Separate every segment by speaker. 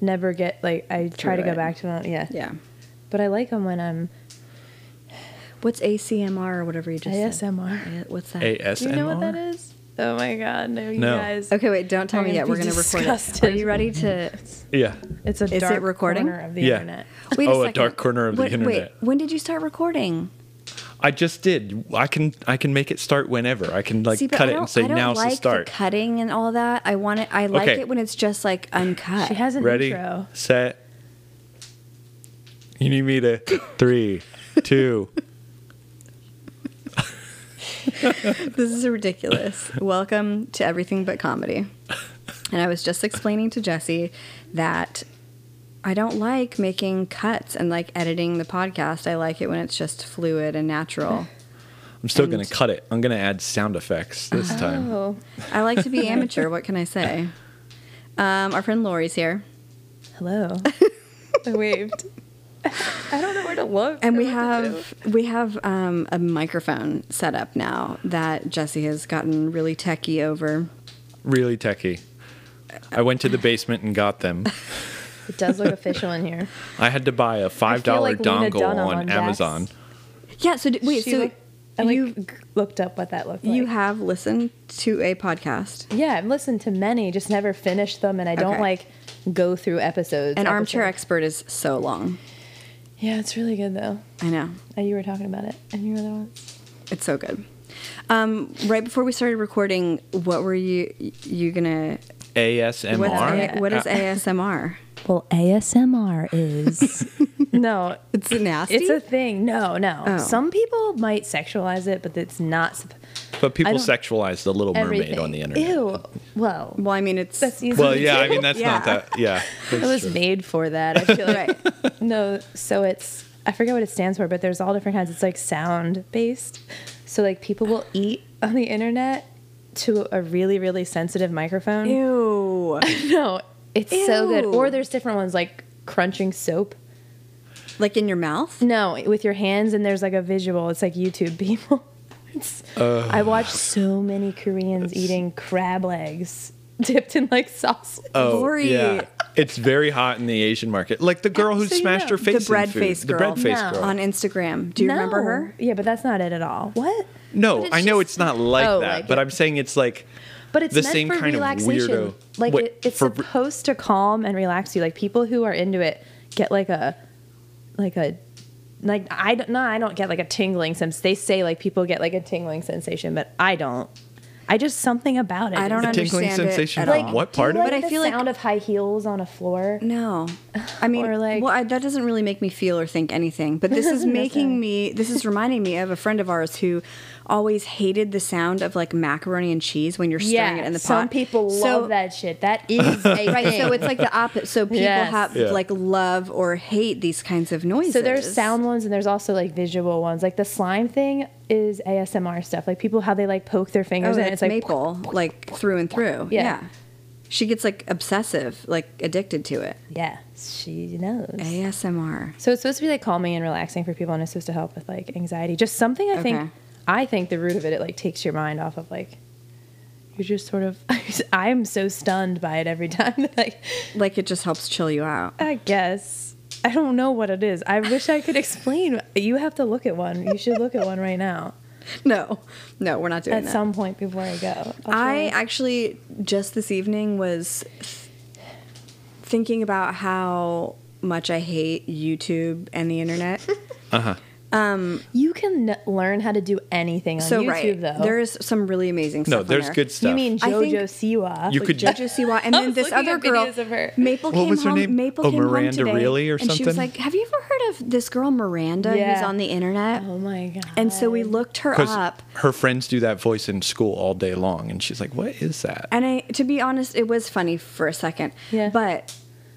Speaker 1: never get like I try to
Speaker 2: Through
Speaker 1: go
Speaker 2: it.
Speaker 1: back to them. Yeah.
Speaker 2: Yeah.
Speaker 1: But I like them when I'm
Speaker 2: What's ACMR or whatever you just said?
Speaker 1: ASMR.
Speaker 2: Yeah, What's that?
Speaker 3: ASMR.
Speaker 1: Do you know what that is? Oh my god, no, you
Speaker 3: No.
Speaker 1: guys.
Speaker 2: Okay, wait. Don't tell
Speaker 1: I'm
Speaker 2: me
Speaker 1: gonna
Speaker 2: yet. We're
Speaker 1: be
Speaker 2: going to record it. Are
Speaker 1: disgusted.
Speaker 2: you ready to?
Speaker 3: Yeah.
Speaker 1: It's a
Speaker 2: it
Speaker 1: dark
Speaker 2: recording?
Speaker 1: corner of the
Speaker 3: Yeah.
Speaker 1: internet.
Speaker 2: Wait
Speaker 3: Oh, a
Speaker 2: second.
Speaker 3: dark corner of the
Speaker 2: What- Wait,
Speaker 3: internet.
Speaker 2: when did you start recording?
Speaker 3: I just did. I can I can make it start whenever. I can like
Speaker 2: See, but
Speaker 3: cut
Speaker 2: I
Speaker 3: it
Speaker 2: don't-
Speaker 3: and say
Speaker 2: I don't
Speaker 3: now's
Speaker 2: like
Speaker 3: the start.
Speaker 2: cutting and all that. I want it. I like
Speaker 3: Okay.
Speaker 2: it when it's just like uncut.
Speaker 1: She has an
Speaker 3: Ready,
Speaker 1: intro.
Speaker 3: set. You need me to three, two.
Speaker 2: This is ridiculous. Welcome to Everything But Comedy. And I was just explaining to Jesse that I don't like making cuts and like editing the podcast. I like it when it's just fluid and natural.
Speaker 3: I'm still
Speaker 2: And-
Speaker 3: gonna cut it. I'm gonna add sound effects this time.
Speaker 1: Oh,
Speaker 2: I like to be amateur. What can I say? Um, our friend Lori's here.
Speaker 1: hello. I waved. I don't know where to look.
Speaker 2: And
Speaker 1: or
Speaker 2: we
Speaker 1: what to
Speaker 2: have we have um, a microphone set up now that Jesse has gotten really techie over.
Speaker 3: Really techie. I went to the basement and got them.
Speaker 1: do. It does look official in here.
Speaker 3: I had to buy a five dollar
Speaker 1: like Lena
Speaker 3: dongle
Speaker 1: Dunham
Speaker 3: on,
Speaker 1: on Dax.
Speaker 3: Amazon.
Speaker 2: Yeah. So d- wait.
Speaker 1: She
Speaker 2: so
Speaker 1: look- I like,
Speaker 2: you
Speaker 1: looked up what that looked like.
Speaker 2: you have listened to a podcast.
Speaker 1: yeah, I've listened to many, just never finished them, and I don't
Speaker 2: Okay.
Speaker 1: like go through episodes.
Speaker 2: An armchair
Speaker 1: episodes.
Speaker 2: expert is so long.
Speaker 1: Yeah, it's really good though.
Speaker 2: I know.
Speaker 1: Uh, You were talking about it, and you were the one.
Speaker 2: It's so good. Um, right before we started recording, what were you you gonna
Speaker 3: ASMR.
Speaker 2: what's A- what is
Speaker 3: Uh,
Speaker 2: ASMR?
Speaker 1: Well, ASMR is no.
Speaker 2: It's nasty.
Speaker 1: It's a thing. No, no.
Speaker 2: Oh.
Speaker 1: Some people might sexualize it, but it's not. sup-
Speaker 3: But people
Speaker 1: I don't-
Speaker 3: sexualize the Little Mermaid on the internet.
Speaker 1: Ew. Well,
Speaker 2: well, I mean, it's
Speaker 1: that's easy.
Speaker 3: Well,
Speaker 1: to
Speaker 3: yeah.
Speaker 1: do.
Speaker 3: I mean, that's
Speaker 2: Yeah.
Speaker 3: not that. Yeah.
Speaker 1: it was made for that. I feel like
Speaker 2: right.
Speaker 1: no. So it's I forget what it stands for, but there's all different kinds. It's like sound based. So like people will eat on the internet to a really really sensitive microphone.
Speaker 2: Ew.
Speaker 1: No, it's so good.
Speaker 2: Ew.
Speaker 1: Or there's different ones like crunching soap.
Speaker 2: like in your mouth?
Speaker 1: No, with your hands and there's like a visual. It's like YouTube people. It's, I watched so many Koreans eating crab legs dipped in like sausage.
Speaker 3: Oh,
Speaker 2: Lori.
Speaker 3: yeah. It's very hot in the Asian market. Like the girl who
Speaker 1: So you
Speaker 3: smashed
Speaker 1: know.
Speaker 3: her face.
Speaker 2: The bread
Speaker 3: in food.
Speaker 2: face
Speaker 3: The
Speaker 2: girl.
Speaker 3: bread face
Speaker 1: No.
Speaker 3: girl.
Speaker 2: On Instagram. Do you remember her?
Speaker 1: Yeah, but that's not it at all. What?
Speaker 3: no,
Speaker 1: it's
Speaker 3: I know
Speaker 1: just-
Speaker 3: it's not like
Speaker 1: Oh,
Speaker 3: that,
Speaker 1: like
Speaker 3: but
Speaker 1: it-
Speaker 3: I'm saying it's like
Speaker 1: But it's
Speaker 3: The
Speaker 1: meant
Speaker 3: same
Speaker 1: for
Speaker 3: kind of
Speaker 1: relaxation.
Speaker 3: weirdo-
Speaker 1: Like
Speaker 3: Wait,
Speaker 1: it, it's
Speaker 3: for-
Speaker 1: supposed to calm and relax you. Like people who are into it get like a, like a, like I don't. No, I don't get like a tingling sense. They say like people get like a tingling sensation, but I don't. I just something about it.
Speaker 2: I don't
Speaker 1: is-
Speaker 3: a tingling
Speaker 2: understand it
Speaker 3: sensation
Speaker 2: at
Speaker 3: from
Speaker 2: all.
Speaker 3: what
Speaker 1: do you
Speaker 3: part of
Speaker 1: like
Speaker 3: it?
Speaker 2: But I
Speaker 1: the
Speaker 2: feel like-
Speaker 1: sound of high heels on a floor.
Speaker 2: No. I mean,
Speaker 1: Or like-
Speaker 2: well, I, that doesn't really make me feel or think anything, but this is making me, this is reminding me of a friend of ours who always hated the sound of like macaroni and cheese when you're stirring it in the pot.
Speaker 1: some people
Speaker 2: So-
Speaker 1: love that shit. That is a
Speaker 2: Right,
Speaker 1: thing.
Speaker 2: so it's like the opposite. So people
Speaker 1: Yes.
Speaker 2: have
Speaker 3: Yeah.
Speaker 2: like love or hate these kinds of noises.
Speaker 1: So there's sound ones and there's also like visual ones. Like the slime thing is ASMR stuff. Like people how they like poke their
Speaker 2: Oh,
Speaker 1: fingers
Speaker 2: it's,
Speaker 1: and it's like
Speaker 2: maple, like through and through. Yeah.
Speaker 1: Yeah.
Speaker 2: she gets like obsessive, like addicted to it.
Speaker 1: Yeah, she knows.
Speaker 2: Eh. ASMR.
Speaker 1: So it's supposed to be like calming and relaxing for people, and it's supposed to help with like anxiety. Just something I
Speaker 2: Okay.
Speaker 1: think I think the root of it it like takes your mind off of like you're just sort of I'm so stunned by it every time. that Like
Speaker 2: Like it just helps chill you out.
Speaker 1: I guess I don't know what it is. I wish I could explain. You have to look at one. You should look at one right now
Speaker 2: No, no, we're not doing
Speaker 1: at
Speaker 2: that.
Speaker 1: some point before I go. I'll try
Speaker 2: I actually just this evening was th- thinking about how much I hate YouTube and the internet.
Speaker 1: You can n- learn how to do anything on
Speaker 2: so
Speaker 1: YouTube,
Speaker 2: right,
Speaker 1: though.
Speaker 2: there is some really amazing stuff.
Speaker 3: No,
Speaker 2: on
Speaker 3: there's
Speaker 2: there.
Speaker 3: good stuff.
Speaker 1: you mean
Speaker 2: I think-
Speaker 1: JoJo Siwa?
Speaker 3: You
Speaker 2: Like
Speaker 3: could-
Speaker 2: JoJo Siwa, and
Speaker 1: I
Speaker 2: then
Speaker 1: was
Speaker 2: this
Speaker 1: looking
Speaker 2: other
Speaker 1: at
Speaker 2: girl,
Speaker 1: videos of her.
Speaker 2: Maple
Speaker 3: What
Speaker 2: came
Speaker 3: was her
Speaker 2: home.
Speaker 3: name?
Speaker 2: Maple
Speaker 3: Oh,
Speaker 2: came
Speaker 3: Miranda
Speaker 2: home today,
Speaker 3: Reilly or
Speaker 2: and she was
Speaker 3: something?
Speaker 2: like, "Have you ever heard of this girl Miranda who's
Speaker 1: Yeah.
Speaker 2: on the internet?"
Speaker 1: Oh my god!
Speaker 2: And so we looked her
Speaker 3: because
Speaker 2: up,
Speaker 3: her friends do that voice in school all day long, and she's like, "What is that?"
Speaker 2: and I, to be honest, it was funny for a second.
Speaker 1: Yeah.
Speaker 2: But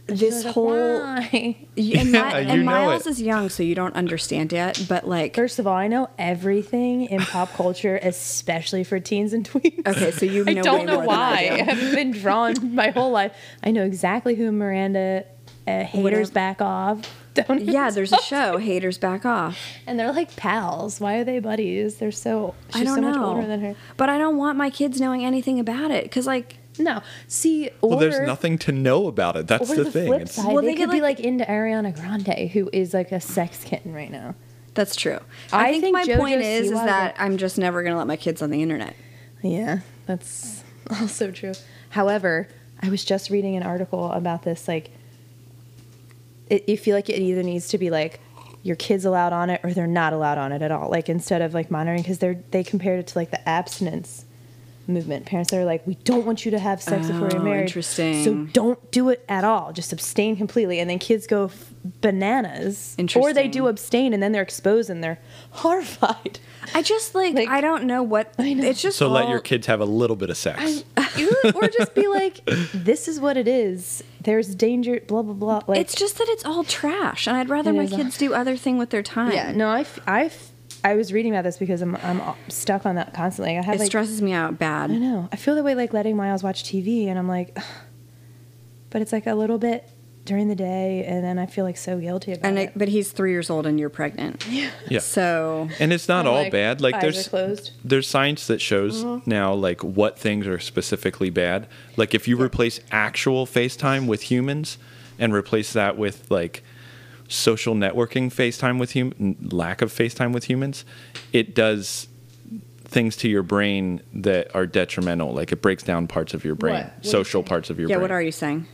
Speaker 1: She
Speaker 2: this
Speaker 1: was like,
Speaker 2: whole
Speaker 1: "Why?"
Speaker 2: y- and,
Speaker 3: Yeah,
Speaker 2: Mi-
Speaker 3: you
Speaker 2: and
Speaker 3: know
Speaker 2: Miles
Speaker 3: it.
Speaker 2: is young, so you don't understand yet. But like,
Speaker 1: First of all, I know everything in pop culture, especially for teens and tweens.
Speaker 2: okay, so you know
Speaker 1: I
Speaker 2: way
Speaker 1: don't know
Speaker 2: more than I
Speaker 1: why.
Speaker 2: do.
Speaker 1: I've been drawn my whole life. I know exactly who Miranda uh, haters
Speaker 2: Whatever.
Speaker 1: back off. Don't even-
Speaker 2: Yeah, there's a show, Haters Back Off.
Speaker 1: and they're like pals. Why are they buddies? They're so she's
Speaker 2: I don't
Speaker 1: so
Speaker 2: know.
Speaker 1: much older than her.
Speaker 2: But I don't want my kids knowing anything about it because, like,
Speaker 1: No. See, or
Speaker 3: Well, there's nothing to know about it. That's
Speaker 1: or
Speaker 3: the,
Speaker 1: the,
Speaker 3: thing.
Speaker 1: flip
Speaker 3: It's-
Speaker 1: side,
Speaker 2: Well,
Speaker 1: they,
Speaker 2: they
Speaker 1: could
Speaker 2: get,
Speaker 1: be
Speaker 2: like-
Speaker 1: like into Ariana Grande, who is like a sex kitten right now.
Speaker 2: That's true.
Speaker 1: I
Speaker 2: I, think,
Speaker 1: think
Speaker 2: my
Speaker 1: JoJo
Speaker 2: point is, is
Speaker 1: Siwa-
Speaker 2: that I'm just never going to let my kids on the internet.
Speaker 1: Yeah, that's also true. However, I was just reading an article about this. Like, it, you feel like it either needs to be like your kids allowed on it or they're not allowed on it at all. Like instead of like monitoring, because they're they compared it to like the abstinence movement. Parents that are like, we don't want you to have sex before
Speaker 2: Oh,
Speaker 1: you're married. So
Speaker 2: interesting.
Speaker 1: don't do it at all. Just abstain completely, and then kids go f- bananas. Or they
Speaker 2: Interesting.
Speaker 1: do abstain, and then they're exposed and they're horrified.
Speaker 2: I just like,
Speaker 1: Like-
Speaker 2: I don't know what
Speaker 1: I know.
Speaker 2: it's just
Speaker 3: so let your
Speaker 2: all-
Speaker 3: kids have a little bit of sex.
Speaker 1: You- or just be like, this is what it is. There's danger, blah, blah, blah. Like,
Speaker 2: It's just that it's all trash, and I'd rather
Speaker 1: It
Speaker 2: my
Speaker 1: is all-
Speaker 2: kids do other thing with their time.
Speaker 1: yeah, no, I, f- I, f- I was reading about this because I'm, I'm stuck on that constantly. I have
Speaker 2: it
Speaker 1: like,
Speaker 2: stresses me out
Speaker 1: I
Speaker 2: bad.
Speaker 1: know. I feel the way like letting Miles watch TV, and I'm like, ugh. but it's like a little bit during the day, and then I feel like so guilty about
Speaker 2: And
Speaker 1: it.
Speaker 2: I, but he's three years old, and you're pregnant. Yeah.
Speaker 3: Yeah.
Speaker 2: So
Speaker 3: and it's not
Speaker 1: I'm
Speaker 3: all
Speaker 1: like,
Speaker 3: bad. Like
Speaker 1: eyes
Speaker 3: there's
Speaker 1: are closed.
Speaker 3: there's science that shows
Speaker 2: Mm-hmm.
Speaker 3: now like what things are specifically bad. Like if you replace actual FaceTime with humans and replace that with like social networking FaceTime with human lack of FaceTime with humans, it does things to your brain that are detrimental. Like it breaks down parts of your brain,
Speaker 1: What? What do you
Speaker 3: social
Speaker 1: say?
Speaker 3: parts of your
Speaker 2: yeah,
Speaker 3: brain.
Speaker 2: what are you saying?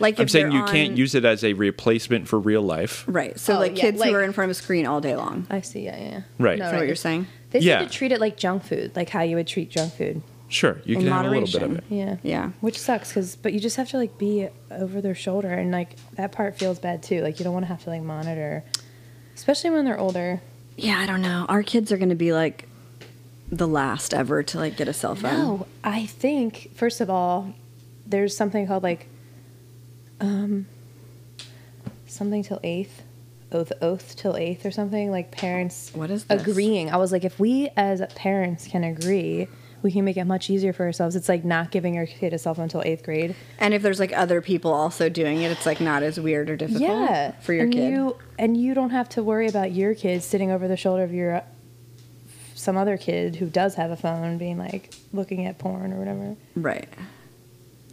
Speaker 2: Like
Speaker 3: I'm
Speaker 2: if
Speaker 3: saying
Speaker 2: they're
Speaker 3: you can't
Speaker 2: on-
Speaker 3: use it as a replacement for real life.
Speaker 2: right. So
Speaker 1: Oh,
Speaker 2: like
Speaker 1: yeah,
Speaker 2: kids
Speaker 1: like-
Speaker 2: who are in front of a screen all day long.
Speaker 1: I see, yeah, yeah. yeah.
Speaker 3: Right.
Speaker 1: No,
Speaker 2: Is
Speaker 3: Is
Speaker 2: that what
Speaker 1: right.
Speaker 2: you're saying?
Speaker 1: They said
Speaker 3: Yeah.
Speaker 1: to treat it like junk food, like how you would treat junk food.
Speaker 3: Sure, you
Speaker 2: In
Speaker 3: can have a little bit of
Speaker 2: moderation.
Speaker 3: it.
Speaker 1: Yeah.
Speaker 2: Yeah.
Speaker 1: Which sucks because, but you just have to like be over their shoulder and like that part feels bad too. Like you don't want to have to like monitor, especially when they're older.
Speaker 2: Yeah, I don't know. Our kids are going to be like the last ever to like get a cell phone.
Speaker 1: No, I think, first of all, there's something called like, um, something till eighth, oath, oath till eighth or something. Like parents
Speaker 2: What is this?
Speaker 1: agreeing. I was like, if we as parents can agree, we can make it much easier for ourselves. It's like not giving your kid a cell phone until eighth grade.
Speaker 2: And if there's like other people also doing it, it's like not as weird or difficult
Speaker 1: yeah
Speaker 2: for your
Speaker 1: and
Speaker 2: kid.
Speaker 1: you, and you don't have to worry about your kid sitting over the shoulder of your some other kid who does have a phone being like looking at porn or whatever
Speaker 2: right.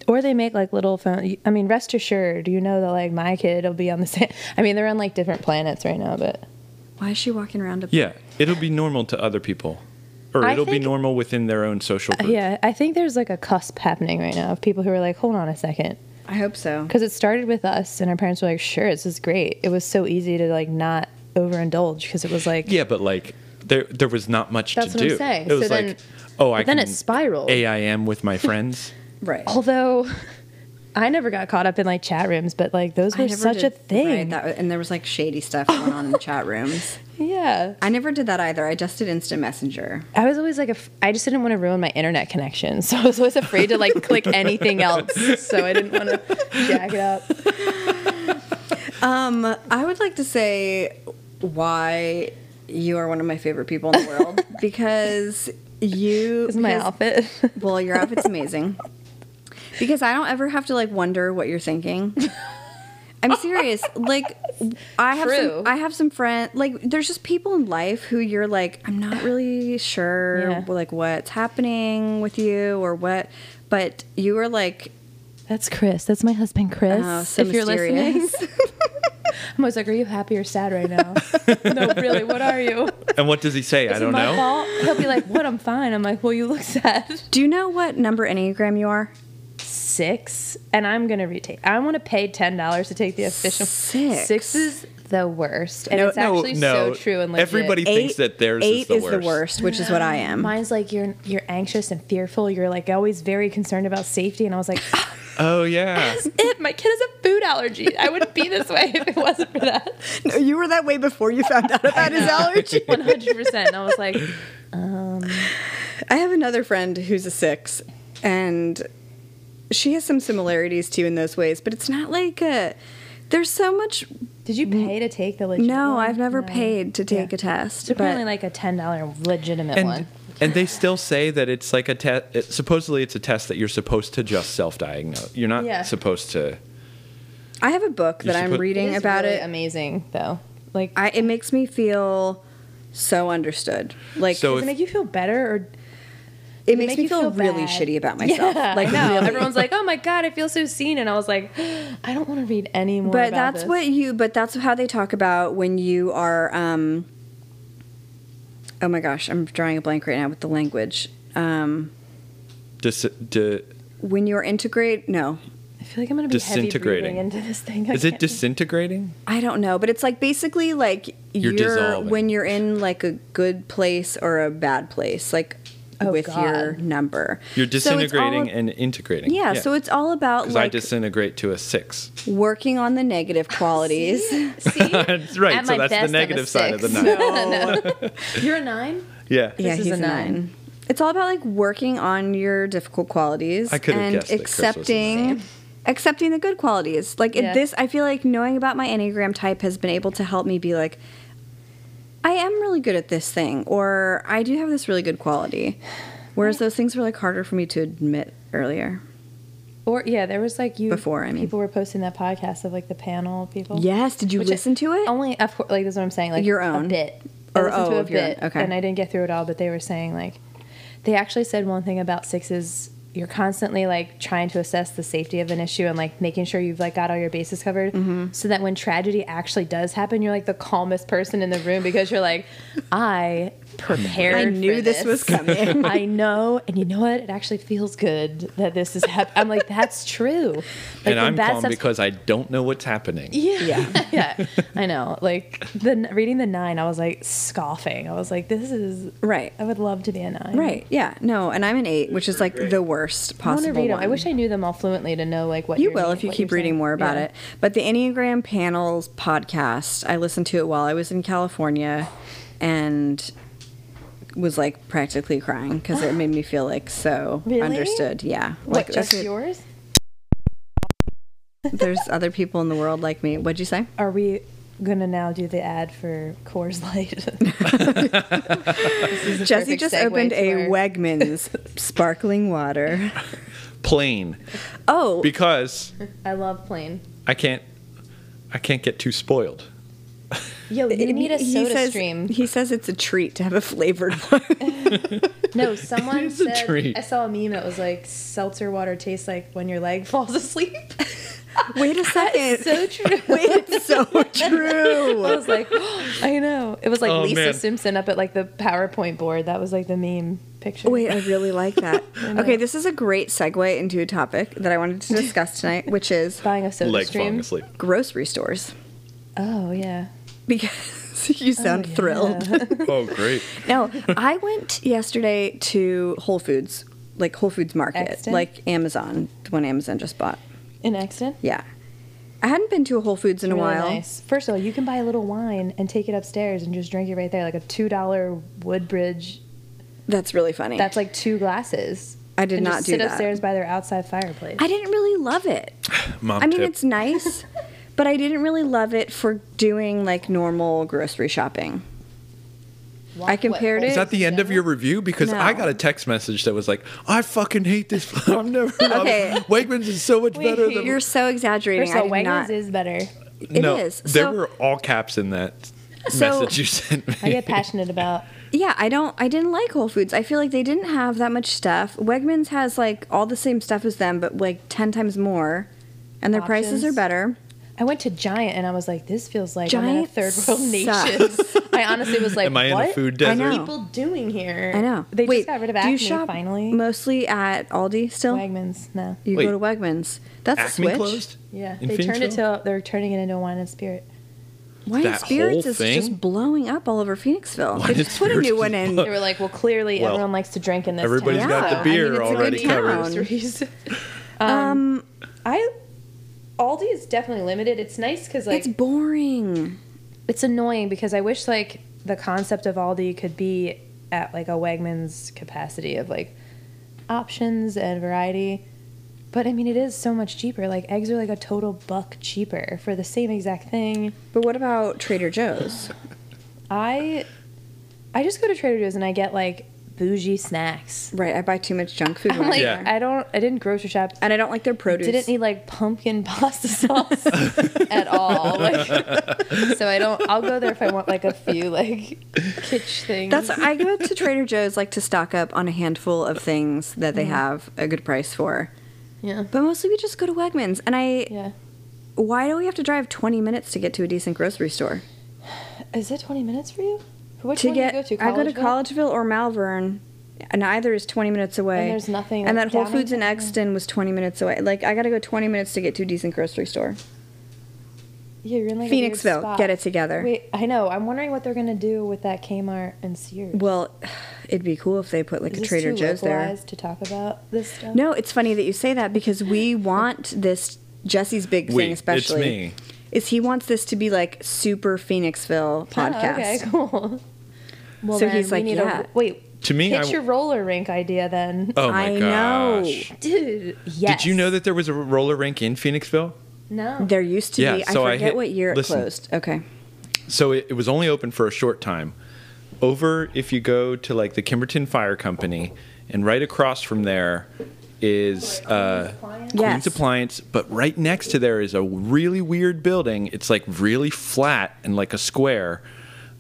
Speaker 1: or they make like little phone i mean rest assured you know that like my kid will be on the same i mean they're on like different planets right now but
Speaker 2: Why is she walking around a
Speaker 3: Yeah, it'll be normal to other people, or
Speaker 1: I
Speaker 3: it'll be
Speaker 1: think-
Speaker 3: normal within their own social group.
Speaker 1: Uh, yeah i think there's like a cusp happening right now of people who are like hold on a second
Speaker 2: I hope so.
Speaker 1: because it started with us and our parents were like sure this is great it was so easy to like not overindulge because it was like
Speaker 3: Yeah, but like there there was not much
Speaker 1: That's
Speaker 3: to
Speaker 1: what I'm
Speaker 3: do.
Speaker 1: saying.
Speaker 3: It was
Speaker 1: So
Speaker 3: like,
Speaker 1: then-
Speaker 3: oh, I
Speaker 1: then
Speaker 3: can
Speaker 1: it spiraled.
Speaker 3: AIM with my friends.
Speaker 2: Right.
Speaker 1: although I never got caught up in like chat rooms, but like those
Speaker 2: I
Speaker 1: were
Speaker 2: never
Speaker 1: such a
Speaker 2: did-
Speaker 1: thing.
Speaker 2: Right, that was, and there was like shady stuff going on in the chat rooms.
Speaker 1: yeah,
Speaker 2: I never did that either. I just did instant messenger.
Speaker 1: I was always like, a f- I just didn't want to ruin my internet connection, so I was always afraid to like click anything else, so I didn't want to jack it up.
Speaker 2: Um, I would like to say why you are one of my favorite people in the world because you
Speaker 1: This is my
Speaker 2: because-
Speaker 1: outfit.
Speaker 2: Well, your outfit's amazing. Because I don't ever have to like wonder what you're thinking. I'm serious. Like I have
Speaker 1: True.
Speaker 2: some I have some friend like there's just people in life who you're like I'm not really sure
Speaker 1: Yeah.
Speaker 2: like what's happening with you or what but you are like
Speaker 1: That's Chris. That's my husband, Chris.
Speaker 2: oh, so
Speaker 1: if you're listening,
Speaker 2: mysterious.
Speaker 1: I'm always like, are you happy or sad right now? no, really, what are you?
Speaker 3: and what does he say? I
Speaker 1: Is it
Speaker 3: don't
Speaker 1: my
Speaker 3: know.
Speaker 1: fault? He'll be like, what? I'm fine. I'm like, well, you look sad.
Speaker 2: Do you know what number enneagram you are?
Speaker 1: Six, and I'm gonna retake. I want to pay ten dollars to take the official.
Speaker 2: Six.
Speaker 1: Six is the worst, and
Speaker 2: No,
Speaker 1: it's
Speaker 3: no,
Speaker 1: actually
Speaker 3: no.
Speaker 1: so true and legit.
Speaker 3: Everybody- He thinks that theirs is
Speaker 2: eight
Speaker 3: the
Speaker 2: is the
Speaker 3: worst.
Speaker 2: worst, which is what I am.
Speaker 1: Mine's like you're you're anxious and fearful. You're like always very concerned about safety, and I was like, ah,
Speaker 3: Oh yeah.
Speaker 1: that's it. My kid has a food allergy. I wouldn't be this way if it wasn't for that.
Speaker 2: No, you were that way before you found out about his allergy.
Speaker 1: One hundred percent. And I was like,
Speaker 2: I have another friend who's a six, and she has some similarities too in those ways, but it's not like a. There's so much.
Speaker 1: did you pay to take the legit?
Speaker 2: No,
Speaker 1: one?
Speaker 2: I've never
Speaker 1: No.
Speaker 2: paid to take
Speaker 1: Yeah.
Speaker 2: a test.
Speaker 1: It's apparently
Speaker 2: but
Speaker 1: like a ten dollar legitimate
Speaker 3: and
Speaker 1: one.
Speaker 3: and they still say that it's like a test. Supposedly, it's a test that you're supposed to just self-diagnose. You're not
Speaker 1: Yeah.
Speaker 3: supposed to.
Speaker 2: I have a book
Speaker 3: You
Speaker 2: that
Speaker 3: should
Speaker 2: I'm
Speaker 3: put-
Speaker 2: reading
Speaker 1: It's
Speaker 2: about
Speaker 1: really
Speaker 2: it.
Speaker 1: Amazing though. Like,
Speaker 2: I, it makes me feel so understood. Like
Speaker 3: So
Speaker 1: does it
Speaker 3: if-
Speaker 1: make you feel better or? They
Speaker 4: It makes
Speaker 1: make
Speaker 4: me
Speaker 1: you
Speaker 4: feel,
Speaker 1: feel
Speaker 4: really
Speaker 1: bad.
Speaker 4: shitty about myself.
Speaker 1: Yeah,
Speaker 4: like
Speaker 1: I know.
Speaker 4: really.
Speaker 1: Everyone's like, "Oh my god, I feel so seen," and I was like, "I don't want to read any more."
Speaker 2: but
Speaker 1: about
Speaker 2: that's
Speaker 1: this.
Speaker 2: what you but that's how they talk about when you are um oh my gosh i'm drawing a blank right now with the language um
Speaker 3: Dis- di-
Speaker 2: when you're integrate no
Speaker 1: I feel like I'm gonna be heavy
Speaker 3: Disintegrating.
Speaker 1: breathing into this thing. I
Speaker 3: is it
Speaker 1: can't-
Speaker 3: disintegrating?
Speaker 2: i don't know but it's like basically like you're,
Speaker 3: You're dissolving.
Speaker 2: when you're in like a good place or a bad place like
Speaker 1: Oh,
Speaker 2: with your
Speaker 1: God.
Speaker 2: number
Speaker 3: You're
Speaker 2: So it's all-
Speaker 3: disintegrating and integrating.
Speaker 2: yeah, so it's all about
Speaker 3: because I
Speaker 2: like
Speaker 3: disintegrate to a six.
Speaker 2: working on the negative qualities
Speaker 1: See? See?
Speaker 3: That's right,
Speaker 1: At
Speaker 3: so
Speaker 1: my
Speaker 3: that's the
Speaker 1: best, I'm a
Speaker 3: negative side of the
Speaker 1: six.
Speaker 3: nine.
Speaker 1: You're a nine.
Speaker 3: Yeah.
Speaker 2: yeah,
Speaker 1: This is
Speaker 2: he's
Speaker 1: a
Speaker 2: a nine.
Speaker 1: nine.
Speaker 2: It's all about like working on your difficult qualities
Speaker 3: I could've
Speaker 2: and
Speaker 3: guessed that Chris was a
Speaker 2: accepting accepting the good qualities. Like it
Speaker 1: Yeah.
Speaker 2: this, I feel like knowing about my enneagram type has been able to help me be like, I am really good at this thing, or I do have this really good quality. Whereas those things were like harder for me to admit earlier.
Speaker 1: Or yeah, there was like you
Speaker 2: Before, I mean.
Speaker 1: people were posting that podcast of like the panel people.
Speaker 2: Yes, did you
Speaker 1: Which I-
Speaker 2: listen to it?
Speaker 1: Only of course, like that's what I'm saying. Like
Speaker 2: Your
Speaker 1: a
Speaker 2: own.
Speaker 1: bit.
Speaker 2: Or,
Speaker 1: I listened
Speaker 2: oh,
Speaker 1: to a
Speaker 2: of your own,
Speaker 1: bit,
Speaker 2: okay.
Speaker 1: and I didn't get through it all. But they were saying like they actually said one thing about sixes. You're constantly like trying to assess the safety of an issue and like making sure you've like got all your bases covered,
Speaker 2: Mm-hmm.
Speaker 1: so that when tragedy actually does happen, you're like the calmest person in the room because you're like, I prepared.
Speaker 2: I knew
Speaker 1: for
Speaker 2: this,
Speaker 1: this
Speaker 2: was coming.
Speaker 1: I know, and you know what? It actually feels good that this is happening. I'm like, that's true. Like, when
Speaker 3: and I'm
Speaker 1: bad
Speaker 3: calm
Speaker 1: stuff's-
Speaker 3: because I don't know what's happening.
Speaker 1: yeah, yeah, I know. Like the reading the nine, I was like scoffing. I was like, this is.
Speaker 2: right.
Speaker 1: I would love to be a nine.
Speaker 2: Right. Yeah. No, and I'm an eight, which is like the
Speaker 1: I
Speaker 2: worst
Speaker 1: want
Speaker 2: possible.
Speaker 1: to read them. I
Speaker 2: one.
Speaker 1: wish I knew them all fluently to know like what
Speaker 2: You
Speaker 1: you're
Speaker 2: will
Speaker 1: reading-
Speaker 2: if you
Speaker 1: what
Speaker 2: keep
Speaker 1: you're
Speaker 2: reading
Speaker 1: saying.
Speaker 2: more about
Speaker 1: Yeah.
Speaker 2: it. But the Enneagram Panels podcast, I listened to it while I was in California and was like practically crying because it made me feel like so
Speaker 1: Really?
Speaker 2: understood. Yeah.
Speaker 1: What,
Speaker 2: Like
Speaker 1: just
Speaker 2: okay,
Speaker 1: yours?
Speaker 2: there's other people in the world like me. What'd you say?
Speaker 1: Are we gonna now do the ad for Coors Light?
Speaker 2: Jesse
Speaker 1: perfect
Speaker 2: just
Speaker 1: segue
Speaker 2: opened
Speaker 1: to
Speaker 2: a
Speaker 1: our-
Speaker 2: Wegmans sparkling water.
Speaker 3: Plain.
Speaker 2: Oh,
Speaker 3: Because
Speaker 1: I love plain.
Speaker 3: I can't I can't get too spoiled.
Speaker 1: Yo, you
Speaker 2: it-
Speaker 1: need a
Speaker 2: he
Speaker 1: soda
Speaker 2: says,
Speaker 1: stream.
Speaker 2: He says it's a treat to have a flavored one.
Speaker 1: No, someone
Speaker 3: is a
Speaker 1: said
Speaker 3: treat.
Speaker 1: I saw a meme that was like seltzer water tastes like when your leg falls asleep.
Speaker 2: Wait a second.
Speaker 1: so true.
Speaker 2: Wait, it's so true.
Speaker 1: I was like, I know. It was like
Speaker 3: Oh,
Speaker 1: Lisa
Speaker 3: man.
Speaker 1: Simpson up at like the PowerPoint board. That was like the meme picture.
Speaker 2: Wait, uh, I really like that. okay, this is a great segue into a topic that I wanted to discuss tonight, which is
Speaker 1: buying a soda
Speaker 3: Leg falling
Speaker 1: stream.
Speaker 3: asleep.
Speaker 2: grocery stores.
Speaker 1: Oh yeah.
Speaker 2: Because you sound
Speaker 1: yeah.
Speaker 2: thrilled.
Speaker 3: Oh great.
Speaker 2: no, I went yesterday to Whole Foods, like Whole Foods Market,
Speaker 1: Exton?
Speaker 2: like Amazon, the one Amazon just bought.
Speaker 1: In Exton.
Speaker 2: Yeah. I hadn't been to a Whole Foods in a
Speaker 1: Really
Speaker 2: while.
Speaker 1: nice. First of all, you can buy a little wine and take it upstairs and just drink it right there, like a two dollar Woodbridge.
Speaker 2: That's really funny.
Speaker 1: That's like two glasses.
Speaker 2: I did
Speaker 1: And
Speaker 2: not
Speaker 1: just
Speaker 2: do
Speaker 1: sit
Speaker 2: that.
Speaker 1: upstairs by their outside fireplace.
Speaker 2: I didn't really love it.
Speaker 3: Mom
Speaker 2: I mean,
Speaker 3: tip.
Speaker 2: it's nice, but I didn't really love it for doing like normal grocery shopping. I compared
Speaker 3: is
Speaker 2: it-
Speaker 3: that the end of your review? Because
Speaker 2: No.
Speaker 3: I got a text message that was like, "I fucking hate this. I'm never. I'm-
Speaker 2: Okay.
Speaker 3: Wegmans is so much better than."
Speaker 2: You're so exaggerating.
Speaker 1: First of
Speaker 2: I
Speaker 1: all,
Speaker 2: did
Speaker 1: Wegmans
Speaker 2: not.
Speaker 1: is better.
Speaker 2: It
Speaker 3: no,
Speaker 2: is.
Speaker 3: There
Speaker 2: So-
Speaker 3: were all caps in that
Speaker 2: So-
Speaker 3: message you sent me.
Speaker 1: I get passionate about
Speaker 2: Yeah, I don't. I didn't like Whole Foods. I feel like they didn't have that much stuff. Wegmans has like all the same stuff as them, but like ten times more, and their prices are
Speaker 1: Options.
Speaker 2: better.
Speaker 1: I went to Giant and I was like, this feels like I'm in a
Speaker 2: Giant
Speaker 1: third world nation.
Speaker 2: sucks.
Speaker 1: I honestly was like,
Speaker 3: Am I in a
Speaker 1: what
Speaker 3: food
Speaker 1: are
Speaker 3: desert?
Speaker 2: I know.
Speaker 1: people doing here?
Speaker 2: I know.
Speaker 1: They
Speaker 2: Wait,
Speaker 1: just got rid of
Speaker 2: do
Speaker 1: acne
Speaker 2: you shop
Speaker 1: finally.
Speaker 2: Mostly at Aldi still.
Speaker 1: Wegmans, no.
Speaker 2: You
Speaker 3: Wait.
Speaker 2: go to Wegmans. That's a
Speaker 3: Acme
Speaker 2: switch.
Speaker 3: closed.
Speaker 1: Yeah.
Speaker 3: In
Speaker 1: they turned it
Speaker 3: Phoenixville?
Speaker 1: to, they're turning it into wine and spirit.
Speaker 2: Wine and
Speaker 3: That
Speaker 2: Spirits
Speaker 3: whole
Speaker 2: is
Speaker 3: thing?
Speaker 2: just blowing up all over Phoenixville.
Speaker 3: Wine
Speaker 2: they
Speaker 3: and
Speaker 2: just put a
Speaker 3: Spirits
Speaker 2: new
Speaker 3: is
Speaker 2: one in.
Speaker 1: They were like, well, clearly
Speaker 3: Well,
Speaker 1: everyone likes to drink in this
Speaker 3: everybody's
Speaker 1: town.
Speaker 3: got
Speaker 2: Yeah, I
Speaker 3: the beer
Speaker 2: mean, it's a
Speaker 3: already
Speaker 2: good
Speaker 3: covered.
Speaker 2: town.
Speaker 1: Groceries.
Speaker 2: Um,
Speaker 1: I, Aldi is definitely limited. It's nice because like,
Speaker 2: it's boring.
Speaker 1: it's annoying because I wish like the concept of Aldi could be at like a Wegman's capacity of like options and variety. But I mean, it is so much cheaper. Like eggs are like a total buck cheaper for the same exact thing.
Speaker 2: But what about Trader Joe's?
Speaker 1: I, I just go to Trader Joe's and I get like bougie snacks.
Speaker 2: Right, I buy too much junk food.
Speaker 1: I'm
Speaker 2: when I
Speaker 1: like,
Speaker 2: go
Speaker 3: Yeah.
Speaker 2: there.
Speaker 1: I don't, I didn't grocery shop.
Speaker 2: and I don't like their produce.
Speaker 1: Didn't need like pumpkin pasta sauce at all. Like, so I don't. I'll go there if I want like a few like kitsch things.
Speaker 2: That's I go to Trader Joe's like to stock up on a handful of things that they have a good price for.
Speaker 1: yeah.
Speaker 2: But mostly we just go to Wegmans. And I
Speaker 1: Yeah.
Speaker 2: why do we have to drive 20 minutes to get to a decent grocery store?
Speaker 1: Is it 20 minutes for you? For Which
Speaker 2: to
Speaker 1: one
Speaker 2: get
Speaker 1: do you go to?
Speaker 2: I go to
Speaker 1: Collegeville?
Speaker 2: Collegeville or Malvern. And either is 20 minutes away.
Speaker 1: there's nothing,
Speaker 2: And
Speaker 1: like,
Speaker 2: that Whole
Speaker 1: down
Speaker 2: Foods in
Speaker 1: in town?
Speaker 2: Exton was 20 minutes away. Like I got to go 20 minutes to get to a decent grocery store.
Speaker 1: Yeah, you're in like a weird
Speaker 2: Phoenixville,
Speaker 1: spot.
Speaker 2: get it together.
Speaker 1: Wait, I know. I'm wondering what they're gonna do with that Kmart and Sears.
Speaker 2: Well, it'd be cool if they put like
Speaker 1: Is
Speaker 2: a
Speaker 1: this
Speaker 2: Trader
Speaker 1: too
Speaker 2: Joe's there.
Speaker 1: localized to talk about this stuff?
Speaker 2: No, it's funny that you say that because we want this Jesse's big
Speaker 3: We,
Speaker 2: thing,
Speaker 3: it's
Speaker 2: especially.
Speaker 3: me.
Speaker 2: Is he wants this to be like super Phoenixville
Speaker 1: Oh,
Speaker 2: podcast?
Speaker 1: okay, cool. Well,
Speaker 2: So
Speaker 1: then
Speaker 2: he's
Speaker 1: we
Speaker 2: like,
Speaker 1: need
Speaker 2: yeah.
Speaker 1: a wait.
Speaker 3: To me, I
Speaker 1: pitch
Speaker 3: w-
Speaker 1: your roller rink idea then,
Speaker 3: Oh my
Speaker 2: I know.
Speaker 3: gosh.
Speaker 1: dude. Yes.
Speaker 3: Did you know that there was a roller rink in Phoenixville?
Speaker 1: No.
Speaker 2: There used to
Speaker 3: Yeah,
Speaker 2: be.
Speaker 3: so
Speaker 2: I
Speaker 3: I
Speaker 2: forget
Speaker 3: hit-
Speaker 2: what year it
Speaker 3: listen.
Speaker 2: closed. Okay.
Speaker 3: So it, it was only open for a short time. Over, if you go to like the Kimberton Fire Company, and right across from there is uh,
Speaker 2: Yes.
Speaker 3: Queen's Appliance, but right next to there is a really weird building. It's like really flat and like a square.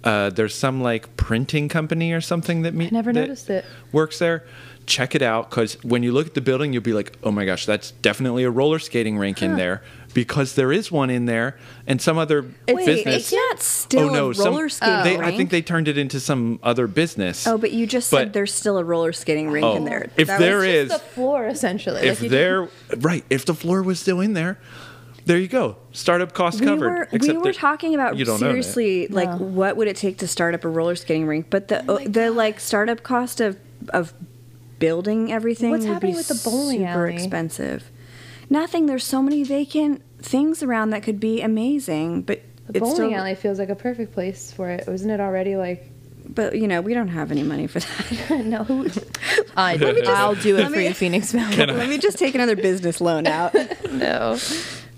Speaker 3: Uh, there's some like printing company or something that me-
Speaker 1: never
Speaker 3: that
Speaker 1: noticed it.
Speaker 3: works there. Check it out because when you look at the building, you'll be like, oh my gosh, that's definitely a roller skating rink in there because there is one in there and some other
Speaker 2: Wait, it's
Speaker 3: business.
Speaker 2: not still a roller skating
Speaker 3: uh, they, I
Speaker 2: rink.
Speaker 3: think they turned it into some other business.
Speaker 2: Oh, but you just said
Speaker 3: But- Oh,
Speaker 2: there's still a roller skating rink in there.
Speaker 3: if
Speaker 2: That
Speaker 3: there
Speaker 2: was-
Speaker 1: It's
Speaker 3: is,
Speaker 1: just the floor essentially.
Speaker 3: if
Speaker 1: Like, you
Speaker 3: there, right, if the floor was still in there, there you go. Startup cost
Speaker 2: we
Speaker 3: covered.
Speaker 2: were we
Speaker 3: except
Speaker 2: were
Speaker 3: that
Speaker 2: talking about
Speaker 3: you don't own it.
Speaker 2: seriously like
Speaker 1: No.
Speaker 2: what would it take to start up a roller skating rink, but the
Speaker 1: Oh my
Speaker 2: the like startup cost of of building everything
Speaker 1: What's
Speaker 2: would
Speaker 1: happening
Speaker 2: be
Speaker 1: with the bowling
Speaker 2: super
Speaker 1: alley?
Speaker 2: expensive. Nothing. There's so many vacant things around that could be amazing, but
Speaker 1: The
Speaker 2: it's
Speaker 1: bowling
Speaker 2: still,
Speaker 1: alley feels like a perfect place for it. Wasn't it already like?
Speaker 2: But you know, we don't have any money for that.
Speaker 1: no, who? I,
Speaker 3: Let me just-
Speaker 1: I'll do it
Speaker 2: let
Speaker 1: for
Speaker 2: me-
Speaker 1: you, Phoenixville.
Speaker 2: Let me just take another business loan out.
Speaker 1: no,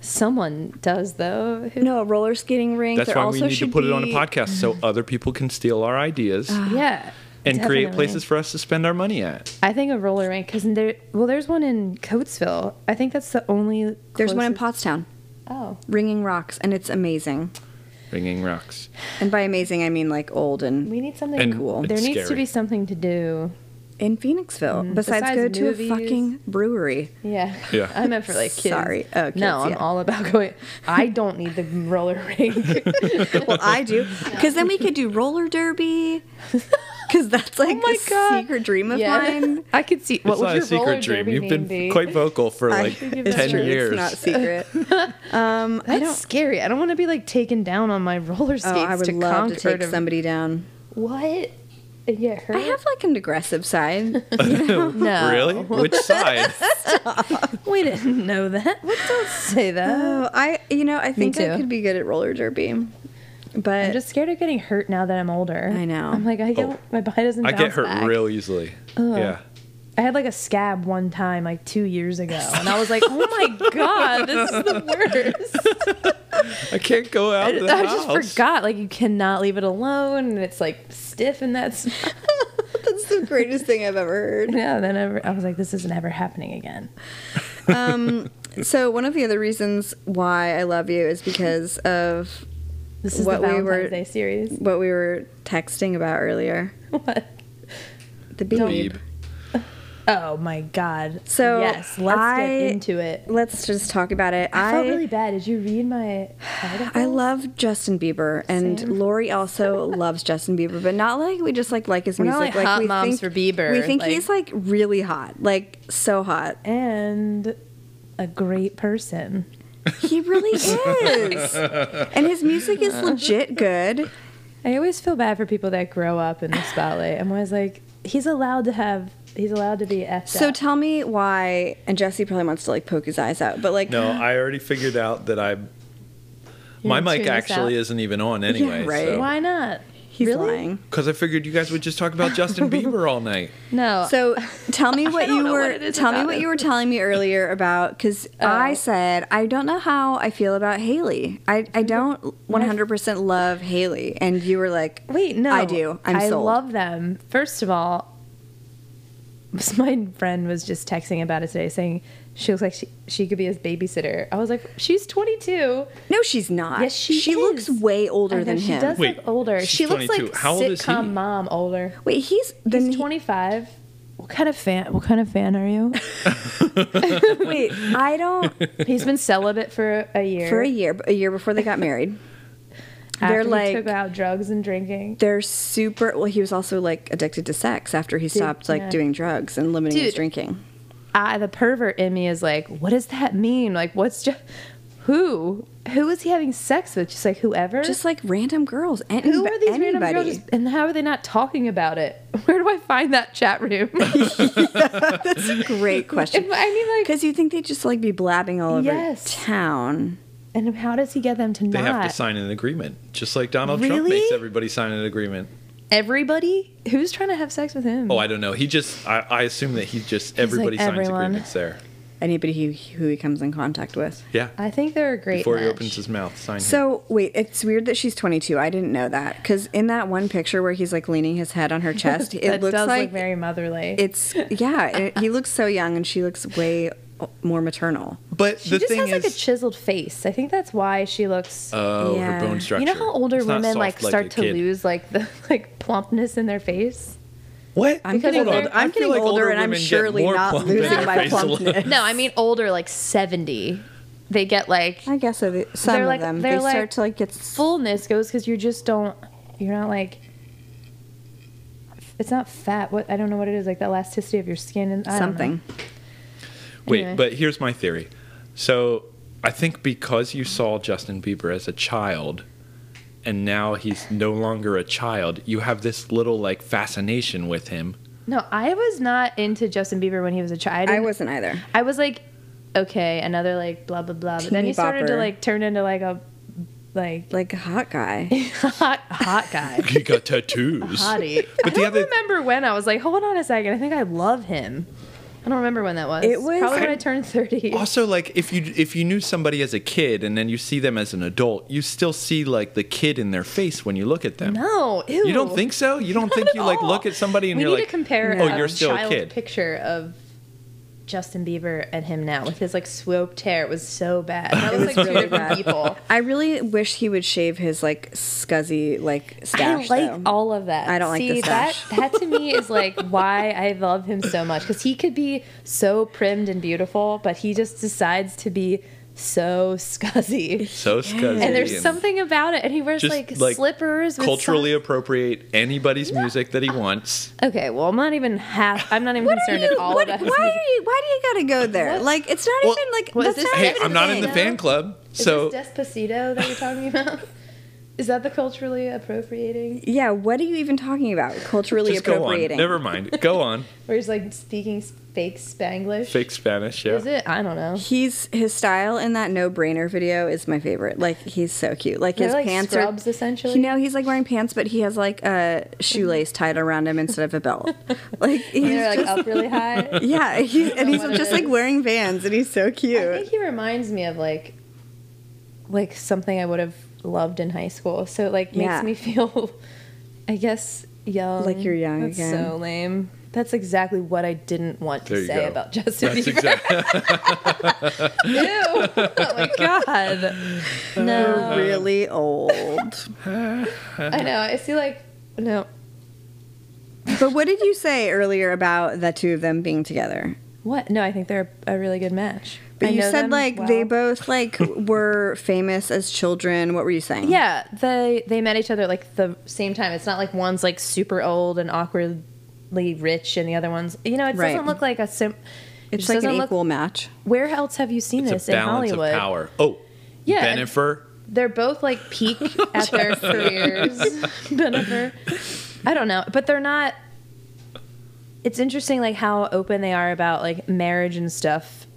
Speaker 1: someone does though. Who-
Speaker 2: No, a roller skating rink.
Speaker 3: That's
Speaker 2: there
Speaker 3: why
Speaker 2: also
Speaker 3: we need to
Speaker 2: should
Speaker 3: put it on a
Speaker 2: be- Uh,
Speaker 3: podcast so other people can steal our ideas
Speaker 1: Yeah.
Speaker 3: and create
Speaker 1: definitely.
Speaker 3: places for us to spend our money at.
Speaker 1: I think a roller rink because there. Well, there's one in Coatesville. I think that's the only.
Speaker 2: There's one in
Speaker 1: closest-
Speaker 2: Pottstown,
Speaker 1: Oh,
Speaker 2: Ringing Rocks, and it's amazing.
Speaker 3: Ringing rocks.
Speaker 2: And by amazing, I mean like old and
Speaker 1: we need something
Speaker 3: And
Speaker 1: cool.
Speaker 3: it's
Speaker 1: There needs to
Speaker 3: scary.
Speaker 1: be something to do.
Speaker 2: in
Speaker 1: Mm-hmm.
Speaker 2: Phoenixville. Besides,
Speaker 1: Besides
Speaker 2: go to
Speaker 1: movies.
Speaker 2: a fucking brewery.
Speaker 1: Yeah.
Speaker 3: Yeah.
Speaker 1: I meant for like kids.
Speaker 2: Sorry. Oh, kids,
Speaker 1: no, I'm
Speaker 2: yeah.
Speaker 1: all about going. I don't need the roller rink.
Speaker 2: Well, I do, because then we could do roller derby. Because that's like
Speaker 1: Oh my
Speaker 2: the
Speaker 1: God.
Speaker 2: secret dream of
Speaker 1: Yeah.
Speaker 2: mine.
Speaker 1: I could see. What
Speaker 3: it's
Speaker 1: would
Speaker 3: not
Speaker 1: your
Speaker 3: a secret
Speaker 1: roller
Speaker 3: dream.
Speaker 1: derby
Speaker 3: You've been
Speaker 1: name be?
Speaker 3: quite vocal for
Speaker 2: I-
Speaker 3: like
Speaker 1: think
Speaker 2: it's
Speaker 1: that's
Speaker 3: ten
Speaker 2: true,
Speaker 3: years.
Speaker 2: It's not secret. um,
Speaker 1: That's
Speaker 2: I don't.
Speaker 1: scary. I don't want to be like taken down on my roller
Speaker 2: Oh,
Speaker 1: skates
Speaker 2: I would
Speaker 1: to
Speaker 2: love
Speaker 1: conquer
Speaker 2: to take
Speaker 1: to-
Speaker 2: somebody down.
Speaker 1: What? Yeah, her.
Speaker 2: I have like an aggressive side.
Speaker 1: no.
Speaker 3: Really? Which side?
Speaker 1: We didn't know that. What? Don't say that.
Speaker 2: oh, I you know I think I
Speaker 1: too.
Speaker 2: could be good at roller derby,
Speaker 1: I'm
Speaker 2: but
Speaker 1: just scared of getting hurt now that I'm older.
Speaker 2: I know.
Speaker 1: I'm like, I get
Speaker 3: Oh.
Speaker 1: my body doesn't.
Speaker 3: I
Speaker 1: Bounce
Speaker 3: get hurt
Speaker 1: back.
Speaker 3: real easily. Yeah.
Speaker 1: I had like a scab one time, like two years ago, and I was like, oh my god, this is the worst.
Speaker 3: I can't go out. Of the
Speaker 1: I
Speaker 3: house.
Speaker 1: just forgot. Like you cannot leave it alone, and it's like stiff, and that's
Speaker 2: that's the greatest thing I've ever heard.
Speaker 1: yeah. Then I, I was like, this is never happening again.
Speaker 2: So one of the other reasons why I love you is because of
Speaker 1: This is
Speaker 2: What
Speaker 1: the
Speaker 2: we were-
Speaker 1: Valentine's Day series.
Speaker 2: what we were texting about earlier.
Speaker 1: What?
Speaker 2: The babe.
Speaker 3: Beeb.
Speaker 1: Oh my god.
Speaker 2: So,
Speaker 1: yes, let's
Speaker 2: I-
Speaker 1: get into it.
Speaker 2: Let's just talk about it.
Speaker 1: I,
Speaker 2: I
Speaker 1: felt really bad. Did you read my article?
Speaker 2: I love Justin Bieber and Lori also loves Justin Bieber, but not like we just like like his
Speaker 1: We're not,
Speaker 2: music.
Speaker 1: like, hot moms for Bieber,
Speaker 2: We think
Speaker 1: like-
Speaker 2: he's like really hot, like so hot.
Speaker 1: and a great person.
Speaker 2: He really is, and his music is legit good.
Speaker 1: I always feel bad for people that grow up in the spotlight. I'm always like, he's allowed to have. He's allowed to be effed
Speaker 2: So
Speaker 1: up.
Speaker 2: tell me why. And Jesse probably wants to like poke his eyes out, but like
Speaker 3: No, I already figured out that I.
Speaker 1: You're
Speaker 3: My
Speaker 1: gonna
Speaker 3: mic
Speaker 1: tune us
Speaker 3: actually
Speaker 1: out?
Speaker 3: isn't even on anyway.
Speaker 2: right.
Speaker 1: Why not?
Speaker 2: he's
Speaker 1: Really?
Speaker 2: lying.
Speaker 3: Because I figured you guys would just talk about Justin Bieber all night.
Speaker 1: No.
Speaker 2: So tell me what
Speaker 1: don't
Speaker 2: you
Speaker 1: know
Speaker 2: were
Speaker 1: what it is
Speaker 2: tell me
Speaker 1: about
Speaker 2: what
Speaker 1: it.
Speaker 2: you were telling me earlier about uh, because I said I don't know how I feel about Haley. I, I don't 100 percent love Haley, and you were like,
Speaker 1: Wait, no.
Speaker 2: I do. I'm
Speaker 1: I
Speaker 2: sold.
Speaker 1: love them. First of all, my friend was just texting about it today, saying she looks like she, she could be his babysitter. I was like, she's 22.
Speaker 2: No, she's not.
Speaker 1: Yes, she
Speaker 2: She looks
Speaker 1: is.
Speaker 2: way older
Speaker 1: I know,
Speaker 2: than
Speaker 1: she
Speaker 2: him.
Speaker 1: does
Speaker 3: Wait,
Speaker 1: look older.
Speaker 3: she's
Speaker 1: She looks
Speaker 3: 22.
Speaker 1: like
Speaker 3: How old is he?
Speaker 1: sitcom mom older.
Speaker 2: Wait, he's then
Speaker 1: He's
Speaker 2: he-
Speaker 1: 25. What kind of fan? What kind of fan are you?
Speaker 2: Wait, I don't.
Speaker 1: He's been celibate for a year.
Speaker 2: For a year, a year before they got married,
Speaker 1: After
Speaker 2: they're
Speaker 1: he
Speaker 2: like-
Speaker 1: took out drugs and drinking.
Speaker 2: they're super. Well, he was also like addicted to sex after he stopped like
Speaker 1: yeah.
Speaker 2: doing drugs and limiting his
Speaker 1: Dude.
Speaker 2: drinking.
Speaker 1: I, the pervert in me is like, what does that mean? Like, what's just who? Who is he having sex with? Just like whoever.
Speaker 2: Just like random girls. Any,
Speaker 1: who are these
Speaker 2: anybody.
Speaker 1: random girls? And how are they not talking about it? Where do I find that chat room?
Speaker 2: That's a great question.
Speaker 1: I mean, like,
Speaker 2: Because you think they'd just like be blabbing all over
Speaker 1: Yes.
Speaker 2: town.
Speaker 1: and how does he get them to
Speaker 3: They
Speaker 1: not?
Speaker 3: have to sign an agreement, just like Donald Trump
Speaker 1: Really?
Speaker 3: makes everybody sign an agreement.
Speaker 1: Everybody who's trying to have sex with him.
Speaker 3: Oh, I don't know. He just, I, I assume that he just, everybody signs
Speaker 1: everyone.
Speaker 3: agreements there.
Speaker 2: Anybody who, who he comes in contact with.
Speaker 3: Yeah.
Speaker 1: I think they're a great.
Speaker 3: Before he
Speaker 1: match.
Speaker 3: opens his mouth, sign here.
Speaker 2: So wait, it's weird that she's 22. I didn't know that because in that one picture where he's like leaning his head on her chest, it
Speaker 1: that
Speaker 2: looks
Speaker 1: does
Speaker 2: like
Speaker 1: look very motherly.
Speaker 2: it's yeah. It, he looks so young and she looks way more maternal.
Speaker 3: But
Speaker 1: she
Speaker 3: the
Speaker 1: just
Speaker 3: thing
Speaker 1: has
Speaker 3: is,
Speaker 1: like a chiseled face. I think that's why she looks.
Speaker 3: oh,
Speaker 2: Yeah.
Speaker 3: her bone structure.
Speaker 1: you know how older
Speaker 3: It's not
Speaker 1: women
Speaker 3: soft
Speaker 1: like
Speaker 3: a
Speaker 1: start to
Speaker 3: kid.
Speaker 1: lose like the like plumpness in their face.
Speaker 3: What?
Speaker 2: I'm getting,
Speaker 1: Hold on.
Speaker 2: older, I'm
Speaker 3: I feel
Speaker 2: getting
Speaker 3: like
Speaker 2: older, and
Speaker 3: women
Speaker 2: I'm
Speaker 3: get
Speaker 2: surely
Speaker 3: more
Speaker 2: not
Speaker 3: plump in
Speaker 2: losing
Speaker 3: their
Speaker 2: my
Speaker 3: face a lot.
Speaker 2: plumpness.
Speaker 1: No, I mean older, like seventy. They get like
Speaker 2: I guess so. They- Some
Speaker 1: They're
Speaker 2: of
Speaker 1: like-
Speaker 2: them
Speaker 1: they're
Speaker 2: they
Speaker 1: like
Speaker 2: start to like get s-
Speaker 1: fullness goes because you just don't. You're not like. It's not fat. What I don't know what it is like the elasticity of your skin and I don't know.
Speaker 2: something.
Speaker 3: Wait,
Speaker 1: Anyway.
Speaker 3: but here's my theory. So I think because you saw Justin Bieber as a child and now he's no longer a child, you have this little like fascination with him.
Speaker 1: No, I was not into Justin Bieber when he was a child.
Speaker 2: I
Speaker 1: didn't-
Speaker 2: wasn't either.
Speaker 1: I was like, okay, another like blah blah blah. But then
Speaker 2: Teeny
Speaker 1: he started to
Speaker 2: bopper.
Speaker 1: like turn into like a like
Speaker 2: Like a hot guy.
Speaker 1: hot hot guy.
Speaker 3: He got tattoos.
Speaker 1: Hottie.
Speaker 3: But
Speaker 1: I
Speaker 3: the
Speaker 1: don't
Speaker 3: other-
Speaker 1: remember when I was like, hold on a second, I think I love him. I don't remember when that was.
Speaker 2: It was-
Speaker 1: probably when I turned thirty.
Speaker 3: Also, like if you if you knew somebody as a kid and then you see them as an adult, you still see like the kid in their face when you look at them.
Speaker 1: No, ew.
Speaker 3: You don't think so? You don't
Speaker 1: Not
Speaker 3: think
Speaker 1: at
Speaker 3: you like
Speaker 1: all.
Speaker 3: look at somebody and
Speaker 1: we
Speaker 3: you're
Speaker 1: need
Speaker 3: like,
Speaker 1: to compare
Speaker 3: oh,
Speaker 1: a
Speaker 3: you're still a
Speaker 1: child
Speaker 3: kid.
Speaker 1: picture of Justin Bieber and him now with his like swooped hair. It was so bad. That
Speaker 2: It
Speaker 1: was
Speaker 2: was
Speaker 1: like two
Speaker 2: really
Speaker 1: different
Speaker 2: bad.
Speaker 1: people.
Speaker 2: I really wish he would shave his like scuzzy like stash.
Speaker 1: I like
Speaker 2: though.
Speaker 1: all of that.
Speaker 2: I don't like
Speaker 1: See,
Speaker 2: the stash.
Speaker 1: that. That to me is like why I love him so much because he could be so primmed and beautiful, but he just decides to be so scuzzy.
Speaker 3: So scuzzy.
Speaker 1: And there's something about it, and he wears
Speaker 3: Just,
Speaker 1: like,
Speaker 3: like,
Speaker 1: slippers. With
Speaker 3: culturally
Speaker 1: socks.
Speaker 3: appropriate anybody's music that he wants.
Speaker 1: okay. Well, I'm not even half. I'm not even
Speaker 2: What are
Speaker 1: concerned
Speaker 2: you?
Speaker 1: at all
Speaker 2: what, why
Speaker 1: about
Speaker 2: are
Speaker 1: his music.
Speaker 2: you? Why do you gotta go there?
Speaker 1: What?
Speaker 2: Like it's not
Speaker 3: Well,
Speaker 2: even like
Speaker 1: what is
Speaker 2: that's
Speaker 1: this?
Speaker 2: not
Speaker 3: Hey,
Speaker 2: even a
Speaker 3: I'm not in
Speaker 2: thing.
Speaker 3: the fan club,
Speaker 1: Is
Speaker 3: so
Speaker 1: this Despacito that you're talking about? Is that the culturally appropriating,
Speaker 2: Yeah, what are you even talking about? Culturally
Speaker 3: just go on.
Speaker 2: appropriating.
Speaker 3: Never mind. Go on.
Speaker 1: where he's like speaking fake Spanglish?
Speaker 3: Fake Spanish.
Speaker 1: Is
Speaker 3: Yeah.
Speaker 1: it? I don't know.
Speaker 2: He's his style in that no brainer video is my favorite. Like he's so cute. Like
Speaker 1: They're
Speaker 2: his
Speaker 1: like
Speaker 2: pants
Speaker 1: scrubs,
Speaker 2: are
Speaker 1: essentially?
Speaker 2: You know, he's like wearing pants, but he has like a shoelace tied around him instead of a belt. Like he's
Speaker 1: They're like
Speaker 2: just,
Speaker 1: up really high.
Speaker 2: yeah, he, and he's
Speaker 1: what it
Speaker 2: just like
Speaker 1: is.
Speaker 2: wearing Vans, and he's so
Speaker 1: I
Speaker 2: cute.
Speaker 1: think he reminds me of like like something I would have loved in high school. So it like makes
Speaker 2: Yeah.
Speaker 1: me feel I guess young.
Speaker 2: Like you're young
Speaker 1: That's
Speaker 2: again.
Speaker 1: So lame. That's exactly what I didn't want
Speaker 3: There
Speaker 1: to
Speaker 3: you
Speaker 1: say
Speaker 3: go.
Speaker 1: about Justin
Speaker 3: That's
Speaker 1: Bieber.
Speaker 3: exactly.
Speaker 1: Ew. Oh my god. No.
Speaker 2: Really old.
Speaker 1: I know. I see like no.
Speaker 2: but what did you say earlier about the two of them being together?
Speaker 1: What? No, I think they're a really good match.
Speaker 2: But
Speaker 1: I
Speaker 2: you
Speaker 1: know
Speaker 2: said
Speaker 1: them
Speaker 2: like
Speaker 1: well.
Speaker 2: they both like were famous as children. What were you saying?
Speaker 1: Yeah, they they met each other like the same time. It's not like one's like super old and awkwardly rich, and the other one's you know it
Speaker 2: Right.
Speaker 1: doesn't look like a sim. it
Speaker 2: it's
Speaker 1: just
Speaker 2: like an
Speaker 1: doesn't look-
Speaker 2: equal match.
Speaker 1: Where else have you seen
Speaker 3: It's
Speaker 1: this
Speaker 3: a
Speaker 1: in
Speaker 3: balance of
Speaker 1: Hollywood?
Speaker 3: power. Oh,
Speaker 1: Yeah, and-
Speaker 3: Benifer.
Speaker 1: They're both like peak at their careers. Bennifer. I don't know, but they're not. It's interesting, like how open they are about like marriage and stuff,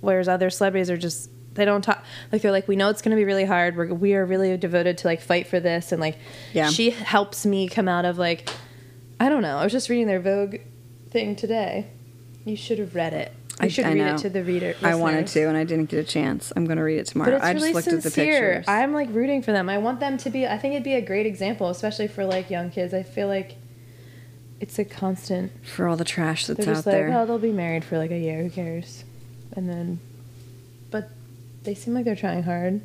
Speaker 1: whereas other celebrities are just they don't talk. Like they're like, we know it's going to be really hard. We're we are really devoted to like fight for this, and like
Speaker 2: Yeah.
Speaker 1: she helps me come out of like I don't know. I was just reading their Vogue thing today. You should have read it. You
Speaker 2: I-
Speaker 1: should
Speaker 2: I
Speaker 1: read
Speaker 2: know.
Speaker 1: it to the reader.
Speaker 2: I wanted
Speaker 1: listeners.
Speaker 2: to, and I didn't get a chance. I'm going to read it tomorrow.
Speaker 1: But it's
Speaker 2: I just
Speaker 1: really
Speaker 2: looked at the
Speaker 1: sincere.
Speaker 2: pictures.
Speaker 1: I'm like rooting for them. I want them to be. I think it'd be a great example, especially for like young kids. I feel like it's a constant.
Speaker 2: for all the trash that's
Speaker 1: They're
Speaker 2: out
Speaker 1: just like,
Speaker 2: there.
Speaker 1: oh, they'll be married for like a year. Who cares? And then, but they seem like they're trying hard.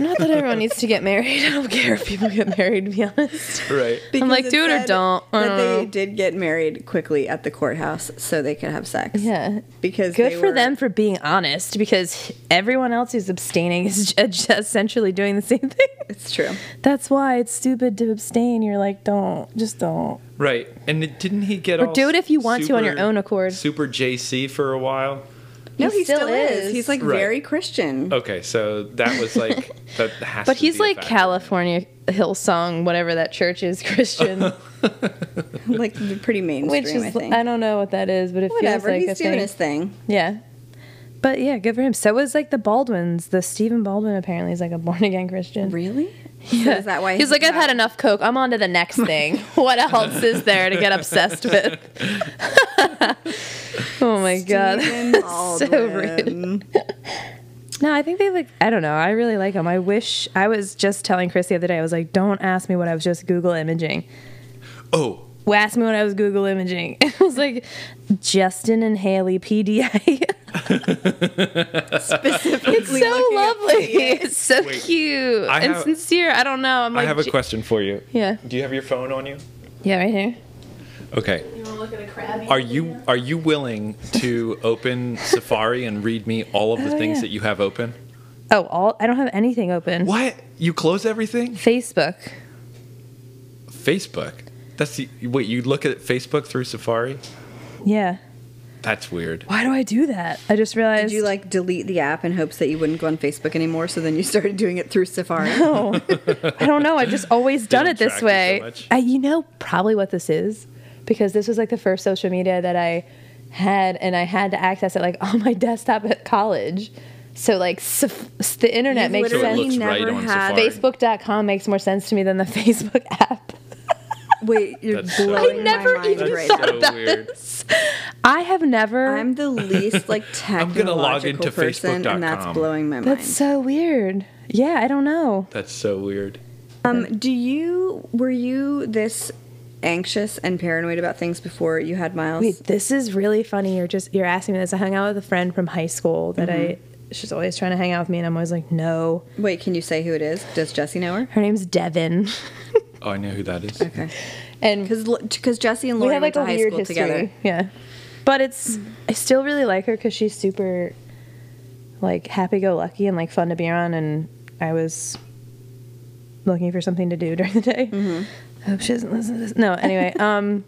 Speaker 1: Not that everyone needs to get married. I don't care if people get married. To be honest.
Speaker 3: Right.
Speaker 1: I'm like,
Speaker 2: it
Speaker 1: do it or
Speaker 2: said
Speaker 1: don't. Uh. I
Speaker 2: That
Speaker 1: don't
Speaker 2: they
Speaker 1: know.
Speaker 2: did get married quickly at the courthouse so they could have sex.
Speaker 1: Yeah.
Speaker 2: Because
Speaker 1: Good
Speaker 2: they
Speaker 1: for
Speaker 2: were-
Speaker 1: them for being honest, because everyone else who's abstaining is ju- just essentially doing the same thing.
Speaker 2: It's true.
Speaker 1: That's why it's stupid to abstain. You're like, don't, just don't.
Speaker 3: Right. And it, didn't he get
Speaker 1: Or
Speaker 3: all
Speaker 1: do it if you want to on your
Speaker 3: super-
Speaker 1: own accord.
Speaker 3: Super JC for a while.
Speaker 2: No, he, still,
Speaker 1: still
Speaker 2: is.
Speaker 1: is.
Speaker 2: He's like
Speaker 3: Right.
Speaker 2: very Christian.
Speaker 3: Okay, so that was like that has
Speaker 1: But
Speaker 3: to
Speaker 1: he's
Speaker 3: be a
Speaker 1: like
Speaker 3: factor.
Speaker 1: California Hillsong, whatever that church is, Christian,
Speaker 2: Like pretty mainstream,
Speaker 1: which is
Speaker 2: I
Speaker 1: I,
Speaker 2: think.
Speaker 1: don't know what that is, but it feels
Speaker 2: Whatever.
Speaker 1: like
Speaker 2: He's
Speaker 1: a
Speaker 2: doing
Speaker 1: thing.
Speaker 2: his thing.
Speaker 1: Yeah. But yeah, good for him. So was like the Baldwins. The Stephen Baldwin apparently is like a born again Christian.
Speaker 2: Really?
Speaker 1: Yeah.
Speaker 2: is that why
Speaker 1: he's
Speaker 2: he
Speaker 1: like, I've
Speaker 2: got-
Speaker 1: had enough coke. I'm on to the next thing. what else is there to get obsessed with? oh my god,
Speaker 2: Stephen
Speaker 1: so rude.
Speaker 2: Baldwin.
Speaker 1: No, I think they like. I don't know. I really like him. I wish I was just telling Chris the other day. I was like, don't ask me what I was just Google imaging.
Speaker 3: Oh,
Speaker 1: Well, ask me what I was Google imaging. It was like Justin and Haley PDA.
Speaker 2: Specifically
Speaker 1: it's so
Speaker 2: looking at-
Speaker 1: lovely. It's so
Speaker 3: Wait,
Speaker 1: cute
Speaker 3: I
Speaker 1: and
Speaker 3: have-
Speaker 1: sincere. I don't know. I'm like,
Speaker 3: I have a
Speaker 1: j-
Speaker 3: question for you.
Speaker 1: yeah,
Speaker 3: Do you have your phone on you?
Speaker 1: yeah, right here.
Speaker 3: Okay.
Speaker 1: You want to look at a crabby?
Speaker 3: Are you are you willing to open Safari and read me all of the
Speaker 1: Oh,
Speaker 3: things
Speaker 1: yeah.
Speaker 3: that you have open?
Speaker 1: Oh, all I don't have anything open.
Speaker 3: What? You close everything?
Speaker 1: Facebook.
Speaker 3: Facebook. That's the wait, you look at Facebook through Safari?
Speaker 1: Yeah.
Speaker 3: That's weird.
Speaker 1: Why do I do that? I just realized.
Speaker 2: Did you like delete the app in hopes that you wouldn't go on Facebook anymore? So then you started doing it through Safari.
Speaker 1: No. I don't know. I've just always done it this
Speaker 3: attract you so
Speaker 1: way.
Speaker 3: much.
Speaker 1: I, you know, probably what this is, because this was like the first social media that I had, and I had to access it like on my desktop at college. So like saf- s- the internet makes
Speaker 3: So it
Speaker 1: sense.
Speaker 3: looks right on Safari.
Speaker 1: Facebook.com makes more sense to me than the Facebook app.
Speaker 2: Wait, you're
Speaker 3: That's so-
Speaker 2: blowing
Speaker 3: I
Speaker 1: never
Speaker 2: my mind
Speaker 1: even
Speaker 2: right
Speaker 1: thought
Speaker 2: now.
Speaker 1: of about
Speaker 3: weird.
Speaker 1: I have never.
Speaker 2: I'm the least like
Speaker 3: I'm gonna
Speaker 2: technological
Speaker 3: log into
Speaker 2: person, and that's
Speaker 3: facebook.com.
Speaker 2: blowing my mind.
Speaker 1: that's so weird. Yeah, I don't know.
Speaker 3: That's so weird.
Speaker 2: Um, do you were you this anxious and paranoid about things before you had Miles?
Speaker 1: Wait, this is really funny. You're just you're asking me this. I hung out with a friend from high school that I she's always trying to hang out with me, and I'm always like, no.
Speaker 2: Wait, can you say who it is? Does Jesse know her?
Speaker 1: Her name's Devin,
Speaker 3: Oh, I know who that is.
Speaker 2: Okay,
Speaker 1: and
Speaker 2: because because Jesse and
Speaker 1: we
Speaker 2: Lori
Speaker 1: had like
Speaker 2: went
Speaker 1: a
Speaker 2: to high
Speaker 1: weird
Speaker 2: school
Speaker 1: history.
Speaker 2: together.
Speaker 1: Yeah, but it's I still really like her because she's super like happy-go-lucky and like fun to be around, and I was looking for something to do during the day.
Speaker 2: Mm-hmm.
Speaker 1: I hope she doesn't listen to this. No, anyway, um.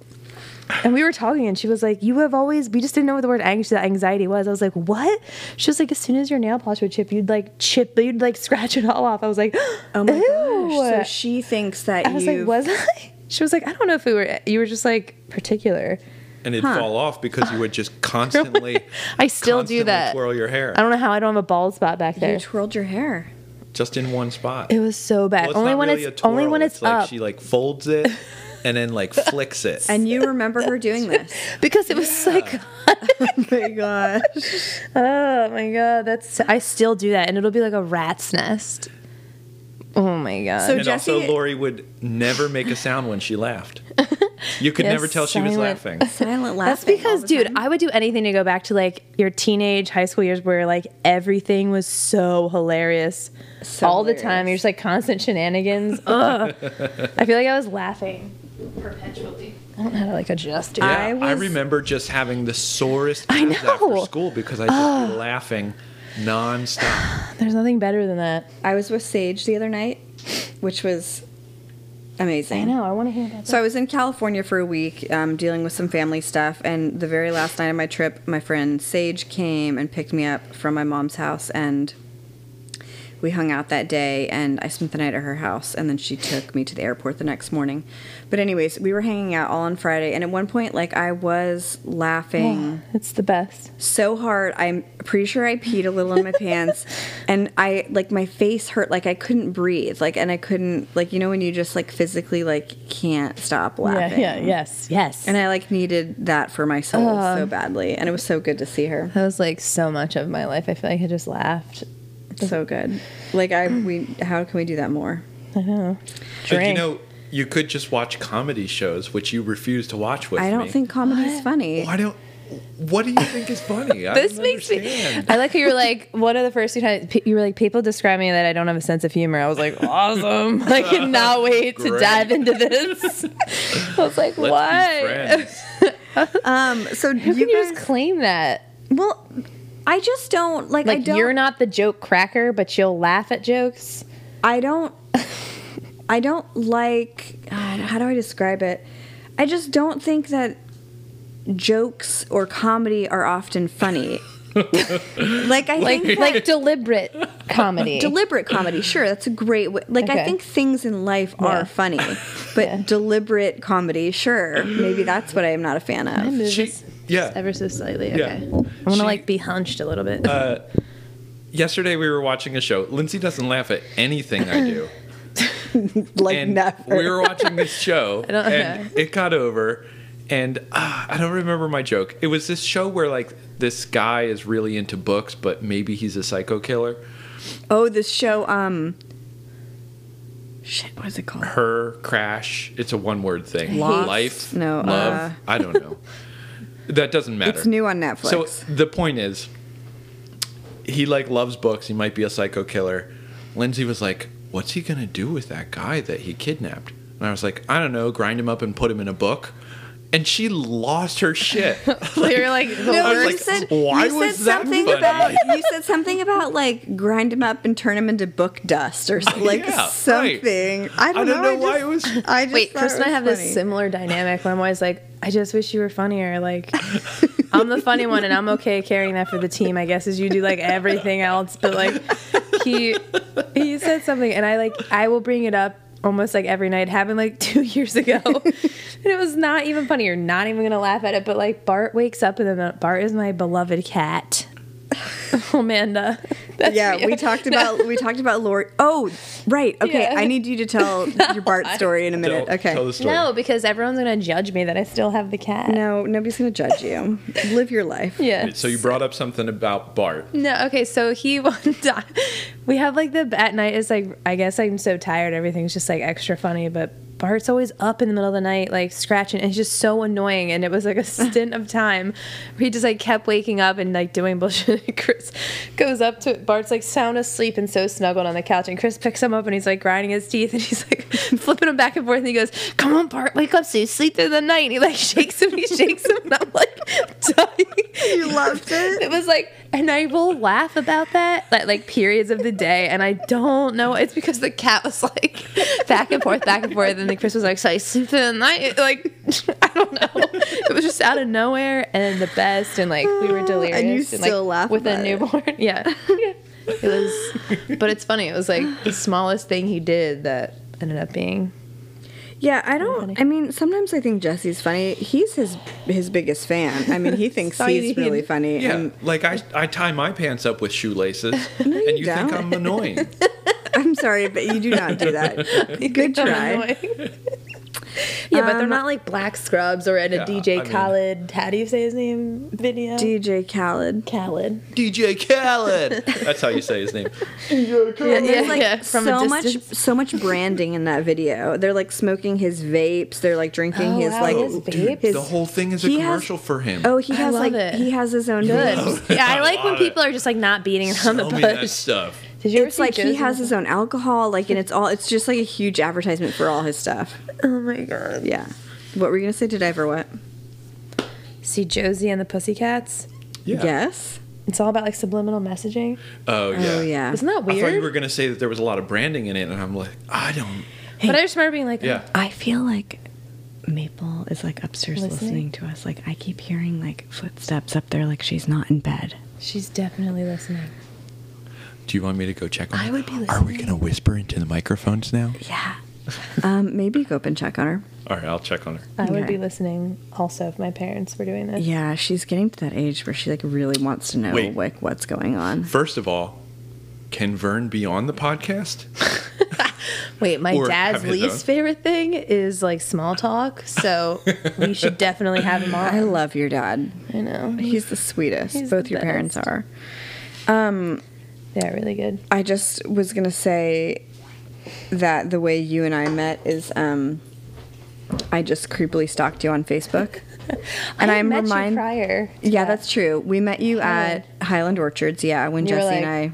Speaker 1: And we were talking, and she was like, "You have always." We just didn't know what the word anx- anxiety was. I was like, "What?" She was like, "As soon as your nail polish would chip, you'd like chip, you'd like scratch it all off." I was like,
Speaker 2: Oh my
Speaker 1: "Ew."
Speaker 2: gosh! So she thinks that
Speaker 1: I was
Speaker 2: you.
Speaker 1: like, was I? She was like, I don't know if we were. You were just like particular.
Speaker 3: And it'd
Speaker 2: Huh.
Speaker 3: fall off because you would just constantly
Speaker 1: I still do
Speaker 3: constantly
Speaker 1: that.
Speaker 3: twirl your hair.
Speaker 1: I don't know how I don't have a bald spot back
Speaker 2: you
Speaker 1: there.
Speaker 2: twirled your hair.
Speaker 3: just in one spot.
Speaker 1: It was so bad.
Speaker 3: Well, it's
Speaker 1: only,
Speaker 3: not
Speaker 1: when
Speaker 3: really
Speaker 1: it's,
Speaker 3: a twirl.
Speaker 1: only when it's
Speaker 3: like
Speaker 1: up
Speaker 3: she like folds it and then like flicks it.
Speaker 2: And you remember her doing this?
Speaker 1: because it was like,
Speaker 2: oh my gosh!
Speaker 1: oh my god, that's. I still do that, and it'll be like a rat's nest. Oh my god.
Speaker 2: So
Speaker 3: And
Speaker 2: Jesse-
Speaker 3: also, Lori would never make a sound when she laughed. You could
Speaker 1: Yes,
Speaker 3: never tell she was
Speaker 1: silent.
Speaker 3: laughing.
Speaker 2: Silent
Speaker 1: That's
Speaker 2: laughing. all
Speaker 1: because,
Speaker 2: the
Speaker 1: dude,
Speaker 2: time.
Speaker 1: I would do anything to go back to like your teenage high school years where like everything was so hilarious
Speaker 2: So
Speaker 1: all the time.
Speaker 2: hilarious.
Speaker 1: You're just like constant shenanigans. Ugh. I feel like I was laughing perpetually. I don't know how to like adjust it.
Speaker 3: Yeah,
Speaker 2: I
Speaker 3: I,
Speaker 2: was-
Speaker 3: remember just having the sorest
Speaker 1: I
Speaker 3: times after
Speaker 1: know.
Speaker 3: school because I just be laughing nonstop.
Speaker 1: There's nothing better than that.
Speaker 2: I was with Sage the other night, which was amazing.
Speaker 1: I know. I want to hear about that.
Speaker 2: So I was in California for a week, um, dealing with some family stuff, and the very last night of my trip, my friend Sage came and picked me up from my mom's house, and we hung out that day, and I spent the night at her house, and then she took me to the airport the next morning. But anyways, we were hanging out all on Friday, and at one point, like I was laughing
Speaker 1: It's the best.
Speaker 2: so hard. I'm pretty sure I peed a little in my pants and I like my face hurt like I couldn't breathe. Like and I couldn't like you know when you just like physically like can't stop laughing.
Speaker 1: Yeah, Uh. yeah, yes, yes.
Speaker 2: And I like needed that for my soul so badly and it was so good to see her.
Speaker 1: that was like so much of my life. I feel like I just laughed.
Speaker 2: So good. Like I we how can we do that more?
Speaker 1: I know.
Speaker 3: Like,
Speaker 1: Drink.
Speaker 3: you know, you could just watch comedy shows, which you refuse to watch with
Speaker 2: I don't
Speaker 3: me.
Speaker 2: think comedy's
Speaker 1: What?
Speaker 2: funny.
Speaker 3: Why don't? What do you think is funny? I
Speaker 1: This
Speaker 3: don't
Speaker 1: makes
Speaker 3: understand.
Speaker 1: me. I like how you were like one of the first few times pe- you were like people describe me that I don't have a sense of humor. I was like awesome. I cannot wait to
Speaker 3: Great.
Speaker 1: dive into this. I was like,
Speaker 3: Let's
Speaker 1: why?
Speaker 3: be friends.
Speaker 2: Um, so
Speaker 1: How can
Speaker 2: you
Speaker 1: you just
Speaker 2: guys,
Speaker 1: claim that?
Speaker 2: well, I just don't like. I
Speaker 1: Like
Speaker 2: don't.
Speaker 1: you're not the joke cracker, but you'll laugh at jokes.
Speaker 2: I don't. I don't like. God, how do I describe it? I just don't think that jokes or comedy are often funny. like I
Speaker 1: Like
Speaker 2: think
Speaker 1: like deliberate comedy.
Speaker 2: deliberate comedy sure that's a great way like i
Speaker 1: Okay.
Speaker 2: think things in life
Speaker 1: Yeah.
Speaker 2: are funny but
Speaker 1: Yeah.
Speaker 2: deliberate comedy sure maybe that's what i am not a fan
Speaker 1: I
Speaker 2: of
Speaker 1: move
Speaker 3: She-
Speaker 1: this
Speaker 3: yeah.
Speaker 1: ever so slightly. Okay,
Speaker 3: Yeah.
Speaker 1: I'm gonna
Speaker 3: She- Uh,
Speaker 1: like be hunched a little bit.
Speaker 3: Yesterday we were watching a show. Lindsay doesn't laugh at anything I do.
Speaker 2: like
Speaker 3: and
Speaker 2: never
Speaker 3: we were watching this show
Speaker 1: don't-
Speaker 3: and it got over and ah, i don't remember my joke it was this show where like this guy is really into books but maybe he's a psycho killer
Speaker 2: oh this show um shit what is it called
Speaker 3: her crash it's a one word thing
Speaker 2: Lost?
Speaker 3: life
Speaker 2: No,
Speaker 3: love
Speaker 2: uh,
Speaker 3: i don't know that doesn't matter
Speaker 2: it's new on netflix
Speaker 3: so the point is he like loves books he might be a psycho killer lindsay was like what's he gonna do with that guy that he kidnapped and i was like i don't know grind him up and put him in a book and she lost her shit
Speaker 1: You're like the
Speaker 2: no,
Speaker 3: I
Speaker 2: you
Speaker 3: was
Speaker 1: worst.
Speaker 2: said,
Speaker 3: why
Speaker 2: you said
Speaker 3: was that
Speaker 2: something
Speaker 3: funny?
Speaker 2: about you said something about like grind him up and turn him into book dust or so- like
Speaker 3: Yeah, right.
Speaker 2: something. I
Speaker 3: i
Speaker 2: don't
Speaker 3: don't know
Speaker 2: I
Speaker 3: why
Speaker 2: just-
Speaker 3: it was
Speaker 2: I just
Speaker 1: Wait,
Speaker 2: thought
Speaker 1: Chris
Speaker 2: it
Speaker 1: and I
Speaker 2: was
Speaker 1: have
Speaker 2: funny.
Speaker 1: this similar dynamic where I'm always like, I just wish you were funnier. Like, I'm the funny one, and I'm okay carrying that for the team. I guess as you do like everything else, but like he he said something, and I like I will bring it up almost like every night. It happened like two years ago, and it was not even funny. You're not even gonna laugh at it. But like Bart wakes up, and then Bart is my beloved cat, Amanda. That's
Speaker 2: yeah,
Speaker 1: me.
Speaker 2: we talked about we talked about Lori. Oh, right. Okay,
Speaker 1: Yeah.
Speaker 2: I need you to tell your Bart story in a minute.
Speaker 3: Don't
Speaker 2: okay.
Speaker 3: tell the story.
Speaker 1: No, because everyone's gonna judge me that I still have the cat.
Speaker 2: No, nobody's gonna judge you. Live your life.
Speaker 1: Yeah.
Speaker 3: so you brought up something about bart
Speaker 1: No, okay, so he one time we have like the at night is like I guess I'm so tired, everything's just like extra funny, but Bart's always up in the middle of the night, like scratching, and it's just so annoying. And it was like a stint of time where he just like kept waking up and like doing bullshit. And Chris goes up to Bart's like sound asleep and so snuggled on the couch, and Chris picks him up and he's like grinding his teeth and he's like flipping him back and forth. And he goes, "Come on, Bart, wake up, so you sleep through the night." And he like shakes him, he shakes him, and I'm like dying.
Speaker 2: You loved it.
Speaker 1: It was like, and I will laugh about that, like, like periods of the day. And I don't know. It's because the cat was like back and forth, back and forth. And then Chris was like, so I sleep through the night. Like, I don't know. It was just out of nowhere and the best. And like, we were delirious.
Speaker 2: And you
Speaker 1: like,
Speaker 2: still laugh
Speaker 1: with a
Speaker 2: about it.
Speaker 1: newborn. Yeah. yeah. It was, but it's funny. It was like the smallest thing he did that ended up being.
Speaker 2: Yeah, I don't. I mean, sometimes I think Jesse's funny. He's his his biggest fan. I mean, he thinks he's
Speaker 1: Exciting.
Speaker 2: really funny.
Speaker 3: yeah
Speaker 2: And
Speaker 3: like I, I tie my pants up with shoelaces
Speaker 2: you
Speaker 3: and you
Speaker 2: don't.
Speaker 3: think i'm annoying
Speaker 2: I'm sorry, but you do not do that. Good try.
Speaker 1: yeah, but they're
Speaker 2: Um,
Speaker 1: not like black scrubs or in a
Speaker 3: Yeah,
Speaker 1: DJ
Speaker 3: I mean-
Speaker 1: Khaled. how do you say his name? Video.
Speaker 2: DJ Khaled.
Speaker 1: Khaled.
Speaker 3: dj khaled that's how you say his name
Speaker 1: Yeah, yeah,
Speaker 2: There's like
Speaker 1: yeah, From
Speaker 2: so
Speaker 1: a
Speaker 2: much,
Speaker 1: distance.
Speaker 2: so much branding in that video. They're like smoking his vapes. They're like drinking
Speaker 1: Oh,
Speaker 2: his
Speaker 1: wow,
Speaker 2: like
Speaker 1: he has
Speaker 2: dude,
Speaker 1: vapes?
Speaker 2: his
Speaker 3: the whole thing is a
Speaker 2: He has-
Speaker 3: commercial for him
Speaker 2: Oh, he
Speaker 1: I
Speaker 2: has
Speaker 1: love
Speaker 2: like
Speaker 1: it.
Speaker 2: he has his own. vape.
Speaker 1: Good. Yeah, I like when
Speaker 3: Love it.
Speaker 1: people are just like not beating
Speaker 3: Sell
Speaker 1: around the
Speaker 3: me that
Speaker 1: bush.
Speaker 3: stuff
Speaker 1: Did you ever
Speaker 2: It's
Speaker 1: see
Speaker 2: like he
Speaker 1: Josie-
Speaker 2: has his own alcohol, like, and it's all. It's just like a huge advertisement for all his stuff.
Speaker 1: Oh my god.
Speaker 2: Yeah. What were you gonna say today for what?
Speaker 1: See Josie and the Pussycats.
Speaker 2: Yes.
Speaker 1: It's all about like subliminal messaging.
Speaker 3: Oh yeah.
Speaker 2: Oh yeah.
Speaker 1: Isn't that
Speaker 3: I thought you
Speaker 1: weird?
Speaker 3: were gonna say that there was a lot of branding in it, and I'm like, I don't.
Speaker 1: But I just remember being like,
Speaker 3: Yeah.
Speaker 2: I feel like Maple is like upstairs
Speaker 1: Listening?
Speaker 2: listening to us. Like I keep hearing like footsteps up there, like she's not in bed.
Speaker 1: she's definitely listening.
Speaker 3: Do you want me to go check on?
Speaker 1: I
Speaker 3: it?
Speaker 1: would be
Speaker 3: Are we
Speaker 1: listening.
Speaker 3: gonna whisper into the microphones now?
Speaker 2: Yeah. um, maybe go up and check on her.
Speaker 3: All right, I'll check on her.
Speaker 1: I would
Speaker 2: Okay.
Speaker 1: be listening also if my parents were doing this.
Speaker 2: Yeah, she's getting to that age where she like really wants to know
Speaker 3: Wait.
Speaker 2: like what's going on.
Speaker 3: First of all, can Vern be on the podcast?
Speaker 1: Wait, my
Speaker 3: Or
Speaker 1: dad's
Speaker 3: have his
Speaker 1: least
Speaker 3: own.
Speaker 1: favorite thing is like small talk, so we should definitely have him
Speaker 2: I
Speaker 1: on.
Speaker 2: love your dad.
Speaker 1: I know.
Speaker 2: He's the sweetest.
Speaker 1: He's
Speaker 2: Both
Speaker 1: the
Speaker 2: your parents
Speaker 1: best.
Speaker 2: are. Um,
Speaker 1: They're really good.
Speaker 2: I just was gonna say that the way you and I met is um, I just creepily stalked you on Facebook. And
Speaker 1: I
Speaker 2: I'm
Speaker 1: met you
Speaker 2: remind-
Speaker 1: prior. to
Speaker 2: Yeah,
Speaker 1: that.
Speaker 2: that's true. We met you
Speaker 1: Highland.
Speaker 2: at Highland Orchards. Yeah, when
Speaker 1: You were
Speaker 2: Jesse and I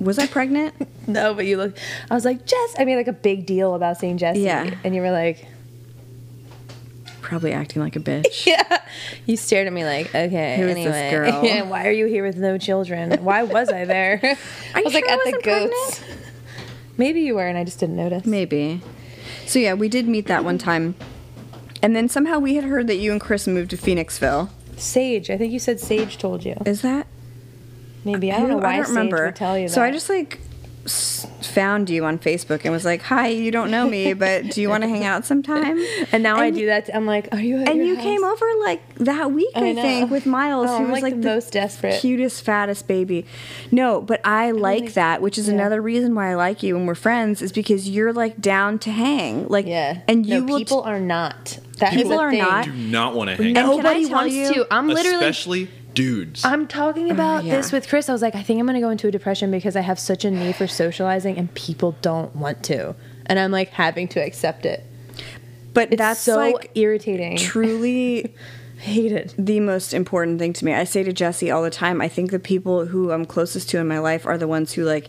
Speaker 2: was I pregnant?
Speaker 1: no, but you look. I was like Jess. I made like a big deal about seeing Jesse.
Speaker 2: Yeah.
Speaker 1: and you were like,
Speaker 2: Probably acting like a bitch.
Speaker 1: yeah. You stared at me like, okay,
Speaker 2: Who is this
Speaker 1: anyway,
Speaker 2: girl?
Speaker 1: why are you here with no children? Why was I there?
Speaker 2: Are
Speaker 1: I
Speaker 2: you
Speaker 1: was like
Speaker 2: sure I
Speaker 1: at the
Speaker 2: wasn't
Speaker 1: goats. Maybe you were, and I just didn't notice.
Speaker 2: Maybe. So yeah, we did meet that one time. And then somehow we had heard that you and Chris moved to Phoenixville.
Speaker 1: Sage. I think you said Sage told you.
Speaker 2: Is that?
Speaker 1: Maybe I don't know
Speaker 2: Who-
Speaker 1: why Sage would tell you that.
Speaker 2: So I just like s- found you on Facebook and was like, "Hi, you don't know me, but do you want to hang out sometime?"
Speaker 1: and now I
Speaker 2: and-
Speaker 1: do that. I'm like, are you? At
Speaker 2: And
Speaker 1: your
Speaker 2: you
Speaker 1: house?
Speaker 2: came over like that week, I,
Speaker 1: I know.
Speaker 2: think, with Miles,
Speaker 1: Oh,
Speaker 2: who
Speaker 1: I'm, like,
Speaker 2: was like
Speaker 1: the most desperate.
Speaker 2: cutest, fattest baby. No, but I like
Speaker 1: like-
Speaker 2: that, which is
Speaker 1: yeah.
Speaker 2: another reason why I like you and we're friends, is because you're like down to hang, like,
Speaker 1: Yeah.
Speaker 2: and you
Speaker 1: No,
Speaker 2: will.
Speaker 1: people are not. That
Speaker 2: People
Speaker 1: is a
Speaker 2: are
Speaker 1: thing.
Speaker 2: not.
Speaker 3: Do not want to hang
Speaker 2: No.
Speaker 3: out.
Speaker 2: Can I
Speaker 1: Nobody
Speaker 2: tell
Speaker 1: wants
Speaker 2: you-
Speaker 1: to. I'm literally
Speaker 3: Especially dudes.
Speaker 1: I'm talking about
Speaker 2: Uh, yeah.
Speaker 1: this with Chris. I was like, I think I'm going to go into a depression because I have such a need for socializing and people don't want to. And I'm like having to accept it.
Speaker 2: but
Speaker 1: It's
Speaker 2: that's
Speaker 1: so
Speaker 2: like
Speaker 1: irritating.
Speaker 2: truly
Speaker 1: Hate it.
Speaker 2: the most important thing to me. I say to Jesse all the time, I think the people who I'm closest to in my life are the ones who like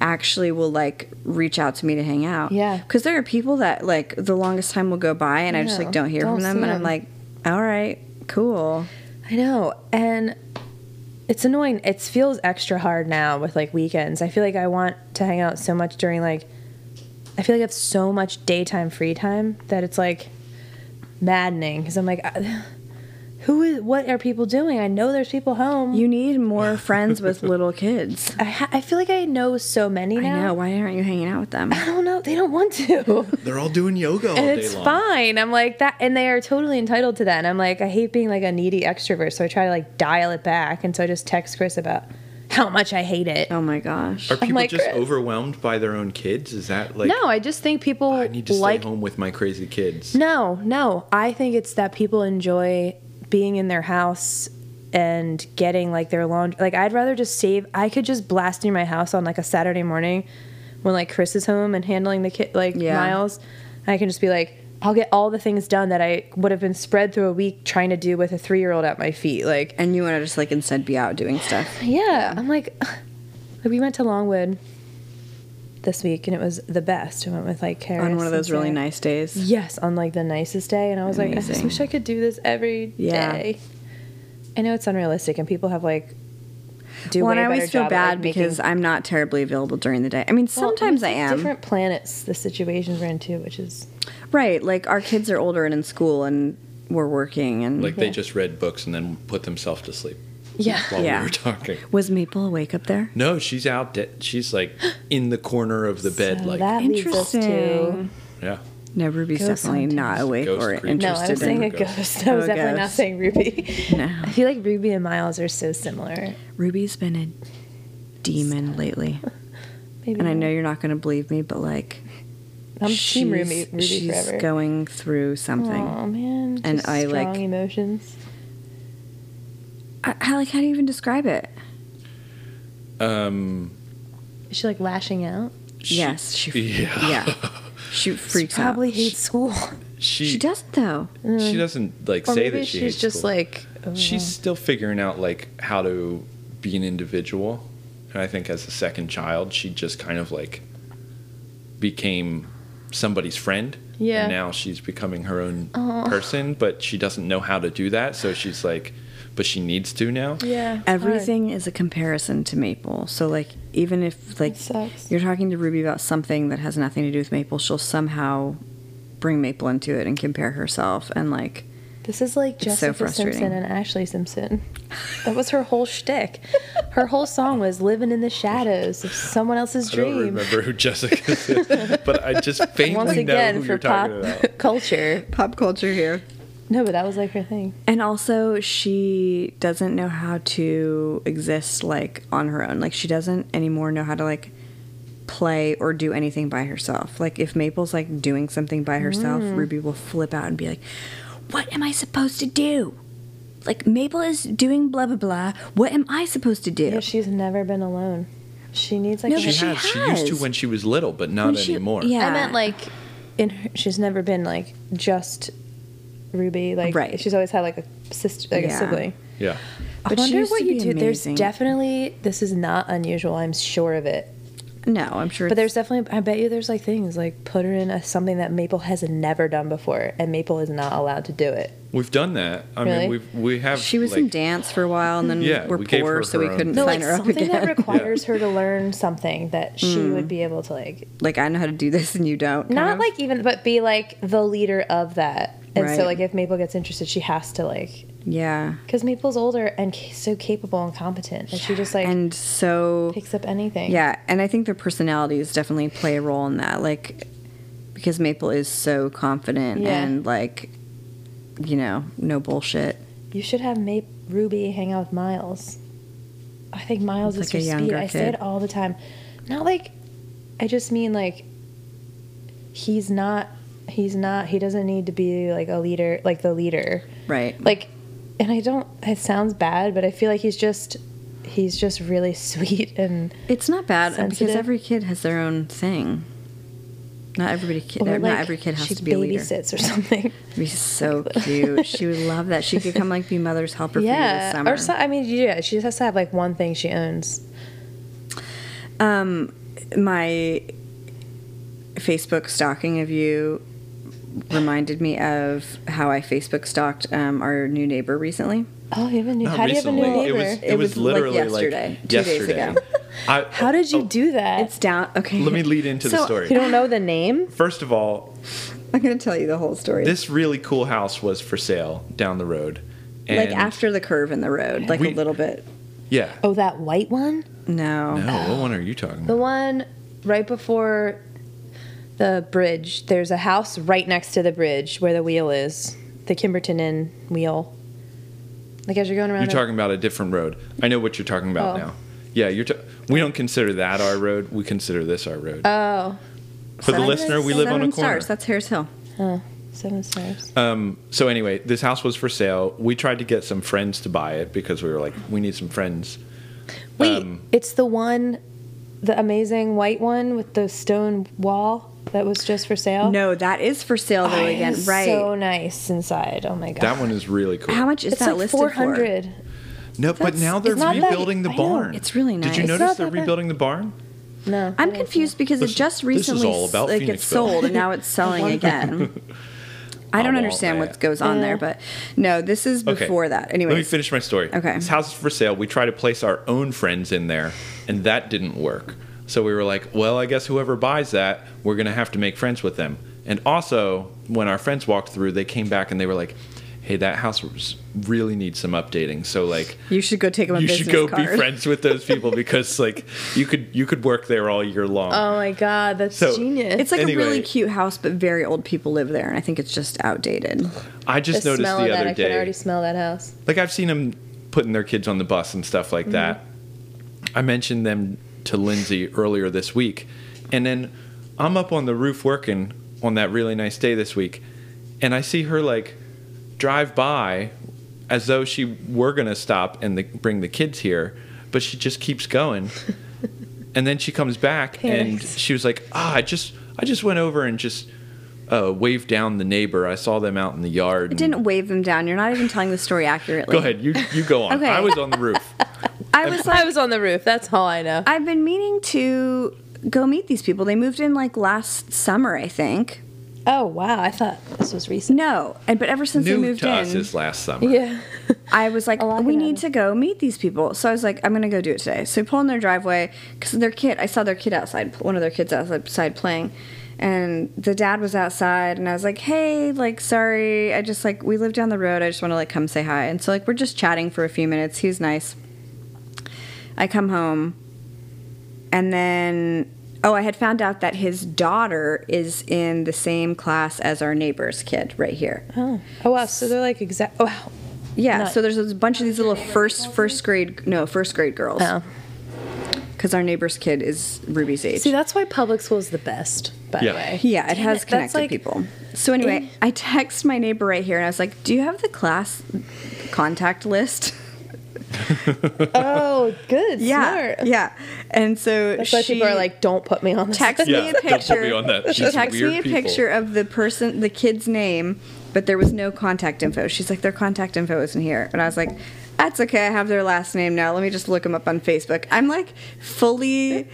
Speaker 2: actually will like reach out to me to hang out.
Speaker 1: Yeah.
Speaker 2: Cuz there are people that like the longest time will go by and I just like
Speaker 1: know.
Speaker 2: don't hear
Speaker 1: Don't
Speaker 2: from them
Speaker 1: see
Speaker 2: and I'm
Speaker 1: them.
Speaker 2: like, "All right, cool."
Speaker 1: I know. And it's annoying. It feels extra hard now with like weekends. I feel like I want to hang out so much during like, I feel like I have so much daytime free time that it's like maddening because I'm like, I- who is, what are people doing? I know there's people home.
Speaker 2: You need more friends with little kids.
Speaker 1: I, ha- I feel like I know so many now.
Speaker 2: I know. Why aren't you hanging out with them?
Speaker 1: I don't know. They don't want to.
Speaker 3: They're all doing yoga all
Speaker 1: and
Speaker 3: day
Speaker 1: it's
Speaker 3: long.
Speaker 1: fine. I'm like that. And they are totally entitled to that. And I'm like, I hate being like a needy extrovert. So I try to like dial it back. And so I just text Chris about how much I hate it.
Speaker 2: Oh my gosh.
Speaker 3: Are people
Speaker 1: like,
Speaker 3: just
Speaker 1: Chris.
Speaker 3: overwhelmed by their own kids? Is that like
Speaker 1: no, I just think people
Speaker 3: I need to stay
Speaker 1: like.
Speaker 3: home with my crazy kids?
Speaker 1: No, no. I think it's that people enjoy being in their house and getting like their laundry. Like, I'd rather just save. I could just blast through my house on like a Saturday morning when like Chris is home and handling the kid, like
Speaker 2: Yeah.
Speaker 1: Miles. I can just be like, I'll get all the things done that I would have been spread through a week trying to do with a three year old at my feet. Like,
Speaker 2: And you want to just like instead be out doing stuff.
Speaker 1: yeah, I'm like, like we went to Longwood this week and it was the best. I went with like Karis
Speaker 2: On one of those
Speaker 1: and
Speaker 2: really
Speaker 1: Sarah.
Speaker 2: nice days.
Speaker 1: Yes, on like the nicest day, and I was like, I just
Speaker 2: Amazing.
Speaker 1: wish I could do this every day.
Speaker 2: Yeah.
Speaker 1: I know it's unrealistic, and people have like do.
Speaker 2: Well,
Speaker 1: way
Speaker 2: and I
Speaker 1: better
Speaker 2: always feel
Speaker 1: job at, like,
Speaker 2: bad because
Speaker 1: making-
Speaker 2: I'm not terribly available during the day. I mean,
Speaker 1: Well, and
Speaker 2: sometimes
Speaker 1: it's,
Speaker 2: I
Speaker 1: like,
Speaker 2: am.
Speaker 1: Different planets, the situations we're into, which is
Speaker 2: Right. Like our kids are older and in school and we're working and
Speaker 3: Like they just read books and then put themselves to sleep
Speaker 1: yeah.
Speaker 3: while
Speaker 2: Yeah.
Speaker 3: we were talking.
Speaker 2: was Maple awake up there?
Speaker 3: No, she's out. De- she's like in the corner of the bed,
Speaker 1: So
Speaker 3: like
Speaker 1: that leads us to
Speaker 2: Interesting.
Speaker 3: yeah.
Speaker 2: No, Ruby's
Speaker 1: Ghost
Speaker 2: definitely not
Speaker 1: hunters.
Speaker 2: awake
Speaker 3: Ghost
Speaker 2: or
Speaker 3: creatures.
Speaker 1: no. I was
Speaker 2: interested
Speaker 1: saying
Speaker 2: in.
Speaker 1: a
Speaker 3: Ghost.
Speaker 1: ghost. I was
Speaker 2: Oh,
Speaker 1: definitely not
Speaker 2: ghost.
Speaker 1: saying Ruby.
Speaker 2: No.
Speaker 1: I feel like Ruby and Miles are so similar.
Speaker 2: Ruby's been a demon lately.
Speaker 1: Maybe
Speaker 2: And I know you're not going to believe me, but like
Speaker 1: I'm
Speaker 2: she's,
Speaker 1: team Ruby, Ruby
Speaker 2: she's
Speaker 1: forever.
Speaker 2: going through something.
Speaker 1: Oh man,
Speaker 2: And
Speaker 1: just
Speaker 2: I, like-
Speaker 1: strong emotions.
Speaker 2: I, I like how do you even describe it?
Speaker 3: Um,
Speaker 1: Is she like lashing out?
Speaker 3: she-
Speaker 2: yes, she
Speaker 3: yeah.
Speaker 2: yeah. She freaks
Speaker 1: Probably
Speaker 2: out.
Speaker 1: hates school.
Speaker 3: She
Speaker 2: She,
Speaker 3: she,
Speaker 2: doesn't though.
Speaker 3: doesn't like
Speaker 1: mm. Or
Speaker 3: say
Speaker 1: maybe
Speaker 3: that she
Speaker 1: she's
Speaker 3: hates
Speaker 1: just
Speaker 3: school.
Speaker 1: like oh,
Speaker 3: she's still figuring out like how to be an individual and i think as a second child she just kind of like became somebody's friend
Speaker 1: Yeah.
Speaker 3: and now she's becoming her own
Speaker 1: Aw.
Speaker 3: person but she doesn't know how to do that so she's like but she needs to now
Speaker 1: yeah.
Speaker 2: Everything is a comparison to Maple. So like even if like
Speaker 1: That sucks.
Speaker 2: you're talking to Ruby about something that has nothing to do with Maple, she'll somehow bring Maple into it and compare herself and like
Speaker 1: This is like
Speaker 2: It's so
Speaker 1: Jessica
Speaker 2: frustrating.
Speaker 1: Simpson and Ashley Simpson. That was her whole shtick. Her whole song was "Living in the Shadows of Someone Else's
Speaker 3: i don't
Speaker 1: Dream."
Speaker 3: remember who jessica is but i just faintly
Speaker 1: Once
Speaker 3: know
Speaker 1: again,
Speaker 3: who
Speaker 1: for
Speaker 3: you're talking about
Speaker 1: pop culture.
Speaker 2: pop culture here.
Speaker 1: No, but that was like her thing.
Speaker 2: And also she doesn't know how to exist like on her own. Like she doesn't anymore know how to like play or do anything by herself. Like if Maple's like doing something by herself,
Speaker 1: Mm.
Speaker 2: Ruby will flip out and be like, "What am I supposed to do?" Like Maple is doing blah blah blah. What am I supposed to do?
Speaker 1: Yeah, she's never been alone. She needs like
Speaker 2: No,
Speaker 1: a
Speaker 3: She,
Speaker 2: but she
Speaker 3: has. She used to
Speaker 2: has.
Speaker 3: when she was little, but not
Speaker 2: When she-
Speaker 3: anymore.
Speaker 2: yeah.
Speaker 1: I meant like in her, she's never been like just Ruby. Like
Speaker 2: Right.
Speaker 1: she's always had like a sister, like
Speaker 2: Yeah.
Speaker 1: a sibling.
Speaker 3: Yeah.
Speaker 1: I
Speaker 2: But she
Speaker 1: wonder
Speaker 2: used
Speaker 1: what
Speaker 2: to
Speaker 1: you
Speaker 2: be
Speaker 1: do. There's
Speaker 2: amazing.
Speaker 1: definitely this is not unusual. I'm sure of it.
Speaker 2: No, I'm sure.
Speaker 1: But there's definitely I bet you there's like things like put her in a, something that Maple has never done before, and Maple is not allowed to do it.
Speaker 3: We've done that. I
Speaker 1: Really?
Speaker 3: mean, we've we have.
Speaker 2: she was
Speaker 3: like,
Speaker 2: in dance for a while, and then
Speaker 3: Yeah,
Speaker 2: we're
Speaker 3: we gave
Speaker 2: poor,
Speaker 3: her
Speaker 2: so
Speaker 3: her
Speaker 2: we
Speaker 3: own
Speaker 2: couldn't
Speaker 1: No,
Speaker 2: sign
Speaker 1: like
Speaker 2: her up
Speaker 1: something that
Speaker 2: again. Hmm.
Speaker 1: requires her to learn something that she would be able to like
Speaker 2: like I know how to do this, and you don't. kind
Speaker 1: not
Speaker 2: of.
Speaker 1: like even but be like the leader of that. And so
Speaker 2: Right.
Speaker 1: like if Maple gets interested, she has to like
Speaker 2: yeah,
Speaker 1: because Maple's older and ca- so capable and competent, and she just like
Speaker 2: and so
Speaker 1: picks up anything.
Speaker 2: Yeah, and I think their personalities definitely play a role in that. Like, because Maple is so confident
Speaker 1: Yeah.
Speaker 2: and like, you know, no bullshit.
Speaker 1: you should have Ma- Ruby hang out with Miles. I think Miles
Speaker 2: It's
Speaker 1: is
Speaker 2: like a
Speaker 1: your speed.
Speaker 2: younger
Speaker 1: I say
Speaker 2: kid.
Speaker 1: it all the time. Not like I just mean like he's not. He's not. He doesn't need to be like a leader, like the leader.
Speaker 2: Right.
Speaker 1: Like, and I don't. It sounds bad, but I feel like he's just. He's just really sweet and
Speaker 2: It's not bad uh, because
Speaker 1: sensitive.
Speaker 2: every kid has their own thing. Not everybody kid.
Speaker 1: or,
Speaker 2: not
Speaker 1: like,
Speaker 2: every kid has
Speaker 1: she
Speaker 2: to be a leader.
Speaker 1: babysits or something.
Speaker 2: It'd be so cute. she would love that. She could come like be mother's helper
Speaker 1: yeah,
Speaker 2: for you
Speaker 1: or
Speaker 2: this
Speaker 1: so,
Speaker 2: summer.
Speaker 1: I mean, yeah, she just has to have like one thing she owns.
Speaker 2: um, my Facebook stalking of you reminded me of how I Facebook stalked um, our new neighbor recently.
Speaker 1: Oh, you have a new.
Speaker 3: Not
Speaker 1: How do you have a new
Speaker 3: recently.
Speaker 1: neighbor?
Speaker 3: It was, it
Speaker 2: It was,
Speaker 3: was
Speaker 2: like,
Speaker 3: literally like
Speaker 2: yesterday,
Speaker 3: yesterday.
Speaker 2: two days ago.
Speaker 3: I,
Speaker 1: How did you
Speaker 3: oh,
Speaker 1: do that?
Speaker 2: It's down. Okay.
Speaker 3: Let me lead into
Speaker 2: So,
Speaker 3: the story.
Speaker 1: you don't know the name?
Speaker 3: First of all,
Speaker 2: I'm going to tell you the whole story.
Speaker 3: this really cool house was for sale down the road. And
Speaker 2: like after the curve in the road, like
Speaker 3: We-
Speaker 2: a little bit.
Speaker 3: Yeah.
Speaker 1: Oh, that white one?
Speaker 2: No.
Speaker 3: No, what one are you talking
Speaker 1: The
Speaker 3: about?
Speaker 1: one right before the bridge. There's a house right next to the bridge where the wheel is. The Kimberton Inn wheel. Like as you're going around.
Speaker 3: You're
Speaker 1: a-
Speaker 3: talking about a different road. I know what you're talking about
Speaker 1: Oh.
Speaker 3: now. Yeah, you're. Ta- we don't consider that our road. We consider this our road.
Speaker 1: oh,
Speaker 3: For the
Speaker 2: Seven-
Speaker 3: listener, we live on a
Speaker 2: seven
Speaker 3: corner. Um,
Speaker 2: Stars. That's Harris Hill.
Speaker 1: seven stars.
Speaker 3: Uh, so anyway, this house was for sale. We tried to get some friends to buy it because we were like, we need some friends.
Speaker 1: Wait,
Speaker 3: um,
Speaker 1: it's the one, the amazing white one with the stone wall that was just for sale.
Speaker 2: No, that is for sale though.
Speaker 1: Oh,
Speaker 2: Again,
Speaker 1: it's
Speaker 2: right?
Speaker 1: Oh. So nice inside. Oh my god.
Speaker 3: That one is really cool.
Speaker 2: How much is
Speaker 1: It's
Speaker 2: that
Speaker 1: like
Speaker 2: listed
Speaker 1: four
Speaker 2: for?
Speaker 1: hundred.
Speaker 3: No, but
Speaker 2: That's-
Speaker 3: now they're
Speaker 1: it's not that-
Speaker 3: rebuilding
Speaker 1: I
Speaker 3: the
Speaker 1: know,
Speaker 3: barn.
Speaker 2: it's really nice.
Speaker 3: Did you
Speaker 2: It's
Speaker 3: notice
Speaker 1: not
Speaker 3: they're
Speaker 1: that bad.
Speaker 3: rebuilding the barn?
Speaker 1: No,
Speaker 2: I'm
Speaker 1: it is-
Speaker 2: confused because
Speaker 3: This-
Speaker 2: it just
Speaker 3: this is
Speaker 2: recently
Speaker 3: all
Speaker 2: s-
Speaker 3: about
Speaker 2: like it's
Speaker 3: Phoenixville.
Speaker 2: sold and now it's selling again. I don't
Speaker 3: I want
Speaker 2: understand
Speaker 3: that.
Speaker 2: what goes on there, but no, this is before that.
Speaker 3: Let me
Speaker 2: Anyway,
Speaker 3: finish my story.
Speaker 2: Okay.
Speaker 3: This house is for sale. We tried to place our own friends in there, and that didn't work. So we were like, well, I guess whoever buys that, we're going to have to make friends with them. And also, when our friends walked through, they came back and they were like, hey, that house was- really needs some updating. So, like,
Speaker 2: you should go take them a
Speaker 3: you
Speaker 2: business
Speaker 3: should go
Speaker 2: card.
Speaker 3: be friends with those people because like you could you could work there all year long.
Speaker 1: Oh my god, that's
Speaker 3: So-
Speaker 1: genius.
Speaker 2: It's like
Speaker 3: Anyway.
Speaker 2: a really cute house, but very old people live there, and I think it's just outdated.
Speaker 3: I just noticed the
Speaker 1: of
Speaker 3: other
Speaker 1: that. I can
Speaker 3: day.
Speaker 1: already smell that house.
Speaker 3: like I've seen them putting their kids on the bus and stuff like that. I mentioned them to Lindsay earlier this week, and then I'm up on the roof working on that really nice day this week, and I see her like drive by as though she were gonna stop and the, bring the kids here, but she just keeps going. And then she comes back and
Speaker 1: Panicked.
Speaker 3: she was like, "Ah, I just I just went over and just uh, waved down the neighbor. I saw them out in the yard."
Speaker 2: I didn't wave them down. You're not even telling the story accurately.
Speaker 3: Go ahead. You you go on.
Speaker 2: Okay.
Speaker 3: I was on the roof.
Speaker 2: I was like,
Speaker 1: I was on the roof. That's all I know.
Speaker 2: I've been meaning to go meet these people. They moved in like last summer, I think.
Speaker 1: Oh wow, I thought this was recent.
Speaker 2: No, and but ever since they
Speaker 3: New
Speaker 2: moved
Speaker 3: to
Speaker 2: in,
Speaker 3: us is last summer.
Speaker 1: Yeah.
Speaker 2: I was like,
Speaker 1: lot
Speaker 2: we
Speaker 1: can
Speaker 2: need to go meet these people. So I was like, I'm gonna go do it today. So we pull in their driveway because their kid, I saw their kid outside, one of their kids outside playing, and the dad was outside, and I was like, hey, like, sorry, I just like we live down the road, I just want to like come say hi, and so like we're just chatting for a few minutes. He was nice. I come home, and then oh, I had found out that his daughter is in the same class as our neighbor's kid right here.
Speaker 1: Oh. oh wow, so they're like exact. Oh, wow.
Speaker 2: Yeah,
Speaker 1: Not-
Speaker 2: so there's a bunch of these little first first grade no first grade girls
Speaker 1: Oh.
Speaker 2: because our neighbor's kid is Ruby's age.
Speaker 1: See, that's why public school is the best. By
Speaker 3: Yeah.
Speaker 1: the way.
Speaker 2: yeah, it
Speaker 1: Damn
Speaker 2: has
Speaker 1: that's
Speaker 2: connected
Speaker 1: like-
Speaker 2: people. So anyway,
Speaker 1: Eh.
Speaker 2: I text my neighbor right here and I was like, "Do you have the class contact list?"
Speaker 1: oh, good.
Speaker 2: Yeah,
Speaker 1: Smart.
Speaker 2: yeah. And so
Speaker 1: That's why
Speaker 2: she
Speaker 1: people are like, don't put me on this.
Speaker 2: text
Speaker 3: Yeah,
Speaker 2: me a
Speaker 3: don't put me
Speaker 2: picture.
Speaker 3: on that.
Speaker 2: She
Speaker 3: She's
Speaker 2: texts me a
Speaker 3: weird people.
Speaker 2: picture of the person, the kid's name, but there was no contact info. She's like, their contact info isn't here, and I was like. That's okay. I have their last name now. Let me just look them up on Facebook. I'm like fully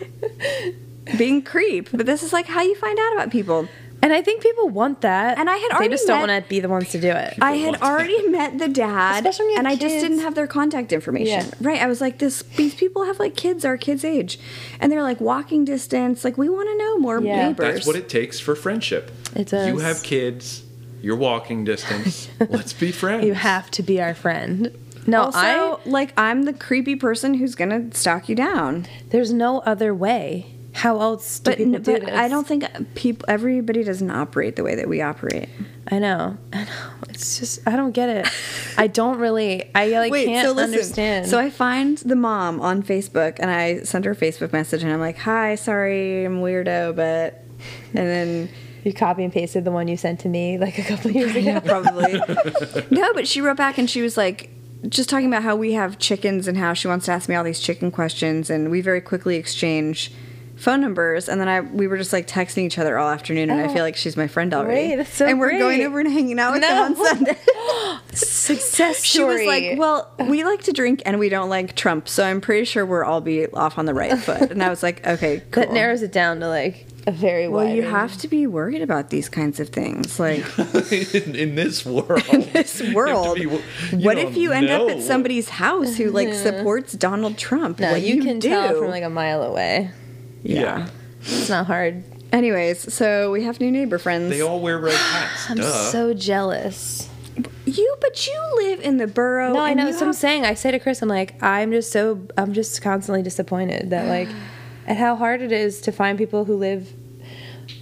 Speaker 2: being creep, but this is like how you find out about people.
Speaker 1: And I think people want that.
Speaker 2: And I had
Speaker 1: They
Speaker 2: already
Speaker 1: just don't
Speaker 2: met-
Speaker 1: want to be the ones to do it.
Speaker 2: I
Speaker 3: people
Speaker 2: had
Speaker 3: want.
Speaker 2: already met the dad,
Speaker 1: Especially when you have
Speaker 2: and I just
Speaker 1: kids.
Speaker 2: didn't have their contact information.
Speaker 1: Yeah.
Speaker 2: Right? I was like, this. These people have like kids our kids' age, and they're like walking distance. Like we want to know more
Speaker 1: Yeah.
Speaker 2: neighbors.
Speaker 3: That's what it takes for friendship.
Speaker 1: It does.
Speaker 3: You have kids. You're walking distance. Let's be friends.
Speaker 1: you have to be our friend. No,
Speaker 2: also,
Speaker 1: I.
Speaker 2: like I'm the creepy person who's gonna stalk you down.
Speaker 1: There's no other way. How else do
Speaker 2: But,
Speaker 1: people do
Speaker 2: but
Speaker 1: this?
Speaker 2: I don't think people. Everybody doesn't operate the way that we operate.
Speaker 1: I know. I know. It's just I don't get it. I don't really. I like can't understand.
Speaker 2: So I find the mom on Facebook and I send her a Facebook message and I'm like, "Hi, sorry, I'm weirdo, but," and then.
Speaker 1: you copy and pasted the one you sent to me like a couple years ago.
Speaker 2: Yeah, probably. no, but she wrote back and she was like, just talking about how we have chickens and how she wants to ask me all these chicken questions, and we very quickly exchange phone numbers, and then I we were just like texting each other all afternoon, and I
Speaker 1: Oh.
Speaker 2: feel like she's my friend already.
Speaker 1: Great, that's so
Speaker 2: and we're going
Speaker 1: great.
Speaker 2: over and hanging out with
Speaker 1: No.
Speaker 2: them on Sunday.
Speaker 1: Success
Speaker 2: she
Speaker 1: story.
Speaker 2: was like, "Well, we like to drink and we don't like Trump, so I'm pretty sure we're all be off on the right foot." And I was like, "Okay, cool."
Speaker 1: that narrows it down to like a very
Speaker 2: well,
Speaker 1: wide
Speaker 2: you
Speaker 1: range.
Speaker 2: have to be worried about these kinds of things, like.
Speaker 3: in, in this world.
Speaker 2: this
Speaker 3: You have to
Speaker 2: world.
Speaker 3: be- you
Speaker 2: what if
Speaker 3: don't
Speaker 2: you end up
Speaker 3: know.
Speaker 2: at somebody's house who like supports Donald Trump?
Speaker 1: Uh-huh. No,
Speaker 2: what
Speaker 1: you, can
Speaker 2: do.
Speaker 1: tell from like a mile away.
Speaker 2: yeah.
Speaker 3: Yeah.
Speaker 1: It's not hard.
Speaker 2: Anyways, so we have new neighbor friends.
Speaker 3: They all wear red hats.
Speaker 1: I'm
Speaker 3: Duh.
Speaker 1: so jealous.
Speaker 2: you, but you live in the borough.
Speaker 1: No, I
Speaker 2: Oh, and
Speaker 1: know.
Speaker 2: you
Speaker 1: That's what I'm
Speaker 2: have-
Speaker 1: saying. I say to Chris, I'm like, I'm just so, I'm just constantly disappointed that like, at how hard it is to find people who live,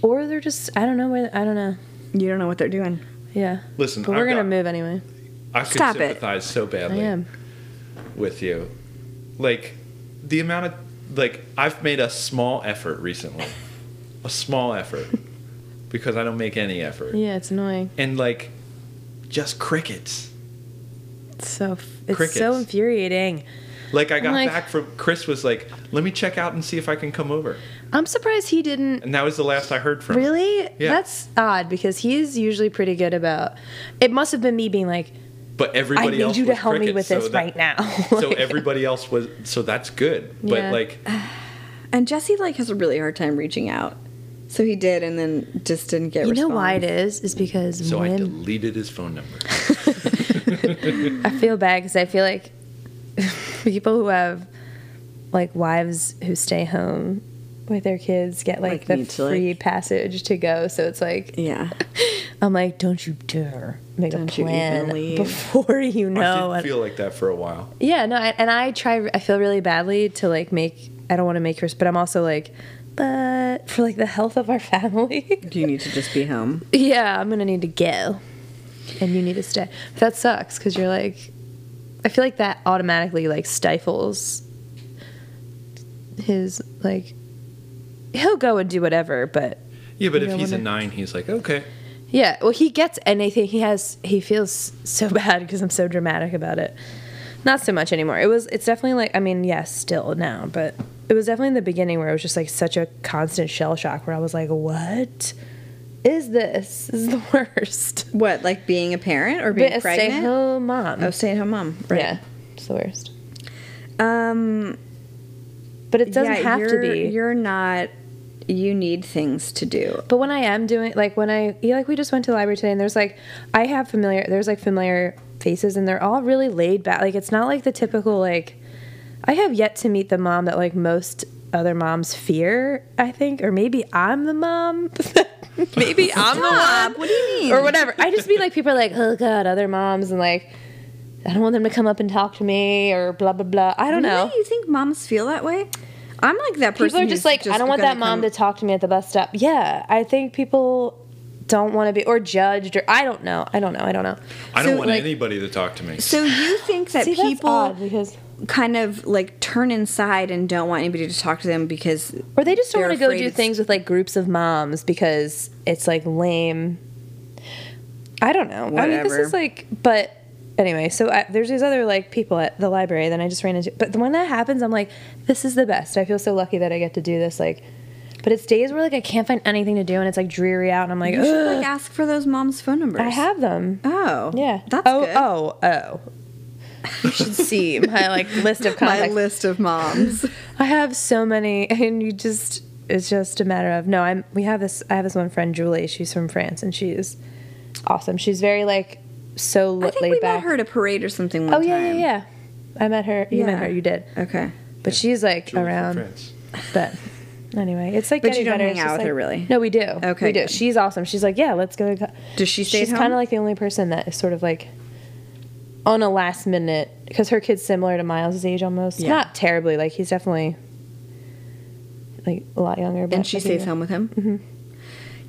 Speaker 1: or they're just, I don't know where, I don't know.
Speaker 2: You don't know what they're doing.
Speaker 1: Yeah.
Speaker 3: Listen,
Speaker 1: but we're
Speaker 3: I've
Speaker 1: gonna
Speaker 3: got-
Speaker 1: move anyway.
Speaker 3: I could
Speaker 2: Stop it.
Speaker 3: sympathize so
Speaker 1: I
Speaker 3: badly
Speaker 1: am.
Speaker 3: with you. Like the amount of like I've made a small effort recently. a small effort. Because I don't make any effort.
Speaker 1: Yeah, it's annoying.
Speaker 3: And like just crickets.
Speaker 1: It's so, f- it's so
Speaker 3: Crickets.
Speaker 1: infuriating.
Speaker 3: Like I got
Speaker 1: Like-
Speaker 3: back from Chris was like, "Let me check out and see if I can come over,"
Speaker 1: I'm surprised he didn't.
Speaker 3: and that was the last I heard from. him.
Speaker 1: Really?
Speaker 3: Yeah.
Speaker 1: That's odd because he is usually pretty good about. It must have been me being like,
Speaker 3: But everybody
Speaker 1: I need
Speaker 3: else
Speaker 1: you to
Speaker 3: was
Speaker 1: help me
Speaker 3: crickets,
Speaker 1: with
Speaker 3: so
Speaker 1: this
Speaker 3: that-
Speaker 1: right now.
Speaker 3: so
Speaker 1: Like-
Speaker 3: everybody else was. So that's good. But
Speaker 1: Yeah.
Speaker 3: like,
Speaker 2: And Jesse like has a really hard time reaching out. So he did, and then just didn't get.
Speaker 1: You know
Speaker 2: response.
Speaker 1: why it is? Is because
Speaker 3: so I
Speaker 1: women.
Speaker 3: deleted his phone number.
Speaker 1: I, feel bad because I feel like people who have like wives who stay home with their kids get like,
Speaker 2: Like,
Speaker 1: the
Speaker 2: need to, like-
Speaker 1: free passage to go. So it's like
Speaker 2: Yeah.
Speaker 1: I'm like, don't you dare make
Speaker 2: Don't
Speaker 1: a
Speaker 2: you even
Speaker 1: plan
Speaker 2: leave."
Speaker 1: before you know.
Speaker 3: I did
Speaker 1: And-
Speaker 3: feel like that for a while.
Speaker 1: yeah, no, I, and I try. I feel really badly to like make. I don't want to make her, but I'm also like, but for like the health of our family.
Speaker 2: Do you need to just be home?
Speaker 1: yeah, I'm gonna need to go, and you need to stay. But that sucks because you're like, I feel like that automatically like stifles his like. He'll go and do whatever, but
Speaker 3: Yeah, but if
Speaker 1: Yeah,
Speaker 3: he's a
Speaker 1: women-
Speaker 3: nine, he's like, okay,
Speaker 1: yeah, well, he gets anything. He has. He feels so bad because I'm so dramatic about it. Not so much anymore. It was. It's definitely like. I mean, yes, still now, but it was definitely in the beginning where it was just like such a constant shell shock where I was like, "What is this? This is the worst."
Speaker 2: What like being a parent or being
Speaker 1: But a
Speaker 2: pregnant?
Speaker 1: stay-at-home mom.
Speaker 2: Oh, stay-at-home mom.
Speaker 1: Yeah, it's the worst.
Speaker 2: Um.
Speaker 1: But it doesn't
Speaker 2: Yeah,
Speaker 1: have to
Speaker 2: you're-
Speaker 1: be.
Speaker 2: You're not. You need things to do.
Speaker 1: But when I am doing like when I yeah, like we just went to the library today and there's like I have familiar there's like familiar faces and they're all really laid back. Like it's not like the typical like I have yet to meet the mom that like most other moms fear, I think, or maybe I'm the mom. maybe I'm the mom.
Speaker 2: What do you mean?
Speaker 1: Or whatever. I just mean like people are like, oh god, other moms and like I don't want them to come up and talk to me or blah blah blah. I don't know.
Speaker 2: Really? You think moms feel that way? I'm like that person.
Speaker 1: people are just
Speaker 2: who's
Speaker 1: like, I don't want
Speaker 2: gonna
Speaker 1: that mom to
Speaker 2: come-
Speaker 1: talk to me at the bus stop. Yeah, I think people don't want to be or judged or I don't know. I don't know. I don't know.
Speaker 3: I don't
Speaker 2: So,
Speaker 3: want
Speaker 2: like-
Speaker 3: anybody to talk to me.
Speaker 2: So you think that
Speaker 1: See, that's
Speaker 2: people
Speaker 1: odd because
Speaker 2: kind of like turn inside and don't want anybody to talk to them because
Speaker 1: or they just don't
Speaker 2: they're
Speaker 1: want to go
Speaker 2: afraid
Speaker 1: do
Speaker 2: it's-
Speaker 1: things with like groups of moms because it's like lame. I don't know. I mean, this
Speaker 2: Whatever.
Speaker 1: is like, but anyway, so I, there's these other like people at the library that I just ran into. But when that happens, I'm like, this is the best. I feel so lucky that I get to do this. Like, but it's days where like I can't find anything to do and it's like dreary out, and I'm like,
Speaker 2: You should
Speaker 1: "Ugh."
Speaker 2: like ask for those mom's phone numbers.
Speaker 1: I have them.
Speaker 2: Oh,
Speaker 1: Yeah.
Speaker 2: That's
Speaker 1: oh
Speaker 2: good.
Speaker 1: oh oh. You should see my like list of
Speaker 2: my
Speaker 1: contacts.
Speaker 2: list of moms.
Speaker 1: I have so many, and you just it's just a matter of no. I'm we have this. I have this one friend, Julie. She's from France, and she's awesome. She's very like so
Speaker 2: I
Speaker 1: laid
Speaker 2: think we
Speaker 1: back.
Speaker 2: met her at a parade or something one
Speaker 1: oh yeah, yeah,
Speaker 2: time.
Speaker 1: yeah. I met her. You
Speaker 2: Yeah.
Speaker 1: met her. You did.
Speaker 2: Okay.
Speaker 1: But she's like around. But anyway, it's like
Speaker 2: But
Speaker 1: getting
Speaker 2: you don't
Speaker 1: better.
Speaker 2: hang
Speaker 1: It's
Speaker 2: out
Speaker 1: just,
Speaker 2: with
Speaker 1: like-
Speaker 2: her, really?
Speaker 1: No, we do.
Speaker 2: Okay,
Speaker 1: we do.
Speaker 2: good.
Speaker 1: She's awesome. She's like, yeah, let's go.
Speaker 2: Does she stay at
Speaker 1: She's kind
Speaker 2: home?
Speaker 1: of like the only person that is sort of like on a last minute because her kid's similar to Miles' age almost.
Speaker 2: Yeah.
Speaker 1: Not terribly. Like he's definitely like a lot younger. But
Speaker 2: and she
Speaker 1: like,
Speaker 2: stays
Speaker 1: you know.
Speaker 2: home with him. Mm-hmm.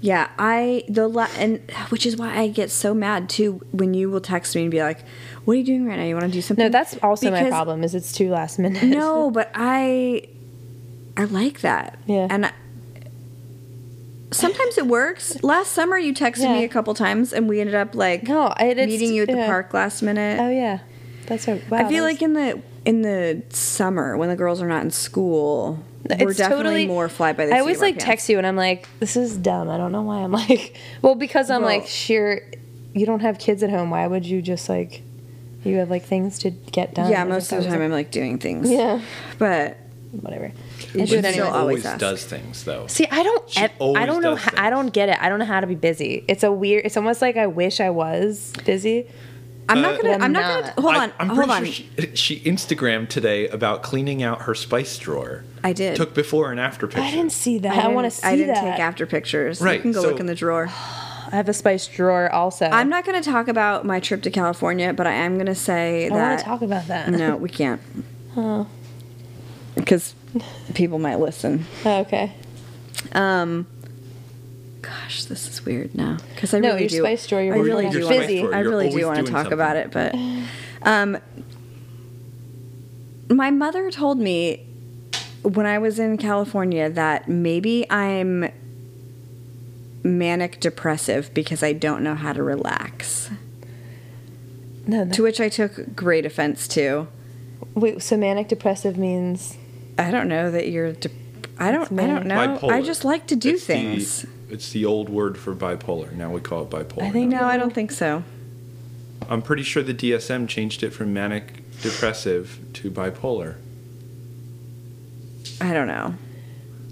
Speaker 2: Yeah, I the la- and which is why I get so mad too when you will text me and be like, "What are you doing right now? You want to do something?"
Speaker 1: No, that's also my
Speaker 2: Because-
Speaker 1: problem. Is it's too last minute.
Speaker 2: No, but I I like that.
Speaker 1: Yeah.
Speaker 2: and I, sometimes it works. Last summer, you texted me
Speaker 1: Yeah.
Speaker 2: a couple times, and we ended up like
Speaker 1: no. It, it's,
Speaker 2: meeting you at the
Speaker 1: yeah.
Speaker 2: park last minute.
Speaker 1: Oh yeah, that's right. Wow,
Speaker 2: I feel
Speaker 1: that
Speaker 2: like in the in the summer when the girls are not in school,
Speaker 1: It's
Speaker 2: we're definitely
Speaker 1: totally-
Speaker 2: more fly by the.
Speaker 1: I
Speaker 2: seat
Speaker 1: always
Speaker 2: of our
Speaker 1: like
Speaker 2: pants.
Speaker 1: text you and I'm like, this is dumb. I don't know why I'm like, well, because I'm
Speaker 2: Well-
Speaker 1: like, sure, you don't have kids at home. Why would you just like, you have like things to get done?
Speaker 2: Yeah,
Speaker 1: I just
Speaker 2: most of the
Speaker 1: always,
Speaker 2: time I'm like doing things.
Speaker 1: like, yeah,
Speaker 2: But
Speaker 1: whatever.
Speaker 2: You
Speaker 1: I do
Speaker 2: should
Speaker 1: it
Speaker 2: still
Speaker 1: anyway.
Speaker 2: always
Speaker 3: always
Speaker 2: ask.
Speaker 3: does things though.
Speaker 1: See, I don't,
Speaker 3: She
Speaker 1: ev- I
Speaker 3: always
Speaker 1: don't know,
Speaker 3: does
Speaker 1: how, I don't get it. I don't know how to be busy. It's a weird. It's almost like I wish I was busy.
Speaker 2: I'm not gonna.
Speaker 1: I'm
Speaker 2: I'm not,
Speaker 1: not.
Speaker 2: gonna. Hold
Speaker 3: I,
Speaker 2: on.
Speaker 3: I'm
Speaker 2: hold
Speaker 3: pretty
Speaker 2: on.
Speaker 3: sure she, she Instagrammed today about cleaning out her spice drawer.
Speaker 2: I did.
Speaker 3: Took before and after pictures.
Speaker 1: I didn't see that.
Speaker 2: I
Speaker 1: I, want to
Speaker 2: didn't-
Speaker 1: see
Speaker 2: I didn't
Speaker 1: that.
Speaker 2: take after pictures. You
Speaker 3: Right,
Speaker 2: can go
Speaker 3: so-
Speaker 2: look in the drawer.
Speaker 1: I have a spice drawer also.
Speaker 2: I'm not gonna talk about my trip to California, but I am gonna say
Speaker 1: I want
Speaker 2: that.
Speaker 1: to talk about that.
Speaker 2: no, we can't. Because people might listen.
Speaker 1: Oh, okay.
Speaker 2: Um. Gosh, this is weird now because I
Speaker 1: No,
Speaker 2: really
Speaker 1: your
Speaker 2: do.
Speaker 1: spice drawer, you're
Speaker 2: I really
Speaker 1: really
Speaker 2: do.
Speaker 1: busy.
Speaker 2: Wanna,
Speaker 1: You're
Speaker 2: I really
Speaker 3: always
Speaker 2: do want to
Speaker 3: doing
Speaker 2: talk
Speaker 3: something.
Speaker 2: about it, but um, my mother told me when I was in California that maybe I'm manic depressive because I don't know how to relax.
Speaker 1: No, that,
Speaker 2: To which I took great offense to.
Speaker 1: wait. So manic depressive means
Speaker 2: I don't know that you're. De- I don't. I don't know.
Speaker 3: Bipolar.
Speaker 2: I just like to do
Speaker 3: It's the-
Speaker 2: things.
Speaker 3: it's the old word for bipolar. Now we call it bipolar.
Speaker 1: I think-
Speaker 2: no, I don't think so.
Speaker 3: I'm pretty sure the DSM changed it from manic depressive to bipolar.
Speaker 2: I don't know.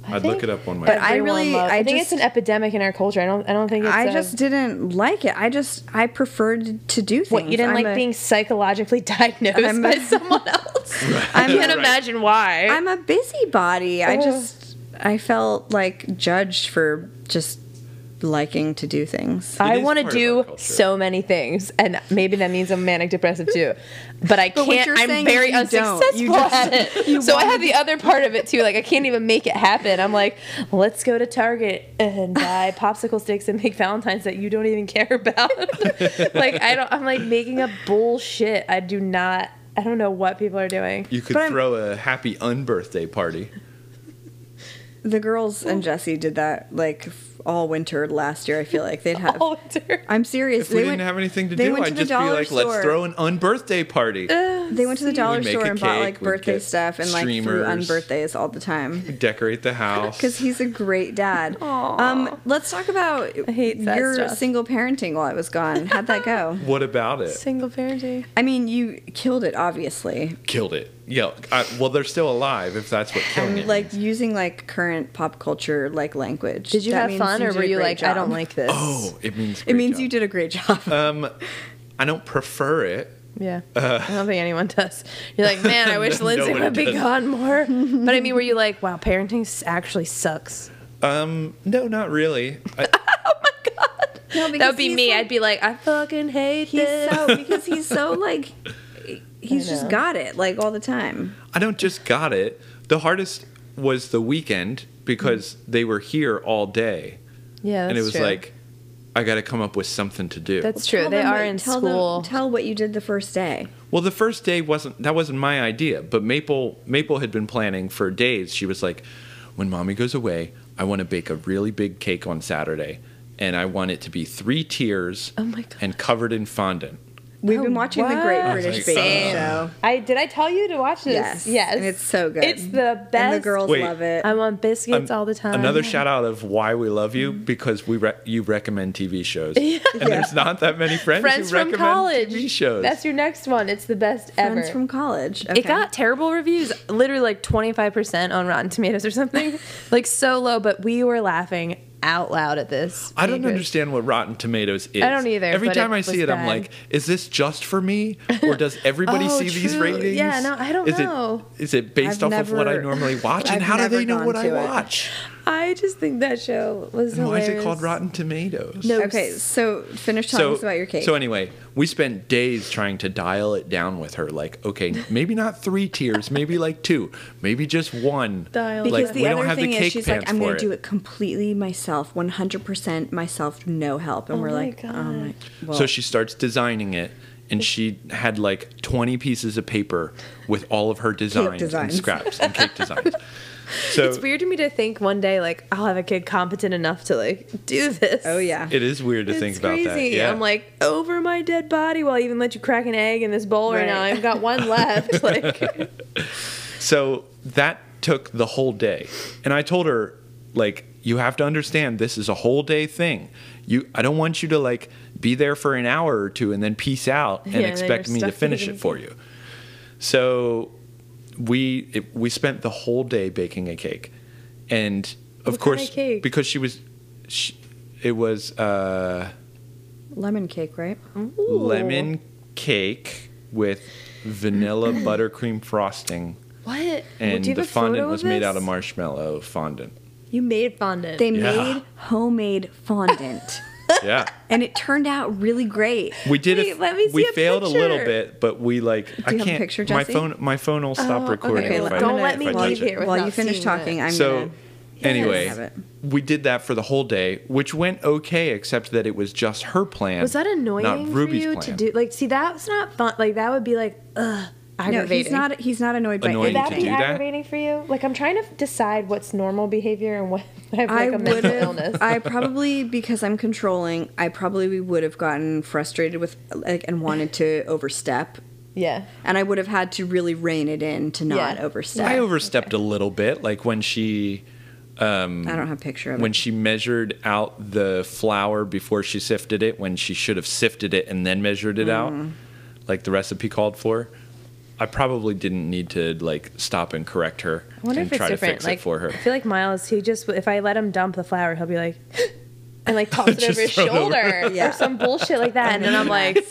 Speaker 1: I
Speaker 3: I'd
Speaker 1: think-
Speaker 3: look it up on my.
Speaker 2: But I
Speaker 1: everyone
Speaker 2: really-
Speaker 1: loves-
Speaker 2: I
Speaker 1: think
Speaker 2: just-
Speaker 1: it's an epidemic in our culture. I don't, I don't think it's.
Speaker 2: I
Speaker 1: a-
Speaker 2: just didn't like it. I just I preferred to do things.
Speaker 1: what you didn't
Speaker 2: I'm
Speaker 1: like
Speaker 2: a-
Speaker 1: being psychologically diagnosed
Speaker 2: I'm
Speaker 1: by
Speaker 2: a-
Speaker 1: someone else. I
Speaker 2: I'm
Speaker 1: can't
Speaker 2: a-
Speaker 1: imagine why.
Speaker 2: I'm a busybody. I
Speaker 1: Ugh.
Speaker 2: just I felt like judged for just liking to do things.
Speaker 1: I
Speaker 3: is
Speaker 1: want to
Speaker 3: part of our
Speaker 1: do
Speaker 3: culture.
Speaker 1: so many things, and maybe that means I'm manic depressive too. But I
Speaker 2: what
Speaker 1: can't.
Speaker 2: you're
Speaker 1: I'm
Speaker 2: saying
Speaker 1: very
Speaker 2: is you don't.
Speaker 1: unsuccessful
Speaker 2: You just-
Speaker 1: at it.
Speaker 2: you
Speaker 1: So I
Speaker 2: wanna
Speaker 1: have the other part of it too. Like I can't even make it happen. I'm like, let's go to Target and buy popsicle sticks and make Valentines that you don't even care about. like I don't. I'm like making a bullshit. I do not. I don't know what people are doing.
Speaker 3: you could
Speaker 2: but I'm-
Speaker 3: throw a happy unbirthday party.
Speaker 2: The girls
Speaker 1: Oh.
Speaker 2: and Jesse did that like f- all winter last year. I feel like they'd have.
Speaker 1: All winter.
Speaker 2: I'm serious.
Speaker 3: If we didn't have anything to
Speaker 2: they
Speaker 3: do,
Speaker 2: went
Speaker 3: I'd
Speaker 2: the
Speaker 3: just be
Speaker 2: dollar
Speaker 3: like,
Speaker 2: store. Uh,
Speaker 3: let's throw an unbirthday party.
Speaker 2: They went to the dollar
Speaker 3: We'd make
Speaker 2: store
Speaker 3: a
Speaker 2: and bought
Speaker 3: cake,
Speaker 2: like
Speaker 3: we'd
Speaker 2: birthday
Speaker 3: get
Speaker 2: stuff and like threw
Speaker 3: streamers.
Speaker 2: on birthdays all the time.
Speaker 3: Decorate the house.
Speaker 2: Because he's a great dad. Um, let's talk about
Speaker 1: hate that
Speaker 2: your
Speaker 1: stuff.
Speaker 2: single parenting while I was gone. How'd that go?
Speaker 3: what about it?
Speaker 1: Single parenting.
Speaker 2: I mean, you killed it, obviously.
Speaker 3: Killed it. Yeah. I, well, they're still alive if that's what killed
Speaker 2: I'm
Speaker 3: it.
Speaker 2: like using like current pop culture like language.
Speaker 1: Did you
Speaker 2: That
Speaker 1: have
Speaker 2: means
Speaker 1: fun, or
Speaker 2: did
Speaker 1: were
Speaker 2: a
Speaker 1: you
Speaker 2: great
Speaker 1: like, I
Speaker 2: job.
Speaker 1: don't like this?
Speaker 3: oh, it means.
Speaker 2: It
Speaker 3: great
Speaker 2: means
Speaker 3: job.
Speaker 2: you did a great job.
Speaker 3: Um, I don't prefer it.
Speaker 1: Yeah. I don't think anyone does. You're like, man, I wish
Speaker 3: No-
Speaker 1: Lindsay
Speaker 3: nobody
Speaker 1: would be
Speaker 3: does.
Speaker 1: gone more. But I mean, were you like, wow, parenting s- actually sucks?
Speaker 3: Um, no, not really. I,
Speaker 2: no,
Speaker 1: That would be me. I'd be like, I fucking hate
Speaker 2: he's
Speaker 1: this.
Speaker 2: so because he's so like he's just
Speaker 1: know.
Speaker 2: got it like all the time.
Speaker 3: I don't just got it. The hardest was the weekend because they were here all day,
Speaker 1: yeah, Mm. that's
Speaker 3: and it was
Speaker 1: true.
Speaker 3: like, I got to come up with something to do.
Speaker 1: that's true.
Speaker 2: Tell
Speaker 1: They
Speaker 2: them
Speaker 1: are
Speaker 2: what-
Speaker 1: in
Speaker 2: tell them-
Speaker 1: school.
Speaker 2: tell what you did the first day.
Speaker 3: Well, the first day wasn't that wasn't my idea, but Maple Maple had been planning for days. She was like, "When mommy goes away, I want to bake a really big cake on Saturday, and I want it to be three tiers
Speaker 1: Oh my God.
Speaker 3: and covered in fondant."
Speaker 2: We've
Speaker 1: Oh,
Speaker 2: been watching the Great
Speaker 1: what?
Speaker 2: British
Speaker 3: Like,
Speaker 2: Baking
Speaker 3: uh,
Speaker 2: Show.
Speaker 1: I did I tell you to watch this?
Speaker 2: Yes.
Speaker 1: Yes.
Speaker 2: And it's so good.
Speaker 1: It's the best.
Speaker 2: And the girls
Speaker 3: Wait.
Speaker 2: love it.
Speaker 1: I want biscuits
Speaker 3: Um,
Speaker 1: all the time.
Speaker 3: Another shout out of why we love you because we re- you recommend TV shows, and there's not that many friends,
Speaker 1: Friends
Speaker 3: who
Speaker 1: from
Speaker 3: recommend
Speaker 1: college.
Speaker 3: TV shows.
Speaker 1: That's your next one. It's the best
Speaker 2: Friends
Speaker 1: ever.
Speaker 2: from college. Okay.
Speaker 1: It got terrible reviews, literally like 25% on Rotten Tomatoes or something. like so low, but we were laughing out loud at this.
Speaker 3: I don't
Speaker 1: Because-
Speaker 3: understand what Rotten Tomatoes is.
Speaker 1: I don't either,
Speaker 3: Every
Speaker 1: but
Speaker 3: time
Speaker 1: it
Speaker 3: I see
Speaker 1: was
Speaker 3: it, I'm
Speaker 1: bad.
Speaker 3: like, is this just for me, or does everybody
Speaker 1: Oh,
Speaker 3: see these
Speaker 1: true.
Speaker 3: ratings?
Speaker 1: Yeah, no, I don't
Speaker 3: is
Speaker 1: know.
Speaker 3: It, is it based off
Speaker 2: I've
Speaker 3: of what I
Speaker 2: never-
Speaker 3: normally watch, and
Speaker 2: I've
Speaker 3: how do
Speaker 2: never
Speaker 3: they know
Speaker 2: gone
Speaker 3: what I
Speaker 2: to it.
Speaker 3: watch?
Speaker 1: I just think that show was
Speaker 3: And why is
Speaker 1: hilarious.
Speaker 3: it called Rotten Tomatoes?
Speaker 1: No,
Speaker 2: Okay, so finish telling
Speaker 3: so,
Speaker 2: us about your cake.
Speaker 3: so anyway, we spent days trying to dial it down with her. Like, okay, maybe not three tiers, maybe like two, maybe just one.
Speaker 1: Dial
Speaker 2: because
Speaker 1: Like,
Speaker 2: the
Speaker 3: we
Speaker 2: other
Speaker 3: don't have the
Speaker 2: thing is,
Speaker 3: cake
Speaker 2: she's like,
Speaker 3: pans
Speaker 2: I'm going
Speaker 3: for
Speaker 2: to do it completely myself, 100% myself, no help. And
Speaker 1: Oh
Speaker 2: we're
Speaker 1: my
Speaker 2: like, oh my. Well,
Speaker 3: so she starts designing it, and she had like 20 pieces of paper with all of her designs, and
Speaker 2: designs.
Speaker 3: scraps and cake designs. So
Speaker 1: It's weird to me to think one day like I'll have a kid competent enough to like do this.
Speaker 2: oh yeah.
Speaker 3: It is weird to
Speaker 1: It's
Speaker 3: think
Speaker 1: crazy.
Speaker 3: about that. Yeah.
Speaker 1: I'm like over my dead body. Well, I even let you crack an egg in this bowl right,
Speaker 2: Right.
Speaker 1: now. I've got one left. Like
Speaker 3: so that took the whole day, and I told her like you have to understand this is a whole day thing. You, I don't want you to like be there for an hour or two and then peace out and
Speaker 1: Yeah, and then
Speaker 3: expect
Speaker 1: you're
Speaker 3: me to
Speaker 1: stuck
Speaker 3: finish
Speaker 1: eating
Speaker 3: it for you. So we it, we spent the whole day baking a cake, and
Speaker 1: What
Speaker 3: of
Speaker 1: kind of
Speaker 3: course
Speaker 1: cake?
Speaker 3: because she was, she, it was uh,
Speaker 2: Lemon cake, right?
Speaker 3: lemon cake with vanilla buttercream frosting.
Speaker 1: What? Well,
Speaker 3: and
Speaker 1: do you
Speaker 3: the
Speaker 1: have a photo
Speaker 3: fondant was made
Speaker 1: this?
Speaker 3: out of marshmallow fondant.
Speaker 1: You made fondant.
Speaker 2: They
Speaker 3: Yeah.
Speaker 2: made homemade fondant.
Speaker 3: Yeah,
Speaker 2: and it turned out really great.
Speaker 3: we did.
Speaker 1: Wait,
Speaker 3: it.
Speaker 1: let me
Speaker 3: we
Speaker 1: see a
Speaker 3: failed a little
Speaker 1: picture.
Speaker 3: bit, but we like. I
Speaker 2: you have a
Speaker 3: can't.
Speaker 2: picture,
Speaker 3: my
Speaker 2: Jesse?
Speaker 3: phone. My phone will stop
Speaker 1: Oh,
Speaker 3: recording.
Speaker 1: okay,
Speaker 3: if
Speaker 1: well,
Speaker 3: I,
Speaker 1: don't
Speaker 3: if
Speaker 1: let me
Speaker 3: I touch
Speaker 1: leave
Speaker 3: it.
Speaker 1: here
Speaker 2: While you
Speaker 1: without
Speaker 2: finish
Speaker 1: seeing
Speaker 2: talking,
Speaker 1: it.
Speaker 2: I'm
Speaker 3: so
Speaker 2: gonna. I have
Speaker 3: anyway,
Speaker 2: it.
Speaker 3: we did that for the whole day, which went okay, except that it was just her plan.
Speaker 1: Was that annoying
Speaker 3: not Ruby's
Speaker 1: for you
Speaker 3: plan.
Speaker 1: to do? Like, see, that's not fun. Like, that would be like, ugh,
Speaker 2: No,
Speaker 1: aggravating.
Speaker 2: he's not. He's not annoyed by
Speaker 1: Would
Speaker 3: Annoying to
Speaker 1: that be
Speaker 2: anything.
Speaker 3: do that?
Speaker 1: aggravating for you? Like, I'm trying to decide what's normal behavior and what I have like a mental
Speaker 2: would've-
Speaker 1: illness.
Speaker 2: I probably because I'm controlling. I probably would have gotten frustrated with like and wanted to overstep,
Speaker 1: yeah.
Speaker 2: and I would have had to really rein it in to not
Speaker 1: Yeah.
Speaker 2: overstep.
Speaker 3: I overstepped a little bit, like when she
Speaker 2: I don't have a picture of
Speaker 3: when
Speaker 2: it.
Speaker 3: she measured out the flour before she sifted it when she should have sifted it and then measured it
Speaker 1: Mm.
Speaker 3: out like the recipe called for i probably didn't need to like stop and correct her
Speaker 1: I wonder
Speaker 3: and
Speaker 1: if it's
Speaker 3: try
Speaker 1: different.
Speaker 3: to fix
Speaker 1: like,
Speaker 3: it for her
Speaker 1: I feel like Miles, he just if I let him dump the flower, he'll be like, and like toss it
Speaker 3: Just
Speaker 1: over his
Speaker 3: throw it over.
Speaker 1: shoulder
Speaker 2: Yeah.
Speaker 1: or some bullshit like that, and then I'm like,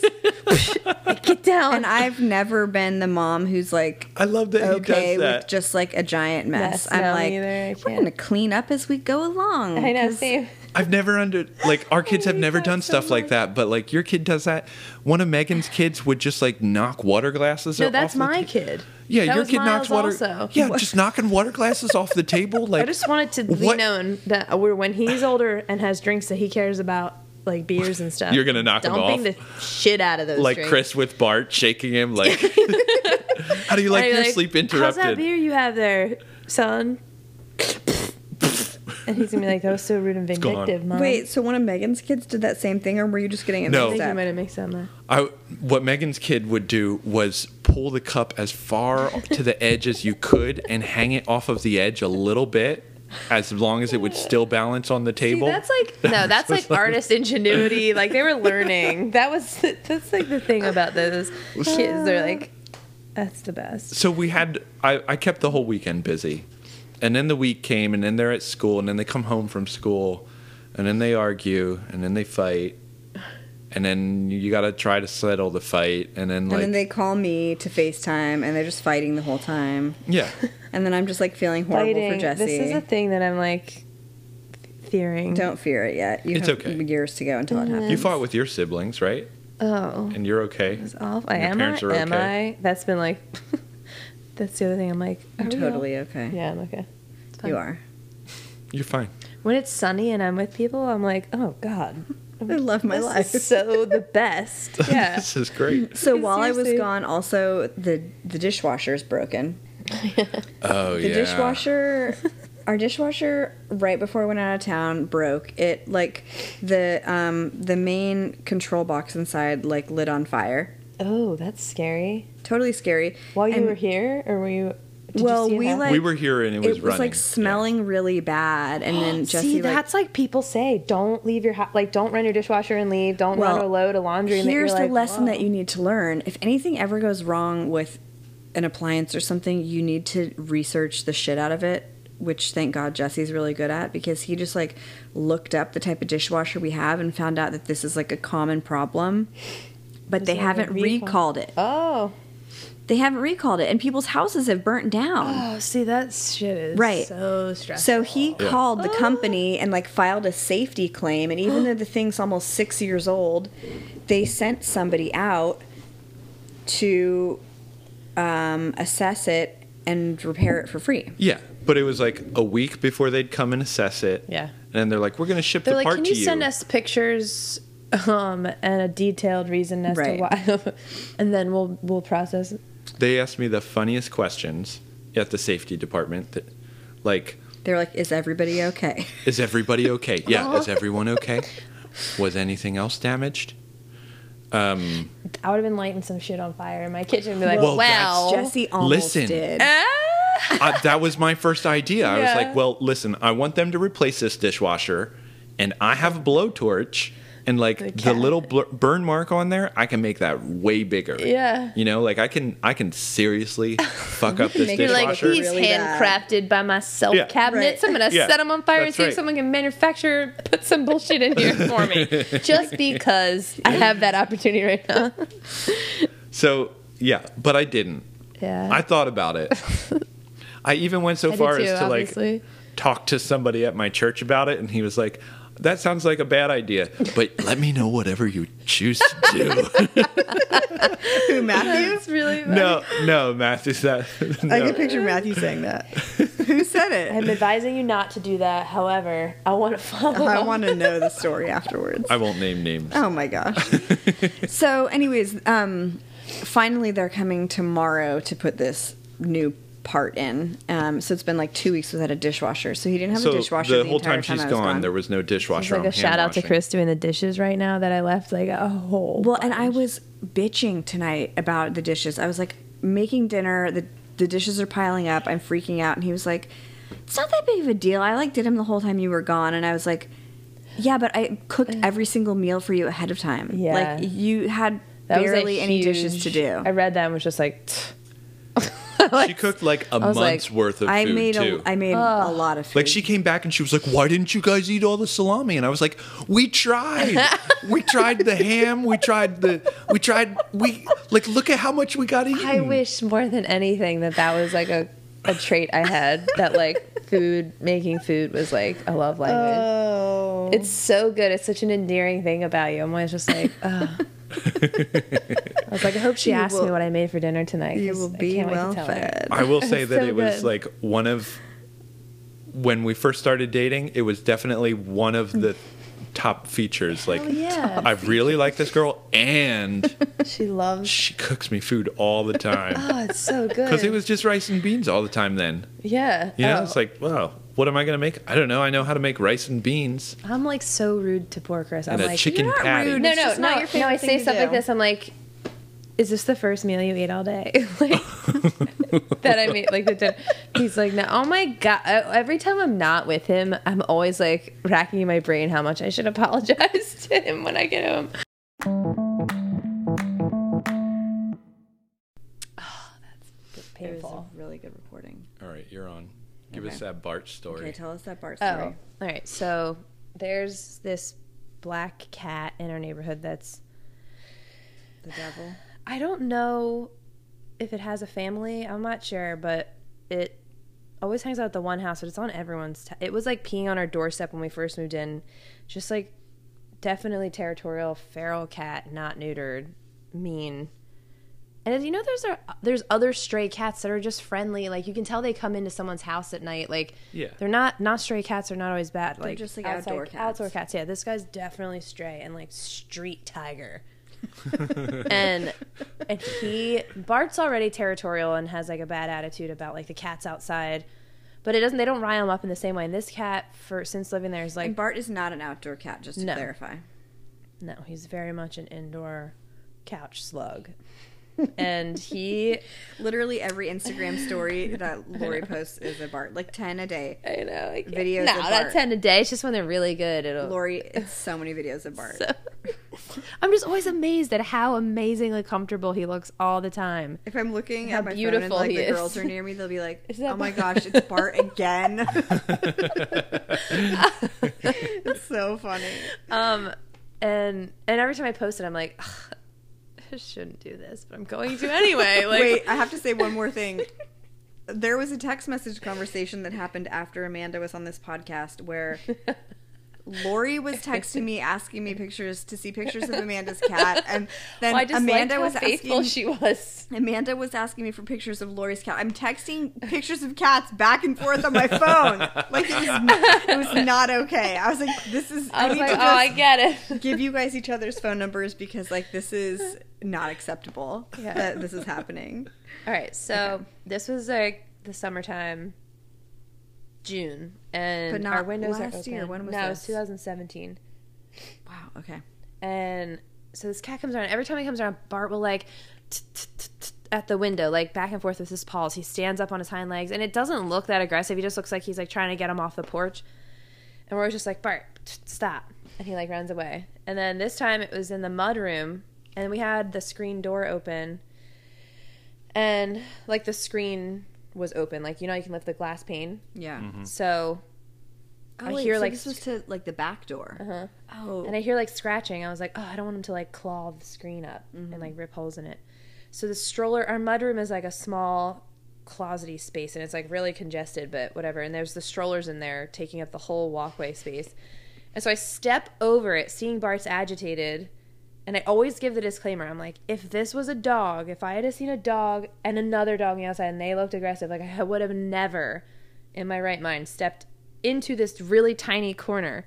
Speaker 1: get down.
Speaker 2: And I've never been the mom who's like
Speaker 3: i love that he
Speaker 2: okay
Speaker 3: does
Speaker 2: with
Speaker 3: that
Speaker 2: just like a giant mess.
Speaker 1: Mess,
Speaker 2: I'm
Speaker 1: no,
Speaker 2: like,
Speaker 1: me either, I
Speaker 2: we're
Speaker 1: can't."
Speaker 2: gonna clean up as we go along.
Speaker 1: I know,
Speaker 2: 'cause
Speaker 1: same.
Speaker 3: i've never under like our kids have
Speaker 1: hate
Speaker 3: never
Speaker 1: that
Speaker 3: done
Speaker 1: so
Speaker 3: stuff like
Speaker 1: much.
Speaker 3: that but like your kid does that one of megan's kids would just like knock water glasses
Speaker 1: No,
Speaker 3: off
Speaker 1: that's
Speaker 3: the
Speaker 1: my
Speaker 3: ta-
Speaker 1: kid.
Speaker 3: yeah,
Speaker 1: That
Speaker 3: your
Speaker 1: was
Speaker 3: kid knocks
Speaker 1: Miles
Speaker 3: water.
Speaker 1: also.
Speaker 3: Yeah, just knocking water glasses off the table. Like
Speaker 1: I just wanted to be
Speaker 3: what-
Speaker 1: known that we're, when he's older and has drinks that he cares about, like beers and stuff,
Speaker 3: You're gonna knock him
Speaker 1: dumping
Speaker 3: off.
Speaker 1: the shit out of those.
Speaker 3: like
Speaker 1: drinks.
Speaker 3: Chris with Bart shaking him like how do you like
Speaker 1: And I'd be
Speaker 3: your sleep
Speaker 1: How's that
Speaker 3: interrupted
Speaker 1: beer you have there, son? and he's gonna be like, "That was so rude and
Speaker 3: gone.
Speaker 1: vindictive, mom."
Speaker 2: Wait, so one of Megan's kids did that same thing, or were you just getting it
Speaker 3: No.
Speaker 1: I
Speaker 2: mixed
Speaker 1: think you
Speaker 2: up?
Speaker 1: might have mixed up. my-
Speaker 3: I, what Megan's kid would do was pull the cup as far to the edge as you could and hang it off of the edge a little bit as long as it would still balance on the
Speaker 1: See,
Speaker 3: table
Speaker 1: that's like no, that's like artist ingenuity. Like they were learning. That was that's like the thing about those kids. They're like, that's the best.
Speaker 3: so we had I, I kept the whole weekend busy and then the week came and then they're at school and then they come home from school and then they argue and then they fight and then you gotta try to settle the fight and then like
Speaker 2: and then they call me to FaceTime, and they're just fighting the whole time.
Speaker 3: yeah
Speaker 2: And then I'm just like feeling horrible
Speaker 1: Fighting.
Speaker 2: for Jesse.
Speaker 1: This is a thing that I'm like fearing.
Speaker 2: Don't fear it yet. You
Speaker 3: It's
Speaker 2: have
Speaker 3: okay.
Speaker 2: years to go until it happens.
Speaker 3: you fought with your siblings right
Speaker 1: Oh,
Speaker 3: and you're okay.
Speaker 1: it's awful.
Speaker 3: Your
Speaker 1: Am I?
Speaker 3: parents are
Speaker 1: Am
Speaker 3: okay.
Speaker 1: I? That's been like. that's the other thing. I'm like, are
Speaker 2: I'm
Speaker 1: we all-
Speaker 2: totally okay.
Speaker 1: Yeah, I'm okay. It's fine.
Speaker 2: You are.
Speaker 3: You're fine.
Speaker 1: When it's sunny and I'm with people, I'm like, oh god,
Speaker 2: I love my
Speaker 1: this
Speaker 2: life.
Speaker 1: is so the best. Yeah.
Speaker 3: this is great.
Speaker 2: So while I
Speaker 1: Seriously.
Speaker 2: was gone, also the the dishwasher's broken.
Speaker 3: Oh
Speaker 2: The
Speaker 3: yeah.
Speaker 2: dishwasher, our dishwasher, right before I went out of town, broke. It like the um the main control box inside like lit on fire,
Speaker 1: Oh, that's scary.
Speaker 2: Totally scary.
Speaker 1: While you
Speaker 2: And-
Speaker 1: were here, or were you? Did
Speaker 2: Well,
Speaker 1: you see it
Speaker 2: we,
Speaker 1: happen?
Speaker 2: like-
Speaker 3: we were here and it was,
Speaker 2: it was
Speaker 3: running.
Speaker 2: like smelling really bad, and then Jesse
Speaker 1: See,
Speaker 2: like,
Speaker 1: that's like, people say, don't leave your house, like don't run your dishwasher and leave, don't run
Speaker 2: Well,
Speaker 1: a load of laundry. and that
Speaker 2: Here's
Speaker 1: you're
Speaker 2: the
Speaker 1: like,
Speaker 2: lesson
Speaker 1: "Whoa."
Speaker 2: that you need to learn. If anything ever goes wrong with an appliance or something, you need to research the shit out of it, which thank God Jesse's really good at because he just like looked up the type of dishwasher we have and found out that this is like a common problem. But they
Speaker 1: It's like a
Speaker 2: haven't
Speaker 1: recall.
Speaker 2: recalled it.
Speaker 1: Oh,
Speaker 2: They haven't recalled it, and people's houses have burnt down.
Speaker 1: oh, see that shit is
Speaker 2: Right.
Speaker 1: so stressful.
Speaker 2: So he called the company and like filed a safety claim. And even though the thing's almost six years old, they sent somebody out to um, assess it and repair it for free.
Speaker 3: yeah, but it was like a week before they'd come and assess it.
Speaker 1: Yeah.
Speaker 3: and they're like, we're gonna ship
Speaker 1: they're
Speaker 3: the
Speaker 1: like,
Speaker 3: part
Speaker 1: can
Speaker 3: to
Speaker 1: you send us pictures um, and a detailed reason as
Speaker 2: Right.
Speaker 1: to why, and then we'll we'll process. it."
Speaker 3: They asked me the funniest questions at the safety department. That, like,
Speaker 2: They're like, "Is everybody okay?"
Speaker 3: Is everybody okay? Yeah. Is everyone okay? Was anything else damaged?
Speaker 1: I would have been lighting some shit on fire in my kitchen and be like, Ah.
Speaker 3: Well,
Speaker 1: well,
Speaker 3: that's-
Speaker 2: Jesse almost
Speaker 3: listen.
Speaker 2: did.
Speaker 3: I, that was my first idea. I was
Speaker 1: Yeah.
Speaker 3: like, well, listen, I want them to replace this dishwasher, and I have a blowtorch, and like the,
Speaker 1: The cat.
Speaker 3: little blur- burn mark on there, I can make that way bigger.
Speaker 1: Yeah.
Speaker 3: You know, like I can, I can seriously fuck up this
Speaker 2: Make it like
Speaker 3: dishwasher.
Speaker 2: he's Really bad.
Speaker 1: by myself
Speaker 3: Yeah.
Speaker 1: cabinets.
Speaker 2: Right.
Speaker 1: I'm gonna
Speaker 3: Yeah.
Speaker 1: 'em
Speaker 3: That's right.
Speaker 1: can manufacture put some bullshit in here for me. Just because I have that opportunity right now.
Speaker 3: so yeah, but I didn't.
Speaker 1: Yeah.
Speaker 3: I thought about it. I even went so
Speaker 1: I did
Speaker 3: far as
Speaker 1: too,
Speaker 3: to like
Speaker 1: obviously.
Speaker 3: talk to somebody at my church about it, and he was like, "That sounds like a bad idea, but let me know whatever you choose to do."
Speaker 2: Who, Matthew?
Speaker 1: it's really
Speaker 3: no, no, Matthew's that.
Speaker 2: I
Speaker 3: No.
Speaker 2: can picture Matthew saying that. Who said it?
Speaker 1: I'm advising you not to do that. However, I want to follow.
Speaker 2: I want to know the story afterwards.
Speaker 3: I won't name names.
Speaker 2: Oh my gosh. so, anyways, um, finally they're coming tomorrow to put this new part in. Um, so it's been like two weeks without a dishwasher. So he didn't have
Speaker 3: so
Speaker 2: a dishwasher the,
Speaker 3: the whole
Speaker 2: entire
Speaker 3: time she's
Speaker 2: I
Speaker 3: gone,
Speaker 2: was gone,
Speaker 3: there was no
Speaker 1: It's
Speaker 3: dishwasher.
Speaker 1: like
Speaker 3: on
Speaker 1: a shout out to
Speaker 3: hand-washing.
Speaker 1: Chris doing the dishes right now that I left like a whole.
Speaker 2: Well, and I was bitching tonight about the dishes. I was like making dinner. The the dishes are piling up. I'm freaking out, and he was like, "It's not that big of a deal." I like did him the whole time you were gone, and I was like, "Yeah, but I cooked every single meal for you ahead of time.
Speaker 1: Yeah.
Speaker 2: like you had."
Speaker 1: That was a
Speaker 2: barely any dishes
Speaker 1: huge-
Speaker 2: to do.
Speaker 1: I read that and was just like,
Speaker 3: She cooked like a
Speaker 1: was
Speaker 3: month's
Speaker 1: like,
Speaker 3: worth of
Speaker 2: I
Speaker 3: food
Speaker 2: made
Speaker 3: too.
Speaker 2: a I made a lot of food.
Speaker 3: like she came back and she was like, "Why didn't you guys eat all the salami?" And I was like, "We tried. we tried the ham. We tried the. We tried. We like look at how much we got eaten.
Speaker 1: I wish more than anything that that was like a, a trait I had that like food making food was like a love language.
Speaker 2: Oh.
Speaker 1: it's so good. It's such an endearing thing about you. I'm always just like, oh. I was like, I hope she
Speaker 2: You
Speaker 1: asks
Speaker 2: will-
Speaker 1: me what I made for dinner tonight.
Speaker 2: You
Speaker 1: 'cause
Speaker 2: will
Speaker 1: I
Speaker 2: be
Speaker 1: can't wait to
Speaker 2: well
Speaker 1: tell her.
Speaker 2: fed.
Speaker 3: I will say
Speaker 1: It's
Speaker 3: that
Speaker 1: so
Speaker 3: it was
Speaker 1: good.
Speaker 3: like one of when we first started dating, it was definitely one of the top features. Like,
Speaker 1: yeah.
Speaker 3: I really like this girl, and
Speaker 1: She loves.
Speaker 3: she cooks me food all the time.
Speaker 1: Oh, it's so good.
Speaker 3: Because it was just rice and beans all the time then.
Speaker 1: yeah.
Speaker 3: You know,
Speaker 1: Oh.
Speaker 3: it's like, wow, what am I going to make? I don't know. I know how to make rice and beans
Speaker 1: I'm like so rude to poor Chris. I'm
Speaker 3: and a
Speaker 1: like,
Speaker 3: chicken
Speaker 2: "You're not
Speaker 3: patty.
Speaker 2: rude."
Speaker 1: no,
Speaker 2: It's
Speaker 1: no,
Speaker 2: just
Speaker 1: no,
Speaker 2: not your
Speaker 1: no. I
Speaker 2: favorite
Speaker 1: say
Speaker 2: thing to
Speaker 1: stuff like
Speaker 2: do.
Speaker 1: this. I'm like, is this the first meal you ate all day? like, that I made. Like the dinner. He's like, no. Oh my god. Uh, Every time I'm not with him, I'm always like racking my brain how much I should apologize to him when I get home. Painful.
Speaker 2: really good reporting.
Speaker 3: All right, you're on. Give
Speaker 2: Okay.
Speaker 3: us that Bart story.
Speaker 2: Okay, tell us that Bart
Speaker 1: Oh,
Speaker 2: story.
Speaker 1: all right. So there's this black cat in our neighborhood that's
Speaker 2: The devil.
Speaker 1: I don't know if it has a family. I'm not sure, but it always hangs out at the one house, but it's on everyone's. T- it was like peeing on our doorstep when we first moved in. Just like definitely territorial, feral cat, not neutered, mean. And as you know, there's a, there's other stray cats that are just friendly. Like you can tell they come into someone's house at night. Like
Speaker 3: Yeah.
Speaker 1: they're not not stray cats are not always bad. Like
Speaker 2: just, like,
Speaker 1: outside-
Speaker 2: outdoor cats.
Speaker 1: Outdoor cats. Yeah, this guy's definitely stray and like street tiger and and he Bart's already territorial and has like a bad attitude about like the cats outside, but it doesn't. They don't rile him up in the same way. And this cat, for since living there, is like
Speaker 2: And Bart is not an outdoor cat, just to
Speaker 1: No.
Speaker 2: clarify.
Speaker 1: no, he's very much an indoor couch slug. and he,
Speaker 2: Literally every Instagram story that Lori posts is a Bart, like 10 a day.
Speaker 1: I know, I can't-
Speaker 2: Videos
Speaker 1: No,
Speaker 2: of Bart.
Speaker 1: that's ten a day. It's just when they're really good. It'll.
Speaker 2: Lori, it's so many videos of Bart.
Speaker 1: I'm just always amazed at how amazingly comfortable he looks all the time.
Speaker 2: If I'm looking
Speaker 1: How
Speaker 2: at my
Speaker 1: beautiful
Speaker 2: phone and
Speaker 1: he
Speaker 2: like the
Speaker 1: is.
Speaker 2: girls are near me, they'll be like,
Speaker 1: Is that
Speaker 2: "Oh my
Speaker 1: Bart?"
Speaker 2: gosh, it's Bart again." it's so funny.
Speaker 1: Um, and and every time I post it, I'm like, "Ugh, I shouldn't do this, but I'm going to anyway. Like,
Speaker 2: Wait, I have to say one more thing. There was a text message conversation that happened after Amanda was on this podcast where Lori was texting me asking me pictures to see pictures of Amanda's cat and then
Speaker 1: Well, I just
Speaker 2: Amanda
Speaker 1: Amanda how
Speaker 2: was
Speaker 1: faithful
Speaker 2: asking
Speaker 1: she was.
Speaker 2: Amanda was asking me for pictures of Lori's cat. I'm texting pictures of cats back and forth on my phone. Like it was, it was not okay. I was like, this is. I,
Speaker 1: I was
Speaker 2: need
Speaker 1: like,
Speaker 2: to
Speaker 1: oh,
Speaker 2: just
Speaker 1: I get it.
Speaker 2: give you guys each other's phone numbers because like this is not acceptable
Speaker 1: Yeah.
Speaker 2: that this is happening.
Speaker 1: All right, so this was like the summertime, June, and
Speaker 2: But not
Speaker 1: our windows are
Speaker 2: last
Speaker 1: open.
Speaker 2: year. When was
Speaker 1: no, it was
Speaker 2: this?
Speaker 1: 2017.
Speaker 2: Wow. Okay.
Speaker 1: and so this cat comes around. Every time he comes around, Bart will like t- t- t- t- at the window, like back and forth with his paws. He stands up on his hind legs, and it doesn't look that aggressive. He just looks like he's like trying to get him off the porch. And we're always just like Bart, t- t- stop, and he like runs away. And then this time it was in the mud room, and we had the screen door open, and like the screen was open, like you know you can lift the glass pane.
Speaker 2: Yeah.
Speaker 1: So
Speaker 2: Oh,
Speaker 1: I
Speaker 2: wait,
Speaker 1: hear,
Speaker 2: so
Speaker 1: like,
Speaker 2: this was to like the back door.
Speaker 1: Uh-huh.
Speaker 2: Oh.
Speaker 1: And I hear like scratching. I was like, oh, I don't want him to like claw the screen up and like rip holes in it. So the stroller, our mudroom is like a small closety space and it's like really congested, but whatever. And there's the strollers in there taking up the whole walkway space. And so I step over it, seeing Bart's agitated. And I always give the disclaimer I'm like, if this was a dog, if I had seen a dog and another dog on the outside and they looked aggressive, like I would have never in my right mind stepped into this really tiny corner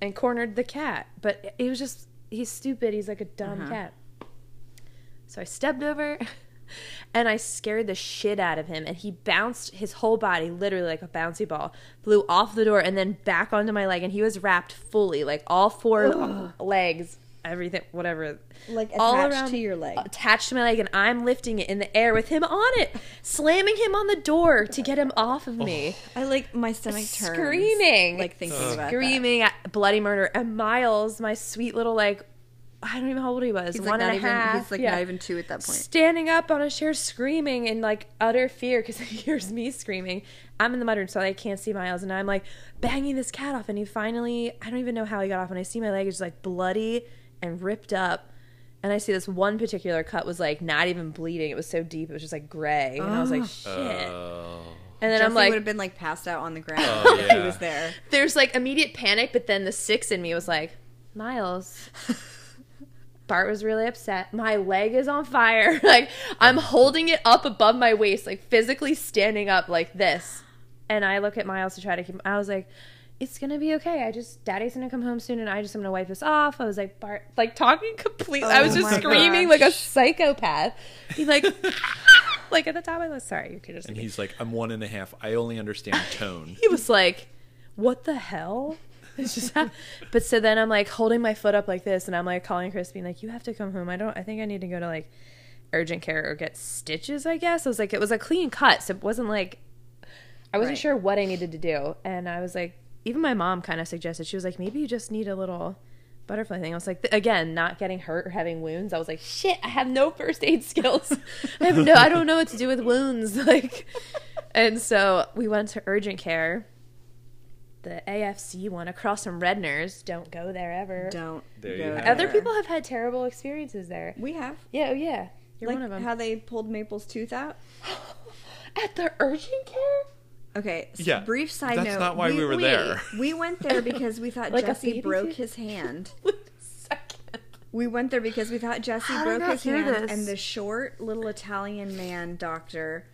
Speaker 1: and cornered the cat. But he was just, he's stupid. He's like a dumb
Speaker 2: Uh-huh.
Speaker 1: cat. So I stepped over and I scared the shit out of him. And he bounced his whole body, literally like a bouncy ball, flew off the door and then back onto my leg. And he was wrapped fully, like all four legs, everything, whatever.
Speaker 2: Like, uh,
Speaker 1: all
Speaker 2: attached to your leg.
Speaker 1: Attached to my leg. And I'm lifting it in the air with him on it, slamming him on the door to get him off of me
Speaker 2: I like my stomach turns.
Speaker 1: screaming,
Speaker 2: Oh. Like thinking about that.
Speaker 1: screaming at bloody murder. And Miles, my sweet little like, I don't even know how old he was,
Speaker 2: He's like
Speaker 1: one
Speaker 2: not
Speaker 1: and a half.
Speaker 2: even. He's like
Speaker 1: yeah.
Speaker 2: not even two at that point.
Speaker 1: Standing up on a chair, screaming in like utter fear because he hears me screaming. I'm in the mudroom, so I can't see Miles, and I'm like banging this cat off. And he finally, I don't even know how he got off. And I see my leg is like bloody and ripped up. And I see this one particular cut was like not even bleeding. It was so deep, it was just like gray. And I was like, shit.
Speaker 3: Uh.
Speaker 1: and then
Speaker 2: Jesse
Speaker 1: I'm like,
Speaker 2: would have been like passed out on the ground
Speaker 3: Oh,
Speaker 2: if he
Speaker 3: yeah.
Speaker 2: was there.
Speaker 1: there's like immediate panic, but then the six in me was like, Miles. Bart was really upset. My leg is on fire. Like I'm holding it up above my waist, like physically standing up like this. And I look at Miles to try to keep. I was like, "It's gonna be okay. I just Daddy's gonna come home soon, and I just am gonna wipe this off." I was like, Bart, like talking completely. I was
Speaker 2: Oh
Speaker 1: just
Speaker 2: my
Speaker 1: screaming
Speaker 2: gosh.
Speaker 1: like a psychopath. Be like, like at the top. I was sorry. You could just.
Speaker 3: And he's like, I'm one and a half. I only understand tone.
Speaker 1: he was like, "What the hell?" It's just, but so then I'm like holding my foot up like this, and I'm like calling Chris, being like, "You have to come home. I don't. I think I need to go to like urgent care or get stitches. I guess." I was like, "It was a clean cut, so it wasn't like I wasn't
Speaker 2: Right.
Speaker 1: sure what I needed to do." And I was like, even my mom kind of suggested she was like, "Maybe you just need a little." Butterfly thing. I was like, th- again, not getting hurt or having wounds. I was like, shit, I have no first aid skills. I have no, I don't know what to do with wounds. Like, and so we went to urgent care. The AFC one across from Redner's. Don't go there ever.
Speaker 2: Don't.
Speaker 3: There
Speaker 2: go
Speaker 3: you have it.
Speaker 1: Other
Speaker 2: there.
Speaker 1: people have had terrible experiences there.
Speaker 2: We have.
Speaker 1: Yeah, oh yeah. You're
Speaker 2: like
Speaker 1: one of them.
Speaker 2: how they pulled Maple's tooth out.
Speaker 1: At the urgent care?
Speaker 2: Okay. s-
Speaker 3: Yeah,
Speaker 2: Brief side
Speaker 3: that's
Speaker 2: note.
Speaker 3: not why we were there.
Speaker 2: We went there because we thought
Speaker 1: Like a
Speaker 2: Jesse
Speaker 1: baby
Speaker 2: broke
Speaker 1: tooth?
Speaker 2: his hand.
Speaker 1: Wait a second.
Speaker 2: We went there because we thought Jesse
Speaker 1: How did I
Speaker 2: broke
Speaker 1: not
Speaker 2: his
Speaker 1: hear
Speaker 2: hand,
Speaker 1: this?
Speaker 2: and the short little Italian man doctor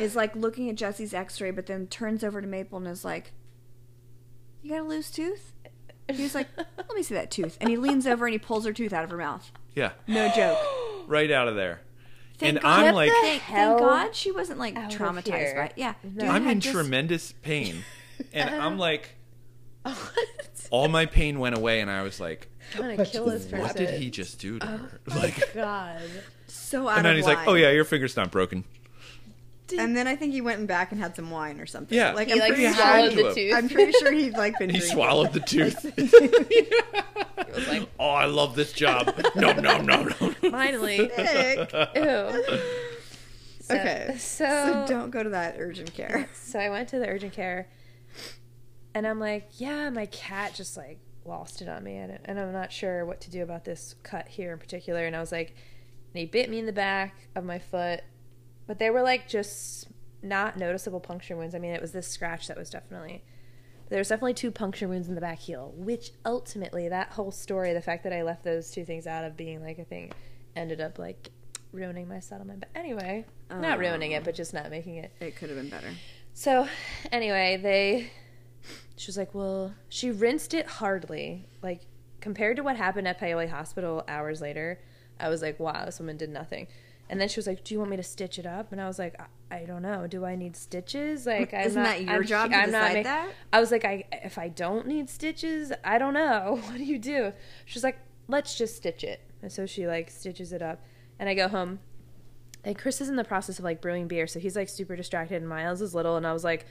Speaker 2: is like looking at Jesse's X-ray, but then turns over to Maple and is like, "You got a loose tooth?" He was like, "Let me see that tooth," and he leans over and he pulls her tooth out of her mouth.
Speaker 3: Yeah,
Speaker 2: No joke.
Speaker 3: right out of there.
Speaker 2: Thank
Speaker 3: and
Speaker 2: God.
Speaker 3: I'm
Speaker 1: What
Speaker 3: like,
Speaker 1: the
Speaker 2: Thank,
Speaker 1: Hell
Speaker 2: thank God she wasn't like
Speaker 1: out of
Speaker 2: traumatized
Speaker 1: here.
Speaker 2: by it. Yeah, dude
Speaker 3: I'm
Speaker 2: had
Speaker 3: in
Speaker 2: just-
Speaker 3: tremendous pain. And I'm like,
Speaker 1: What?
Speaker 3: all my pain went away, and I was like,
Speaker 1: I'm gonna kill this person.
Speaker 3: "What did he just do to her?" Like,
Speaker 1: Oh God.
Speaker 2: So out
Speaker 3: and then
Speaker 2: of
Speaker 3: he's
Speaker 2: line.
Speaker 3: like, "Oh yeah, your finger's not broken."
Speaker 2: And then I think he went back and had some wine or something.
Speaker 3: Yeah.
Speaker 2: Like,
Speaker 3: He,
Speaker 2: I'm,
Speaker 1: He like
Speaker 2: pretty sure,
Speaker 1: swallowed
Speaker 3: into
Speaker 1: the
Speaker 3: him.
Speaker 1: tooth.
Speaker 2: I'm pretty sure he'd like been
Speaker 3: He
Speaker 2: drinking.
Speaker 3: swallowed the tooth.
Speaker 1: like-
Speaker 3: oh, I love this job. No, no, no, no.
Speaker 1: Finally.
Speaker 2: Sick.
Speaker 1: Ew. So-
Speaker 2: Okay.
Speaker 1: So,
Speaker 2: so don't go to that urgent care.
Speaker 1: so I went to the urgent care, and I'm like, yeah, my cat just like lost it on me, and, and I'm not sure what to do about this cut here in particular. And I was like, and he bit me in the back of my foot, but they were like just not noticeable puncture wounds. I mean, it was this scratch that was definitely. There's definitely two puncture wounds in the back heel, which ultimately that whole story, the fact that I left those two things out of being like a thing, ended up like ruining my settlement. But anyway, not ruining it, but just not making it
Speaker 2: It could have been better.
Speaker 1: so, anyway, they. She was like, well, she rinsed it hardly. Like, compared to what happened at Paoli Hospital hours later, I was like, wow, this woman did nothing. And then she was like, do you want me to stitch it up? And I was like, I, I don't know. Do I need stitches? Like, I'm
Speaker 2: Isn't
Speaker 1: not,
Speaker 2: that your
Speaker 1: I'm-
Speaker 2: job to
Speaker 1: I'm not
Speaker 2: decide
Speaker 1: make-
Speaker 2: that?
Speaker 1: I was like, I if I don't need stitches, I don't know. What do you do? She's like, let's just stitch it. And so she like stitches it up, and I go home. And Chris is in the process of like brewing beer, so he's like super distracted. And Miles is little, and I was like,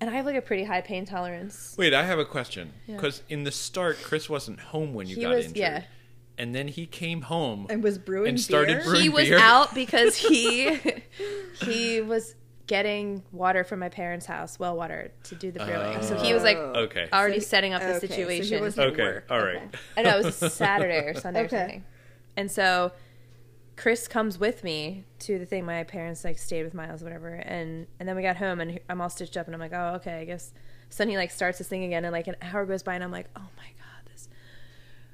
Speaker 1: and I have like a pretty high pain tolerance.
Speaker 3: Wait, I have a question. Because in the start, Chris wasn't home when you
Speaker 1: He
Speaker 3: got
Speaker 1: was-
Speaker 3: injured.
Speaker 1: yeah.
Speaker 3: And then he came home
Speaker 2: And was brewing
Speaker 3: and started
Speaker 2: beer?
Speaker 3: brewing
Speaker 1: He was
Speaker 3: beer.
Speaker 1: out because he he was getting water from my parents' house, well water, to do the brewing. so he was like
Speaker 3: Oh. Okay.
Speaker 1: already setting up the
Speaker 2: Okay, so he
Speaker 1: situation.
Speaker 2: wasn't
Speaker 3: Okay.
Speaker 2: work.
Speaker 3: All right.
Speaker 1: I know it was a Saturday or Sunday
Speaker 2: Okay.
Speaker 1: or something. And so Chris comes with me to the thing. My parents like stayed with Miles, whatever. And and then we got home, and he- I'm all stitched up, and I'm like, oh, okay, I guess. So then he like starts this thing again, and like an hour goes by, and I'm like, oh my god, this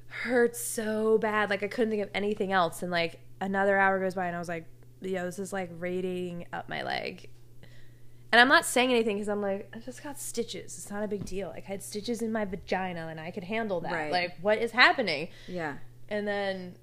Speaker 1: hurts so bad. Like I couldn't think of anything else. And like another hour goes by, and I was like, yo, this is like radiating up my leg. And I'm not saying anything because I'm like, I just got stitches. It's not a big deal. Like I had stitches in my vagina, and I could handle that.
Speaker 2: Right.
Speaker 1: Like what is happening?
Speaker 2: Yeah.
Speaker 1: And then,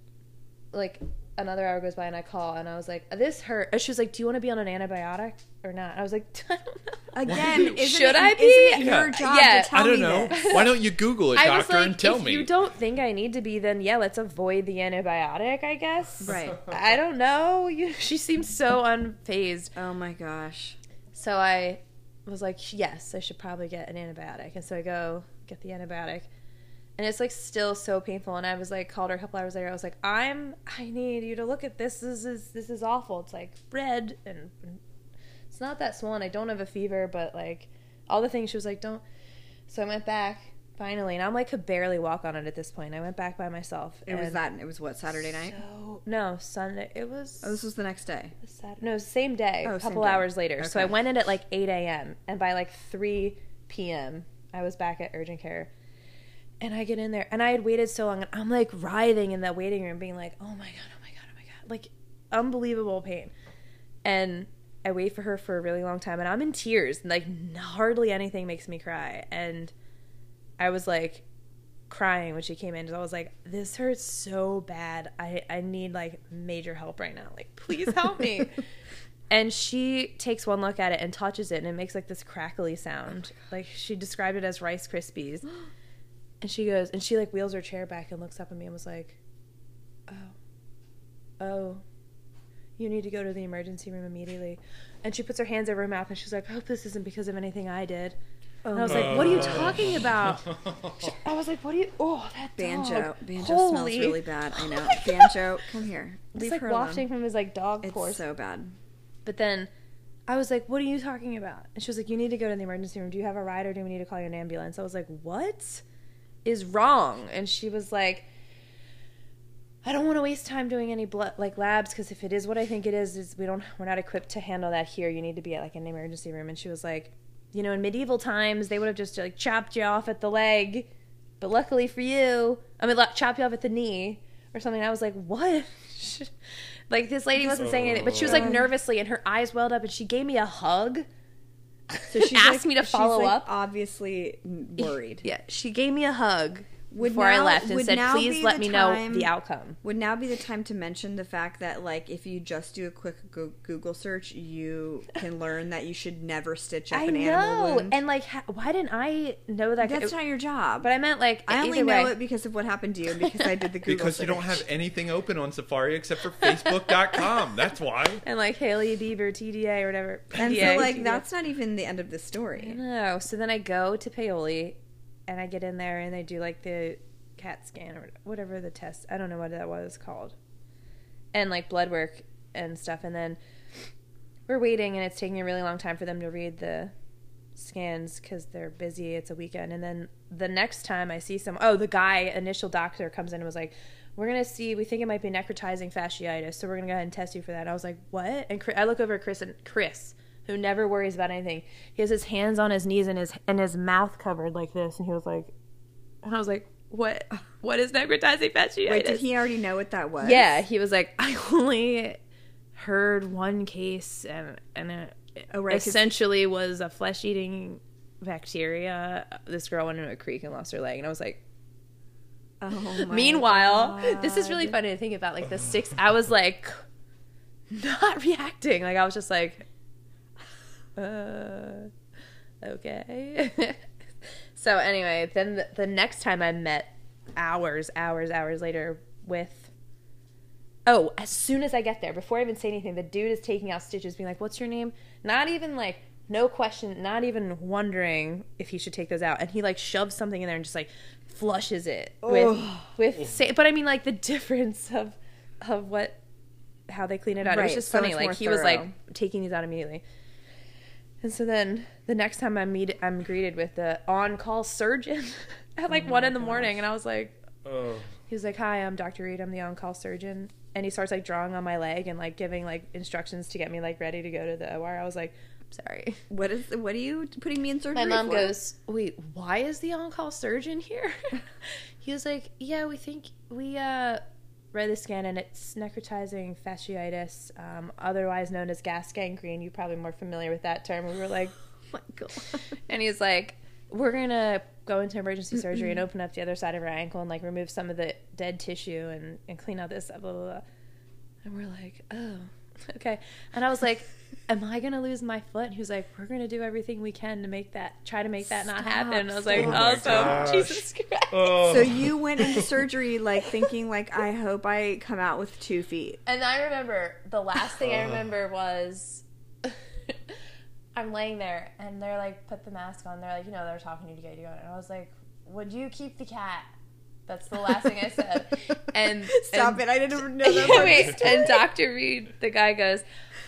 Speaker 1: like, another hour goes by and I call and I was like, this hurt. And she was like, do you want to be on an antibiotic or not? I was like, I don't know.
Speaker 2: Again, isn't
Speaker 1: Should
Speaker 2: it,
Speaker 1: I be?
Speaker 2: Isn't it
Speaker 3: Yeah.
Speaker 2: your job
Speaker 1: Yeah.
Speaker 2: to tell
Speaker 3: I don't
Speaker 2: me
Speaker 3: know.
Speaker 2: this?
Speaker 3: Why don't you Google it,
Speaker 1: I was
Speaker 3: doctor,
Speaker 1: like,
Speaker 3: and tell
Speaker 1: if
Speaker 3: me?
Speaker 1: you don't think I need to be, then yeah, let's avoid the antibiotic, I guess.
Speaker 2: Right.
Speaker 1: I don't know. You, she seems so unfazed.
Speaker 2: Oh my gosh.
Speaker 1: So I was like, yes, I should probably get an antibiotic. And so I go get the antibiotic. And it's like still so painful. And I was like, called her a couple hours later. I was like, I'm, I need you to look at this. This is, this is awful. It's like red and and it's not that swollen. I don't have a fever, but like all the things she was like, don't. So I went back finally. And I'm like, could barely walk on it at this point. I went back by myself.
Speaker 2: It was
Speaker 1: and
Speaker 2: that. It was what Saturday night.
Speaker 1: So, no, Sunday. It was.
Speaker 2: Oh, this was the next day.
Speaker 1: Saturday. No, same day.
Speaker 2: Oh,
Speaker 1: a
Speaker 2: same
Speaker 1: couple
Speaker 2: day.
Speaker 1: hours later. So I
Speaker 2: Okay.
Speaker 1: went in at like 8 a.m. and by like 3 p.m. I was back at urgent care. And I get in there and I had waited so long and I'm like writhing in that waiting room being like, "Oh my god, oh my god, oh my god." Like unbelievable pain. And I wait for her for a really long time and I'm in tears. Like n- hardly anything makes me cry. And I was like crying when she came in 'cause I was like, "This hurts so bad. I I need like major help right now. Like, please help me." and she takes one look at it and touches it, and it makes like this crackly sound. like she described it as Rice Krispies. and she goes, and she like wheels her chair back and looks up at me and was like, "Oh, oh." You need to go to the emergency room immediately. And she puts her hands over her mouth and she's like, I hope this isn't because of anything I did. and I was like, What are
Speaker 3: Uh.
Speaker 1: you talking about? I was like, "What do you? Oh, that
Speaker 2: Banjo.
Speaker 1: dog.
Speaker 2: Banjo smells
Speaker 1: Holy- Oh
Speaker 2: really bad. I know.
Speaker 1: my God.
Speaker 2: Banjo, come here.
Speaker 1: It's
Speaker 2: Leave
Speaker 1: like
Speaker 2: her
Speaker 1: wafting
Speaker 2: alone.
Speaker 1: from his like dog
Speaker 2: It's
Speaker 1: course.
Speaker 2: so bad.
Speaker 1: But then, I was like, "What are you talking about?" And she was like, "You need to go to the emergency room. Do you have a ride, or do we need to call you an ambulance?" I was like, "What is wrong?" And she was like. I don't want to waste time doing any blood like labs because if it is what I think it is, is we don't we're not equipped to handle that here. You need to be at like an emergency room. And she was like, you know, in medieval times they would have just like chopped you off at the leg, but luckily for you, I mean, like, chop you off at the knee or something. And I was like, what? like this lady wasn't saying anything, but she was like nervously, and her eyes welled up, and she gave me a hug.
Speaker 2: So
Speaker 1: Asked me to follow
Speaker 2: she's like
Speaker 1: up.
Speaker 2: Obviously worried.
Speaker 1: Yeah, she gave me a hug
Speaker 2: Would
Speaker 1: before I
Speaker 2: now-
Speaker 1: left and
Speaker 2: would
Speaker 1: said,
Speaker 2: now
Speaker 1: please
Speaker 2: be
Speaker 1: let
Speaker 2: the
Speaker 1: me
Speaker 2: time-
Speaker 1: know the outcome.
Speaker 2: Would now be the time to mention the fact that, like, if you just do a quick Goo- Google search, you can learn that you should never stitch up
Speaker 1: I
Speaker 2: an animal
Speaker 1: know.
Speaker 2: wound.
Speaker 1: And like, ha- why didn't I know that?
Speaker 2: That's
Speaker 1: It-
Speaker 2: not your job.
Speaker 1: but I meant like,
Speaker 2: I only
Speaker 1: either
Speaker 2: know
Speaker 1: way.
Speaker 2: it because of what happened to you and because I did the Google
Speaker 3: Because you don't
Speaker 2: search.
Speaker 3: have anything open on Safari except for Facebook.com. That's why.
Speaker 1: and like Haley Bieber TDA or whatever.
Speaker 2: And
Speaker 1: PDA,
Speaker 2: so, like,
Speaker 1: TDA.
Speaker 2: that's not even the end of the story.
Speaker 1: No. So then I go to Paoli, and I get in there, and they do like the CAT scan or whatever the test. I don't know what that was called, and like blood work and stuff. And then we're waiting, and it's taking a really long time for them to read the scans because they're busy. It's a weekend, and then the next time I see some, oh, the guy initial doctor comes in and was like. We're gonna see. We think it might be necrotizing fasciitis, so we're gonna go ahead and test you for that. I was like, "What?" And Chris, I look over at Chris and Chris, who never worries about anything. He has his hands on his knees and his and his mouth covered like this, and he was like, and I was like, what? What is necrotizing fasciitis?
Speaker 2: Wait, did he already know what that was?
Speaker 1: yeah, he was like, I only heard one case, and and it
Speaker 2: Oh, right, 'cause-
Speaker 1: essentially was a flesh eating bacteria. This girl went into a creek and lost her leg, and I was like,
Speaker 2: Oh, my
Speaker 1: Meanwhile, this is really funny to think about. Like the six, I was like, not reacting. Like I was just like, uh, okay. so anyway, then the, the next time I met, hours, hours, hours later, with. Oh, as soon as I get there, before I even say anything, the dude is taking out stitches, being like, "What's your name?" Not even like, no question, not even wondering if he should take those out, and he like shoves something in there and just like flushes it with with. Sa- but I mean, like the difference of of what how they clean it out. It was
Speaker 2: Right,
Speaker 1: just
Speaker 2: so
Speaker 1: funny.
Speaker 2: much
Speaker 1: Like
Speaker 2: more
Speaker 1: he was
Speaker 2: thorough.
Speaker 1: like taking these out immediately. And so then the next time I meet, I'm greeted with the on-call surgeon at like one in the morning, and I was like, he was like, "Hi, I'm Dr. Reed. I'm the on-call surgeon." And he starts like drawing on my leg and like giving like instructions to get me like ready to go to the OR. I was like, "I'm sorry."
Speaker 2: What is? What are you putting me in surgery
Speaker 1: My mom
Speaker 2: for?
Speaker 1: goes, "Wait, why is the on-call surgeon here?" he was like, "Yeah, we think we uh, read the scan and it's necrotizing fasciitis, um, otherwise known as gas gangrene. You're probably more familiar with that term." We were like,
Speaker 2: Oh my god.
Speaker 1: and he's like, "We're gonna go into emergency surgery and open up the other side of her ankle and like remove some of the dead tissue and and clean out this blah blah blah." And we're like, "Oh, okay." And I was like, "Am I gonna lose my foot?" And he was like, "We're gonna do everything we can to make that try to make that not happen." And I was like,
Speaker 3: Oh my gosh.
Speaker 1: "Also, Jesus Christ."
Speaker 3: Oh.
Speaker 2: So you went into surgery like thinking like I hope I come out with two feet.
Speaker 1: And I remember the last thing I remember was I'm laying there and they're like, put the mask on. They're like, you know, they're talking to you to get you on. And I was like, would you keep the cat? That's the last thing I said. And
Speaker 2: Stop
Speaker 1: and,
Speaker 2: it! I didn't know that. part.
Speaker 1: Wait, and Dr. Reed, the guy goes,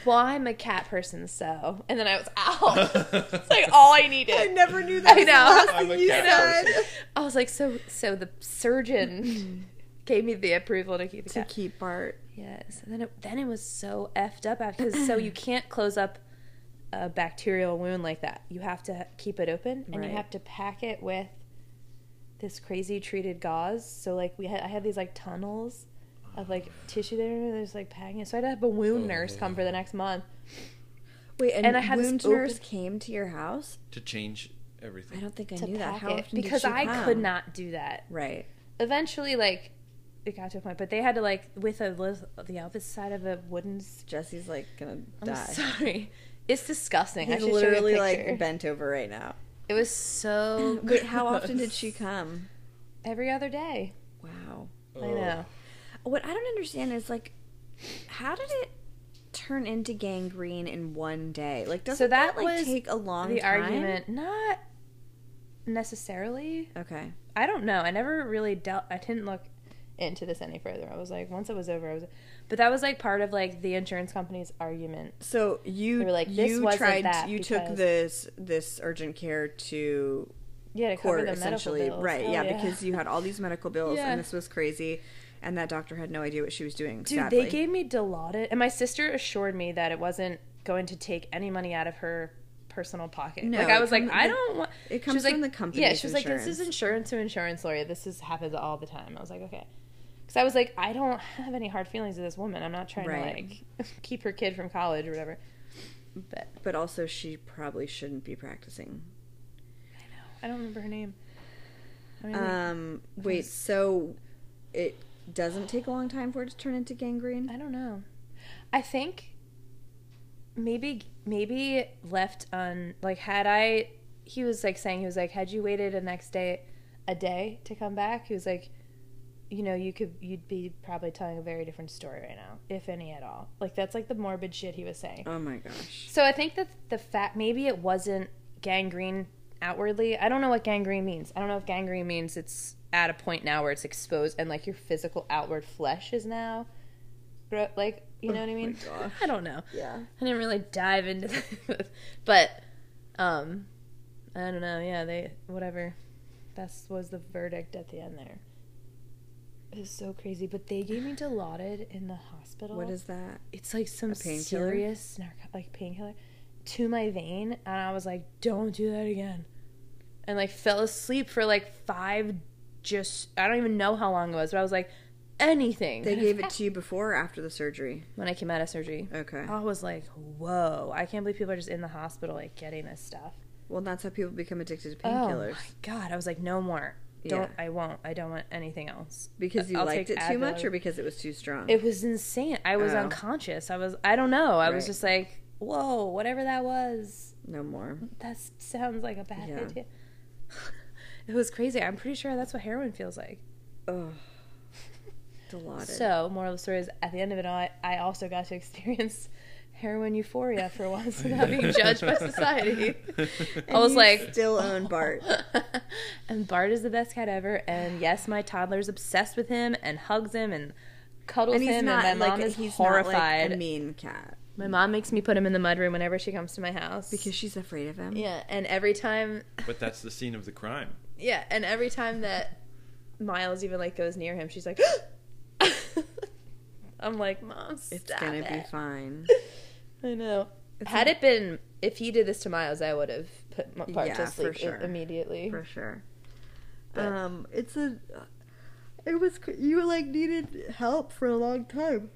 Speaker 1: well, I'm a cat person, so. And then I was out. it's like all I needed.
Speaker 2: I never knew that.
Speaker 1: I
Speaker 2: was
Speaker 1: know.
Speaker 2: the last
Speaker 3: I'm
Speaker 2: thing
Speaker 3: a
Speaker 2: you
Speaker 3: cat
Speaker 2: said.
Speaker 1: I was like, so, so the surgeon gave me the approval to keep the
Speaker 2: To
Speaker 1: cat.
Speaker 2: keep Bart.
Speaker 1: Yes, and then it then it was so effed up because so you can't close up a bacterial wound like that. You have to keep it open, and
Speaker 2: Right.
Speaker 1: you have to pack it with this crazy treated gauze. So like we had, I had these like tunnels of like tissue there, and there's like packing it. So I had to have a wound nurse come for the next month.
Speaker 2: Wait, and,
Speaker 1: And
Speaker 2: I
Speaker 1: I had this
Speaker 2: wound
Speaker 1: open-
Speaker 2: nurse came to your house.
Speaker 3: to change
Speaker 2: I
Speaker 3: everything.
Speaker 2: don't think I
Speaker 1: To
Speaker 2: knew that.
Speaker 1: pack
Speaker 2: How
Speaker 1: it
Speaker 2: often did
Speaker 1: because
Speaker 2: she
Speaker 1: I
Speaker 2: come?
Speaker 1: could not do that.
Speaker 2: Right.
Speaker 1: Eventually, like it got to a point, but they had to like with a lis- the other side of a wooden. s-
Speaker 2: Jesse's like gonna
Speaker 1: I'm
Speaker 2: die.
Speaker 1: sorry, it's disgusting. I
Speaker 2: He's
Speaker 1: should show you a
Speaker 2: literally
Speaker 1: picture.
Speaker 2: like bent over right now.
Speaker 1: It was so.
Speaker 2: Wait, how often did
Speaker 1: gross.
Speaker 2: she come?
Speaker 1: Every other day.
Speaker 2: Wow.
Speaker 1: I know.
Speaker 2: What I don't understand is like, how did it turn into gangrene in one day? Like, doesn't
Speaker 1: So
Speaker 2: that,
Speaker 1: that
Speaker 2: like
Speaker 1: was
Speaker 2: take a long
Speaker 1: the
Speaker 2: time?
Speaker 1: argument, not necessarily.
Speaker 2: Okay.
Speaker 1: I don't know. I never really dealt. I didn't look into this any further. I was like, once it was over, I was. But that was like part of like the insurance company's argument.
Speaker 2: So you
Speaker 1: They were like, this
Speaker 2: you
Speaker 1: wasn't
Speaker 2: tried
Speaker 1: that
Speaker 2: you took
Speaker 1: because-
Speaker 2: this this urgent care to
Speaker 1: Yeah, to cover
Speaker 2: court
Speaker 1: the medical
Speaker 2: essentially,
Speaker 1: bills.
Speaker 2: right?
Speaker 1: Oh,
Speaker 2: yeah, because you had all these medical bills
Speaker 1: Yeah.
Speaker 2: and this was crazy, and that doctor had no idea what she was doing.
Speaker 1: Dude,
Speaker 2: sadly.
Speaker 1: they gave me Dilaudid, and my sister assured me that it wasn't going to take any money out of her personal pocket.
Speaker 2: No,
Speaker 1: like I
Speaker 2: it
Speaker 1: was
Speaker 2: come-
Speaker 1: like, I
Speaker 2: it-
Speaker 1: don't want.
Speaker 2: it
Speaker 1: she
Speaker 2: comes
Speaker 1: was like-
Speaker 2: from the company's
Speaker 1: Yeah, she was like, this
Speaker 2: insurance.
Speaker 1: is insurance to insurance lawyer. This is happens all the time. I was like, okay, because I was like, I don't have any hard feelings of this woman. I'm not trying
Speaker 2: Right.
Speaker 1: to like keep her kid from college or whatever. But
Speaker 2: but also she probably shouldn't be practicing.
Speaker 1: I don't remember her name.
Speaker 2: Um, wait, so it doesn't take a long time for it to turn into gangrene?
Speaker 1: I don't know. I think maybe maybe left on like had I he was like saying he was like had you waited a next day a day to come back he was like you know you could you'd be probably telling a very different story right now if any at all like that's like the morbid shit he was saying
Speaker 2: Oh my gosh.
Speaker 1: so I think that the fact maybe it wasn't gangrene outwardly. I don't know what gangrene means. I don't know if gangrene means it's at a point now where it's exposed and like your physical outward flesh is now grow, like you know what I mean.
Speaker 2: Oh gosh.
Speaker 1: I don't know.
Speaker 2: Yeah.
Speaker 1: I didn't really dive into that, but um, I don't know. Yeah, they whatever. That was the verdict at the end there. It was so crazy, but they gave me Dilaudid in the hospital
Speaker 2: What is that?
Speaker 1: it's like some
Speaker 2: painkiller?
Speaker 1: serious narco- like painkiller to my vein and i was like don't do that again and like fell asleep for like five just i don't even know how long it was but i was like anything
Speaker 2: They gave it to you before or after the surgery?
Speaker 1: when i came out of surgery
Speaker 2: Okay.
Speaker 1: i was like whoa i can't believe people are just in the hospital like getting this stuff
Speaker 2: Well, that's how people become addicted to
Speaker 1: oh
Speaker 2: painkillers
Speaker 1: my god i was like no more don't
Speaker 2: Yeah.
Speaker 1: i won't i don't want anything else Uh,
Speaker 2: because you
Speaker 1: I'll
Speaker 2: liked it
Speaker 1: take
Speaker 2: too much
Speaker 1: Advil.
Speaker 2: or because it was too strong.
Speaker 1: It was insane. I was
Speaker 2: Oh.
Speaker 1: unconscious. I was I don't know. I was
Speaker 2: Right.
Speaker 1: just like, whoa, whatever that was.
Speaker 2: no more.
Speaker 1: That s- sounds like a bad
Speaker 2: Yeah.
Speaker 1: idea. it was crazy. I'm pretty sure that's what heroin feels like.
Speaker 2: Ugh. Dilaudid.
Speaker 1: Mm. So, moral of the story is at the end of it all, I, I also got to experience heroin euphoria for once without being judged by society. I was
Speaker 2: You
Speaker 1: like,
Speaker 2: still own Bart.
Speaker 1: and Bart is the best cat ever. And yes, my toddler's obsessed with him and hugs him and cuddles
Speaker 2: and he's
Speaker 1: him.
Speaker 2: not
Speaker 1: and my
Speaker 2: like
Speaker 1: mom is
Speaker 2: he's
Speaker 1: horrified.
Speaker 2: not like a mean cat
Speaker 1: My mom makes me put him in the mudroom whenever she comes to my house.
Speaker 2: because she's afraid of him.
Speaker 1: yeah, and every time,
Speaker 3: But that's the scene of the crime.
Speaker 1: yeah, and every time that Miles even like goes near him, she's like, I'm like, mom, stop
Speaker 2: It's gonna
Speaker 1: it.
Speaker 2: be fine.
Speaker 1: I know. Had it been if he did this to Miles, I would have put M- Bart
Speaker 2: Yeah,
Speaker 1: to
Speaker 2: for
Speaker 1: sleep i-
Speaker 2: sure.
Speaker 1: immediately.
Speaker 2: for sure. Um, it's a. It was cr- you like needed help for a long time.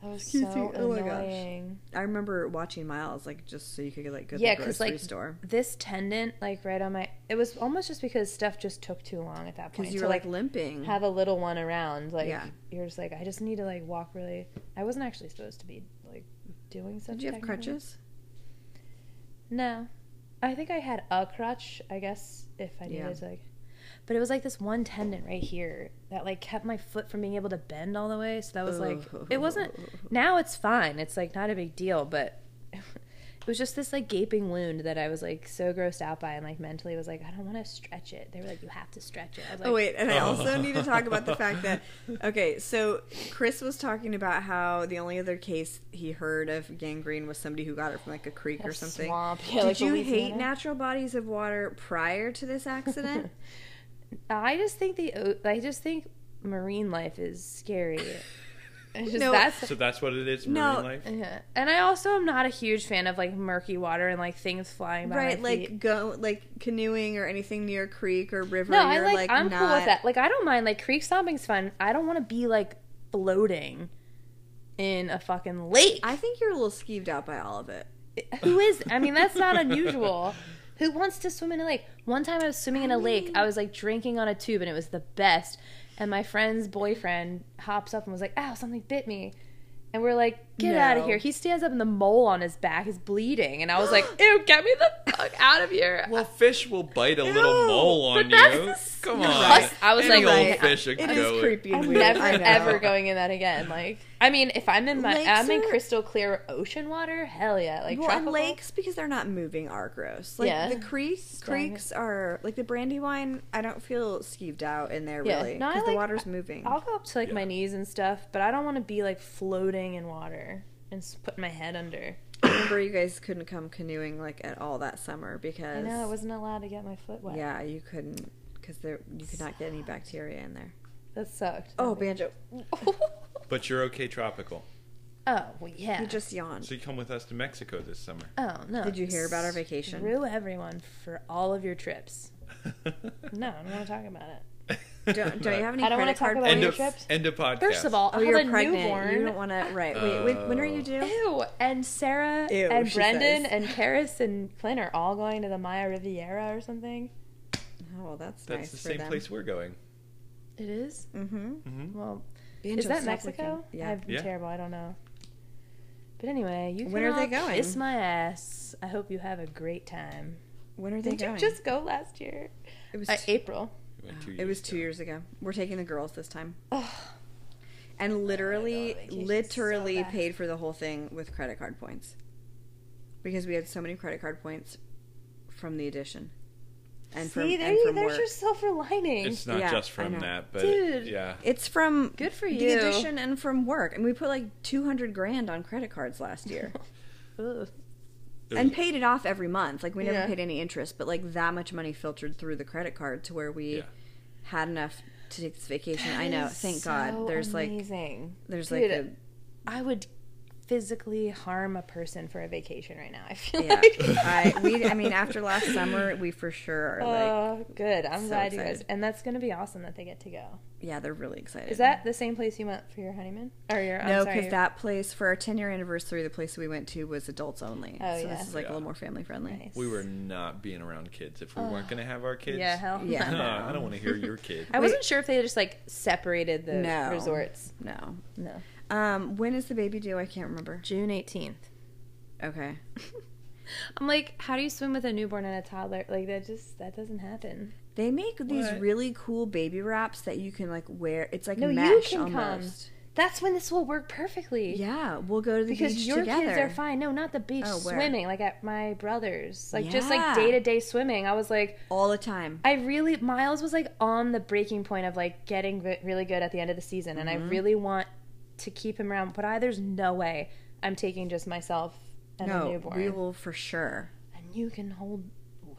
Speaker 1: That was so
Speaker 2: Excuse me. Oh my gosh.
Speaker 1: annoying.
Speaker 2: I remember watching Miles like just so you could like go to
Speaker 1: Yeah,
Speaker 2: the
Speaker 1: 'cause,
Speaker 2: grocery
Speaker 1: like,
Speaker 2: store
Speaker 1: This tendon, like right on my, it was almost just because stuff just took too long at that point.
Speaker 2: because you
Speaker 1: to,
Speaker 2: were like limping.
Speaker 1: have a little one around like
Speaker 2: Yeah.
Speaker 1: you're just like i just need to like walk really i wasn't actually supposed to be like doing something
Speaker 2: Did you have crutches?
Speaker 1: no i think i had a crutch i guess if i needed
Speaker 2: Yeah.
Speaker 1: to like but it was like this one tendon right here that like kept my foot from being able to bend all the way so that was like it wasn't now it's fine it's like not a big deal but it was just this like gaping wound that i was like so grossed out by and like mentally was like i don't want to stretch it they were like you have to stretch it I was, like,
Speaker 2: Oh wait, and I also need to talk about the fact that okay, so Chris was talking about how the only other case he heard of gangrene was somebody who got it from like a creek or
Speaker 1: A
Speaker 2: something.
Speaker 1: swamp. Yeah,
Speaker 2: Did
Speaker 1: like
Speaker 2: you
Speaker 1: Louisiana.
Speaker 2: hate natural bodies of water prior to this accident?
Speaker 1: I just think the o- I just think marine life is scary. It's just,
Speaker 2: No.
Speaker 1: that's
Speaker 3: So that's what it is, marine
Speaker 2: No.
Speaker 3: life.
Speaker 1: yeah. And I also am not a huge fan of like murky water and like things flying by
Speaker 2: right,
Speaker 1: my feet.
Speaker 2: like go like canoeing or anything near a creek or river.
Speaker 1: no, I
Speaker 2: you're,
Speaker 1: like, I'm
Speaker 2: not,
Speaker 1: cool with that. Like I don't mind like creek stomping's fun. I don't want to be like floating in a fucking lake.
Speaker 2: I think you're a little skeeved out by all of it.
Speaker 1: Who is? I mean, that's not unusual. Who wants to swim in a lake? One time I was swimming in a lake. I was like drinking on a tube, and it was the best. And my friend's boyfriend hops up and was like, "Ow, something bit me," and we're like, "Get out of
Speaker 2: No.
Speaker 1: here!" He stands up, and the mole on his back is bleeding, and I was like, "Ew, get me the fuck out of here!"
Speaker 3: Well, fish will bite a
Speaker 2: Ew.
Speaker 3: little mole on
Speaker 1: that's
Speaker 3: you.
Speaker 1: just-
Speaker 3: Come
Speaker 1: You're
Speaker 3: on.
Speaker 1: right. I was
Speaker 3: Any
Speaker 1: like,
Speaker 3: old
Speaker 1: right.
Speaker 3: fish would
Speaker 2: It
Speaker 3: go
Speaker 2: is
Speaker 3: in.
Speaker 2: creepy and
Speaker 1: I'm
Speaker 2: weird.
Speaker 1: never
Speaker 2: I know.
Speaker 1: ever going in that again. Like, I mean, if I'm in my,
Speaker 2: Lakes
Speaker 1: I'm in
Speaker 2: are-
Speaker 1: crystal clear ocean water. Hell yeah, like
Speaker 2: well, and
Speaker 1: tropical.
Speaker 2: lakes because they're not moving are gross. Like
Speaker 1: Yeah.
Speaker 2: the creeks, creeks are like the brandywine. I don't feel skeeved out in there
Speaker 1: Yeah.
Speaker 2: really
Speaker 1: No, I
Speaker 2: because the
Speaker 1: like-
Speaker 2: water's moving.
Speaker 1: I'll go up to like my
Speaker 3: Yeah.
Speaker 1: knees and stuff, but I don't want to be like floating in water and s- put my head under.
Speaker 2: remember you guys couldn't come canoeing like at all that summer
Speaker 1: I
Speaker 2: because
Speaker 1: know I wasn't allowed to get my foot wet.
Speaker 2: yeah you couldn't because there you could not get any bacteria in there.
Speaker 1: that sucked.
Speaker 2: Oh banjo,
Speaker 3: But you're okay tropical.
Speaker 1: oh well, yeah.
Speaker 2: you just yawned.
Speaker 3: So you come with us to Mexico this summer.
Speaker 1: oh no.
Speaker 2: Did you hear about our vacation?
Speaker 1: Screw everyone for all of your trips. No, I don't want to talk about it.
Speaker 2: Don't, don't you have any
Speaker 1: I don't wanna
Speaker 2: credit
Speaker 1: talk
Speaker 2: card?
Speaker 1: about
Speaker 3: end
Speaker 1: your
Speaker 3: of,
Speaker 1: trips?
Speaker 3: End of podcast.
Speaker 1: First of all,
Speaker 2: oh,
Speaker 1: I
Speaker 2: you're
Speaker 1: have a
Speaker 2: pregnant.
Speaker 1: newborn.
Speaker 2: You don't want to. Right. Wait. Wait. When are you due?
Speaker 1: Ew, and Sarah
Speaker 2: Ew,
Speaker 1: and
Speaker 2: she
Speaker 1: Brendan
Speaker 2: says.
Speaker 1: and Karis and Clint are all going to the Maya Riviera or something.
Speaker 2: Oh, well, that's,
Speaker 3: That's
Speaker 2: nice
Speaker 3: the
Speaker 2: for
Speaker 3: same
Speaker 2: them.
Speaker 3: place we're going.
Speaker 1: It Mm-hmm. Well,
Speaker 2: Banjo
Speaker 1: is that
Speaker 2: stop
Speaker 1: Mexico?
Speaker 2: looking. Yeah.
Speaker 1: I'm
Speaker 3: Yeah.
Speaker 1: terrible. I don't know. But anyway, you
Speaker 2: When
Speaker 1: can
Speaker 2: are they
Speaker 1: all
Speaker 2: going?
Speaker 1: Kiss my ass. I hope you have a great time.
Speaker 2: When are they
Speaker 1: Did
Speaker 2: going?
Speaker 1: you just go last year?
Speaker 2: it was
Speaker 1: Uh,
Speaker 2: t-
Speaker 1: April.
Speaker 3: We went two
Speaker 2: it was
Speaker 3: years
Speaker 2: two
Speaker 3: ago.
Speaker 2: years ago. We're taking the girls this time.
Speaker 1: Oh,
Speaker 2: And
Speaker 1: God,
Speaker 2: literally,
Speaker 1: vacation is
Speaker 2: literally
Speaker 1: so bad.
Speaker 2: paid for the whole thing with credit card points. Because we had so many credit card points from the addition. And from,
Speaker 1: see, there
Speaker 2: and
Speaker 1: you,
Speaker 2: from
Speaker 1: there's
Speaker 2: work.
Speaker 1: your silver lining.
Speaker 3: It's not
Speaker 2: Yeah,
Speaker 3: just
Speaker 2: I
Speaker 3: from
Speaker 2: know.
Speaker 3: that, but
Speaker 1: Dude.
Speaker 3: yeah.
Speaker 2: It's from
Speaker 1: Good for
Speaker 2: the
Speaker 1: you.
Speaker 2: addition and from work. And we put like 200 grand on credit cards last year.
Speaker 1: Ugh.
Speaker 3: It
Speaker 2: and
Speaker 3: was-
Speaker 2: paid it off every month. Like we never
Speaker 1: Yeah.
Speaker 2: paid any interest, but like that much money filtered through the credit card to where we
Speaker 3: Yeah.
Speaker 2: had enough to take this vacation. I know. Thank God. There's like
Speaker 1: amazing.
Speaker 2: there's
Speaker 1: Dude,
Speaker 2: like a
Speaker 1: I would physically harm a person for a vacation right now. I feel
Speaker 2: yeah.
Speaker 1: like.
Speaker 2: I we I mean after last summer we for sure are
Speaker 1: oh,
Speaker 2: like
Speaker 1: good. I'm
Speaker 2: so
Speaker 1: glad you guys.
Speaker 2: excited.
Speaker 1: And that's going to be awesome that they get to go.
Speaker 2: yeah they're really excited.
Speaker 1: Is that the same place you went for your honeymoon or your? I'm
Speaker 2: no,
Speaker 1: sorry,
Speaker 2: because
Speaker 1: your-
Speaker 2: that place for our 10 year anniversary, the place we went to was adults only.
Speaker 1: Oh,
Speaker 2: so
Speaker 1: yeah.
Speaker 2: this is like
Speaker 3: Yeah.
Speaker 2: a little more family friily.
Speaker 1: Nice.
Speaker 3: we were not being around kids if we weren't going to have our kids.
Speaker 1: Yeah, hell.
Speaker 2: Yeah.
Speaker 1: no.
Speaker 3: No, I don't want to hear your kid.
Speaker 1: I wasn't sure if they just like separated the
Speaker 2: No.
Speaker 1: resorts.
Speaker 2: No.
Speaker 1: No.
Speaker 2: Um, when is the baby due? I can't remember.
Speaker 1: June 18th.
Speaker 2: Okay.
Speaker 1: I'm like, how do you swim with a newborn and a toddler? Like that just that doesn't happen.
Speaker 2: They make these
Speaker 3: What?
Speaker 2: really cool baby wraps that you can like wear. It's like
Speaker 1: No, you
Speaker 2: mesh
Speaker 1: can come.
Speaker 2: almost.
Speaker 1: That's when this will work perfectly.
Speaker 2: Yeah, we'll go to the
Speaker 1: Because
Speaker 2: beach
Speaker 1: your
Speaker 2: together.
Speaker 1: kids are fine. No, not the beach.
Speaker 2: Oh, where?
Speaker 1: swimming, like at my brother's. Like just like
Speaker 2: Yeah.
Speaker 1: day to day swimming. I was like,
Speaker 2: all the time.
Speaker 1: I really Miles was like on the breaking point of like getting re- really good at the end of the season, and I
Speaker 2: Mm-hmm.
Speaker 1: really want to keep him around. But I there's no way I'm taking just myself and a
Speaker 2: no,
Speaker 1: newborn.
Speaker 2: we will for sure.
Speaker 1: And you can hold.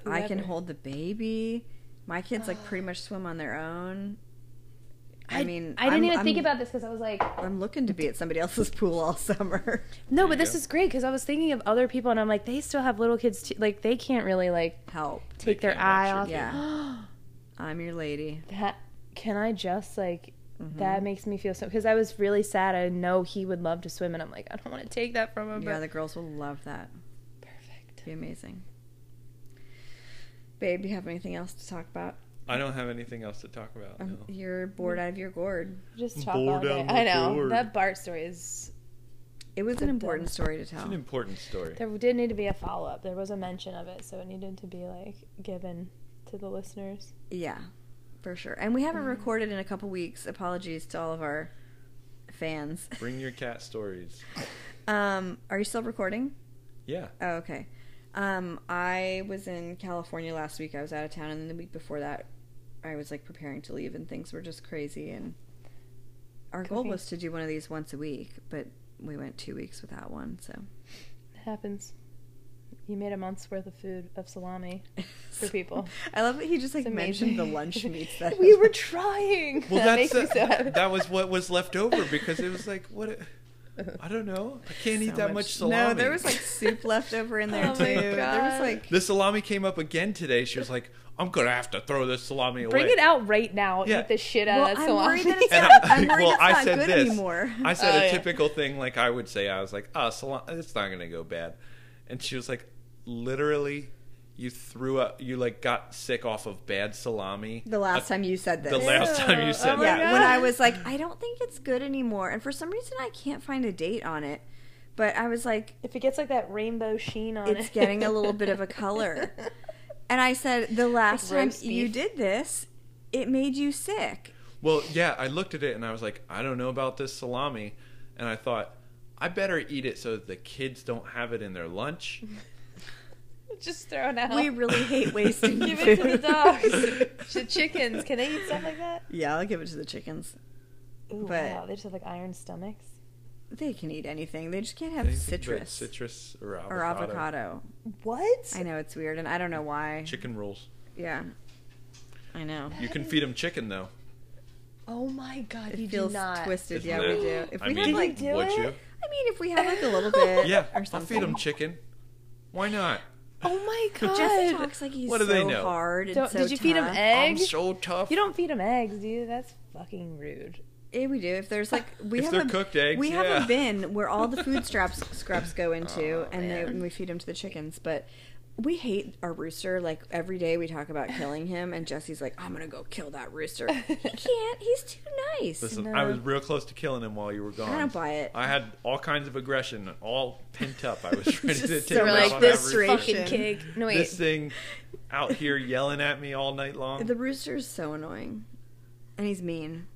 Speaker 2: I can
Speaker 1: whoever.
Speaker 2: hold the baby. My kids like pretty much swim on their own. I, mean,
Speaker 1: I didn't
Speaker 2: I'm-
Speaker 1: even
Speaker 2: I'm-
Speaker 1: think about this because I was like,
Speaker 2: I'm looking to be at somebody else's pool all summer.
Speaker 1: no,
Speaker 3: There
Speaker 1: but
Speaker 3: you
Speaker 1: this
Speaker 3: go.
Speaker 1: is great because I was thinking of other people, and I'm like, they still have little kids too. Like they can't really like
Speaker 2: Help.
Speaker 1: take
Speaker 3: They
Speaker 1: their
Speaker 3: can't
Speaker 1: eye
Speaker 3: watch
Speaker 1: off.
Speaker 3: your
Speaker 2: Yeah. I'm your lady.
Speaker 1: That can I just like.
Speaker 2: Mm-hmm.
Speaker 1: That makes me feel so because I was really sad. I know he would love to swim, and I'm like, I don't want to take that from him.
Speaker 2: Yeah,
Speaker 1: But
Speaker 2: the girls will love that.
Speaker 1: perfect.
Speaker 2: Be amazing. Babe, you have anything else to talk about?
Speaker 3: I don't have anything else to talk about.
Speaker 2: Um,
Speaker 3: no.
Speaker 2: You're
Speaker 1: Mm.
Speaker 2: bored out of your gourd.
Speaker 1: Just talk
Speaker 3: Bore
Speaker 1: all day.
Speaker 3: down the
Speaker 1: I know
Speaker 3: board.
Speaker 1: that Bart story is.
Speaker 2: It was an important
Speaker 1: dumb.
Speaker 2: story to
Speaker 3: It's an
Speaker 2: tell.
Speaker 3: important story.
Speaker 1: There did need to be a follow up. There was a mention of it, so it needed to be like given to the listeners.
Speaker 2: Yeah, for sure. And we haven't
Speaker 1: Mm.
Speaker 2: recorded in a couple weeks. Apologies to all of our fans.
Speaker 3: Bring your cat stories.
Speaker 2: Um, are you still recording?
Speaker 3: Yeah.
Speaker 2: Oh, okay. Um, I was in California last week. I was out of town, and then the week before that, I was like preparing to leave, and things were just crazy. And our goal
Speaker 1: Cooking.
Speaker 2: was to do one of these once a week, but we went two weeks without one. So
Speaker 1: It happens. You made a month's worth of food of salami for people.
Speaker 2: I love that he just like
Speaker 1: It's
Speaker 2: mentioned the
Speaker 1: amazing.
Speaker 2: lunch meats that
Speaker 1: we were trying.
Speaker 3: Well,
Speaker 1: that makes
Speaker 3: that's
Speaker 1: me so happy.
Speaker 3: that was what was left over because it was like what. I don't know. I can't eat
Speaker 2: So
Speaker 3: that much, salami.
Speaker 2: No, there was like soup left over in there
Speaker 1: Oh my
Speaker 2: too. There was
Speaker 1: God.
Speaker 2: like
Speaker 3: the salami came up again today. She was like, "I'm gonna have to throw this salami away."
Speaker 1: Bring it out right now.
Speaker 3: Yeah.
Speaker 1: Eat the shit out
Speaker 2: Well,
Speaker 1: of that
Speaker 2: I'm
Speaker 1: salami.
Speaker 2: worried that it's-
Speaker 3: And I,
Speaker 2: I'm worried
Speaker 3: well,
Speaker 2: that's
Speaker 3: I
Speaker 2: not
Speaker 3: said
Speaker 2: good
Speaker 3: this.
Speaker 2: anymore.
Speaker 3: I said
Speaker 1: Oh,
Speaker 3: a
Speaker 1: yeah.
Speaker 3: typical thing like I would say. I was like, "Oh, salami, it's not gonna go bad," and she was like, "Literally, you threw up. You like got sick off of bad salami
Speaker 2: the last time you said this.
Speaker 3: the last time
Speaker 1: Ew.
Speaker 3: you said
Speaker 1: Oh my
Speaker 3: that."
Speaker 2: yeah,
Speaker 1: God.
Speaker 2: when I was like, I don't think it's good anymore, and for some reason I can't find a date on it. But I was like,
Speaker 1: if it gets like that rainbow sheen on it,
Speaker 2: it's getting a little bit of a color. And I said, the last
Speaker 1: Like
Speaker 2: time
Speaker 1: roast
Speaker 2: you
Speaker 1: beef.
Speaker 2: did this, it made you sick.
Speaker 3: Well, yeah, I looked at it and I was like, I don't know about this salami. And I thought, I better eat it so that the kids don't have it in their lunch.
Speaker 2: Mm-hmm.
Speaker 1: just thrown out.
Speaker 2: We really hate wasting
Speaker 1: Uh-huh. Give it to the
Speaker 2: food.
Speaker 1: dogs. the chickens. Can they eat stuff like that?
Speaker 2: Yeah, I'll give it to the chickens.
Speaker 1: Ooh,
Speaker 2: But-
Speaker 1: wow, they just have like iron stomachs.
Speaker 2: They can eat anything. They just can't have
Speaker 3: Anything but
Speaker 2: citrus
Speaker 3: citrus or avocado.
Speaker 2: or avocado.
Speaker 1: What?
Speaker 2: I know it's weird, and I don't know why.
Speaker 3: Chicken rolls.
Speaker 2: Yeah, I know.
Speaker 3: You can feed them chicken though.
Speaker 1: Oh my god,
Speaker 2: It
Speaker 1: you
Speaker 2: feels
Speaker 1: do not.
Speaker 2: twisted.
Speaker 3: Isn't
Speaker 2: yeah,
Speaker 3: that-
Speaker 2: we do. If
Speaker 3: I
Speaker 2: we
Speaker 3: mean,
Speaker 2: have like,
Speaker 1: do
Speaker 3: would
Speaker 1: it?
Speaker 3: you?
Speaker 2: I mean, if we have like a little bit,
Speaker 3: Yeah,
Speaker 2: or
Speaker 3: I'll
Speaker 2: something.
Speaker 3: feed them chicken. Why not?
Speaker 1: Oh my god.
Speaker 2: Jesse talks like he's
Speaker 3: What do
Speaker 2: so
Speaker 3: they know?
Speaker 2: hard. And
Speaker 1: Don't-
Speaker 2: so
Speaker 1: did you feed him
Speaker 2: tough.
Speaker 3: I'm
Speaker 1: eggs?
Speaker 3: so tough.
Speaker 1: You don't feed him eggs, dude. That's fucking rude.
Speaker 2: Yeah, Eh, we do. If there's like we
Speaker 3: If
Speaker 2: have
Speaker 3: they're
Speaker 2: a,
Speaker 3: cooked eggs,
Speaker 2: we
Speaker 3: yeah.
Speaker 2: have
Speaker 1: Oh,
Speaker 2: a bin where all the food scraps scraps go into, and, they, and we feed them to the chickens. But we hate our rooster. Like every day we talk about killing him, and Jesse's like, I'm gonna go kill that rooster. he can't. He's too nice.
Speaker 3: Listen, I was real close to killing him while you were gone.
Speaker 2: I don't buy it.
Speaker 3: I had all kinds of aggression, all pent up. I was ready to
Speaker 2: Just
Speaker 3: take
Speaker 2: so
Speaker 3: him
Speaker 2: much
Speaker 3: out on that
Speaker 2: this
Speaker 3: rooster.
Speaker 2: frustration.
Speaker 1: fucking keg. No wait,
Speaker 3: this thing out here yelling at me all night long.
Speaker 2: The rooster's so annoying, and he's mean.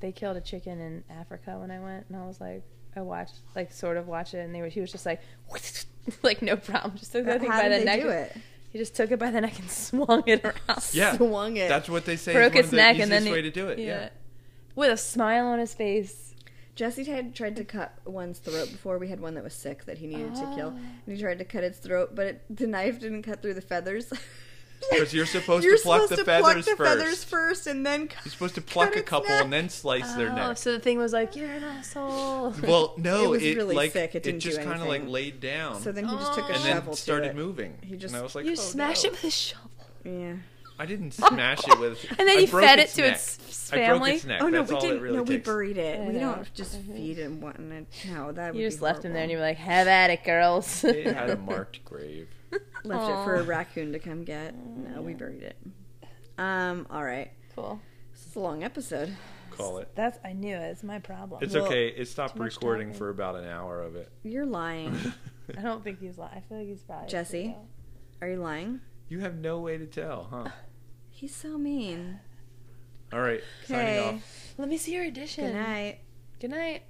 Speaker 1: they killed a chicken in Africa when I went, and I was like, I watched, like, sort of watch it, and they were, he was just like, like no problem, just took that thing
Speaker 2: How
Speaker 1: by
Speaker 2: did
Speaker 1: the
Speaker 2: they
Speaker 1: neck.
Speaker 2: do it?
Speaker 1: He just took it by the neck and swung it around.
Speaker 3: yeah,
Speaker 2: swung it.
Speaker 3: that's what they say.
Speaker 1: broke
Speaker 3: is one
Speaker 1: its
Speaker 3: of the
Speaker 1: neck, and
Speaker 3: easiest
Speaker 1: then he-
Speaker 3: way to do it. Yeah.
Speaker 1: with a smile on his face.
Speaker 2: Jesse had tried to cut one's throat before. We had one that was sick that he needed to kill, and he tried to cut its throat, but it, the knife didn't cut through the feathers.
Speaker 3: 'Cause you're supposed to
Speaker 2: You're
Speaker 3: pluck
Speaker 2: supposed
Speaker 3: the
Speaker 2: to pluck
Speaker 3: feathers
Speaker 2: the feathers
Speaker 3: first.
Speaker 2: first, and then cut,
Speaker 3: You're supposed to pluck a
Speaker 2: its
Speaker 3: couple
Speaker 2: neck.
Speaker 3: and then slice their
Speaker 1: Oh,
Speaker 3: neck.
Speaker 1: so the thing was like, you're an asshole.
Speaker 3: Well, no,
Speaker 2: It
Speaker 3: it,
Speaker 2: was really
Speaker 3: like
Speaker 2: sick. It
Speaker 3: it,
Speaker 2: didn't do
Speaker 3: just kind of like
Speaker 2: anything.
Speaker 3: laid down
Speaker 2: So then he just took a
Speaker 3: and
Speaker 2: shovel
Speaker 3: then
Speaker 2: to
Speaker 3: started
Speaker 2: it.
Speaker 3: moving.
Speaker 2: He just-
Speaker 3: and I was like,
Speaker 1: you
Speaker 3: oh,
Speaker 1: smash
Speaker 3: no.
Speaker 1: it with a shovel.
Speaker 2: Yeah.
Speaker 3: I didn't smash it with.
Speaker 1: And then
Speaker 3: I
Speaker 1: you
Speaker 3: broke
Speaker 1: fed
Speaker 3: its
Speaker 1: it to
Speaker 3: neck.
Speaker 1: its
Speaker 3: I broke
Speaker 1: family?
Speaker 3: its neck.
Speaker 2: Oh no,
Speaker 3: That's
Speaker 2: we
Speaker 3: all
Speaker 2: didn't.
Speaker 3: It really
Speaker 2: no, we
Speaker 3: takes.
Speaker 2: buried it.
Speaker 1: I
Speaker 2: we
Speaker 1: know.
Speaker 2: don't just feed it. Want it? No, that would
Speaker 1: You just
Speaker 2: be
Speaker 1: left him there, and you
Speaker 2: horrible.
Speaker 1: were like, have at it, girls.
Speaker 3: It had a marked grave.
Speaker 2: left it for
Speaker 1: Aw.
Speaker 2: a raccoon to come get. No, we buried it. Um. All right.
Speaker 1: cool.
Speaker 2: This is a long episode.
Speaker 3: Call it.
Speaker 1: That's I knew it. It's my problem.
Speaker 3: It's
Speaker 2: Well,
Speaker 3: okay. It stopped
Speaker 1: too much
Speaker 3: recording
Speaker 1: talking.
Speaker 3: for about an hour of it.
Speaker 2: You're lying.
Speaker 1: I don't think he's lying. I feel like he's probably
Speaker 2: Jesse? Are you lying?
Speaker 3: You have no way to tell, huh?
Speaker 2: He's so mean.
Speaker 3: All right. Signing
Speaker 2: Okay.
Speaker 3: off.
Speaker 1: Let me see your edition.
Speaker 2: Good night.
Speaker 1: Good night.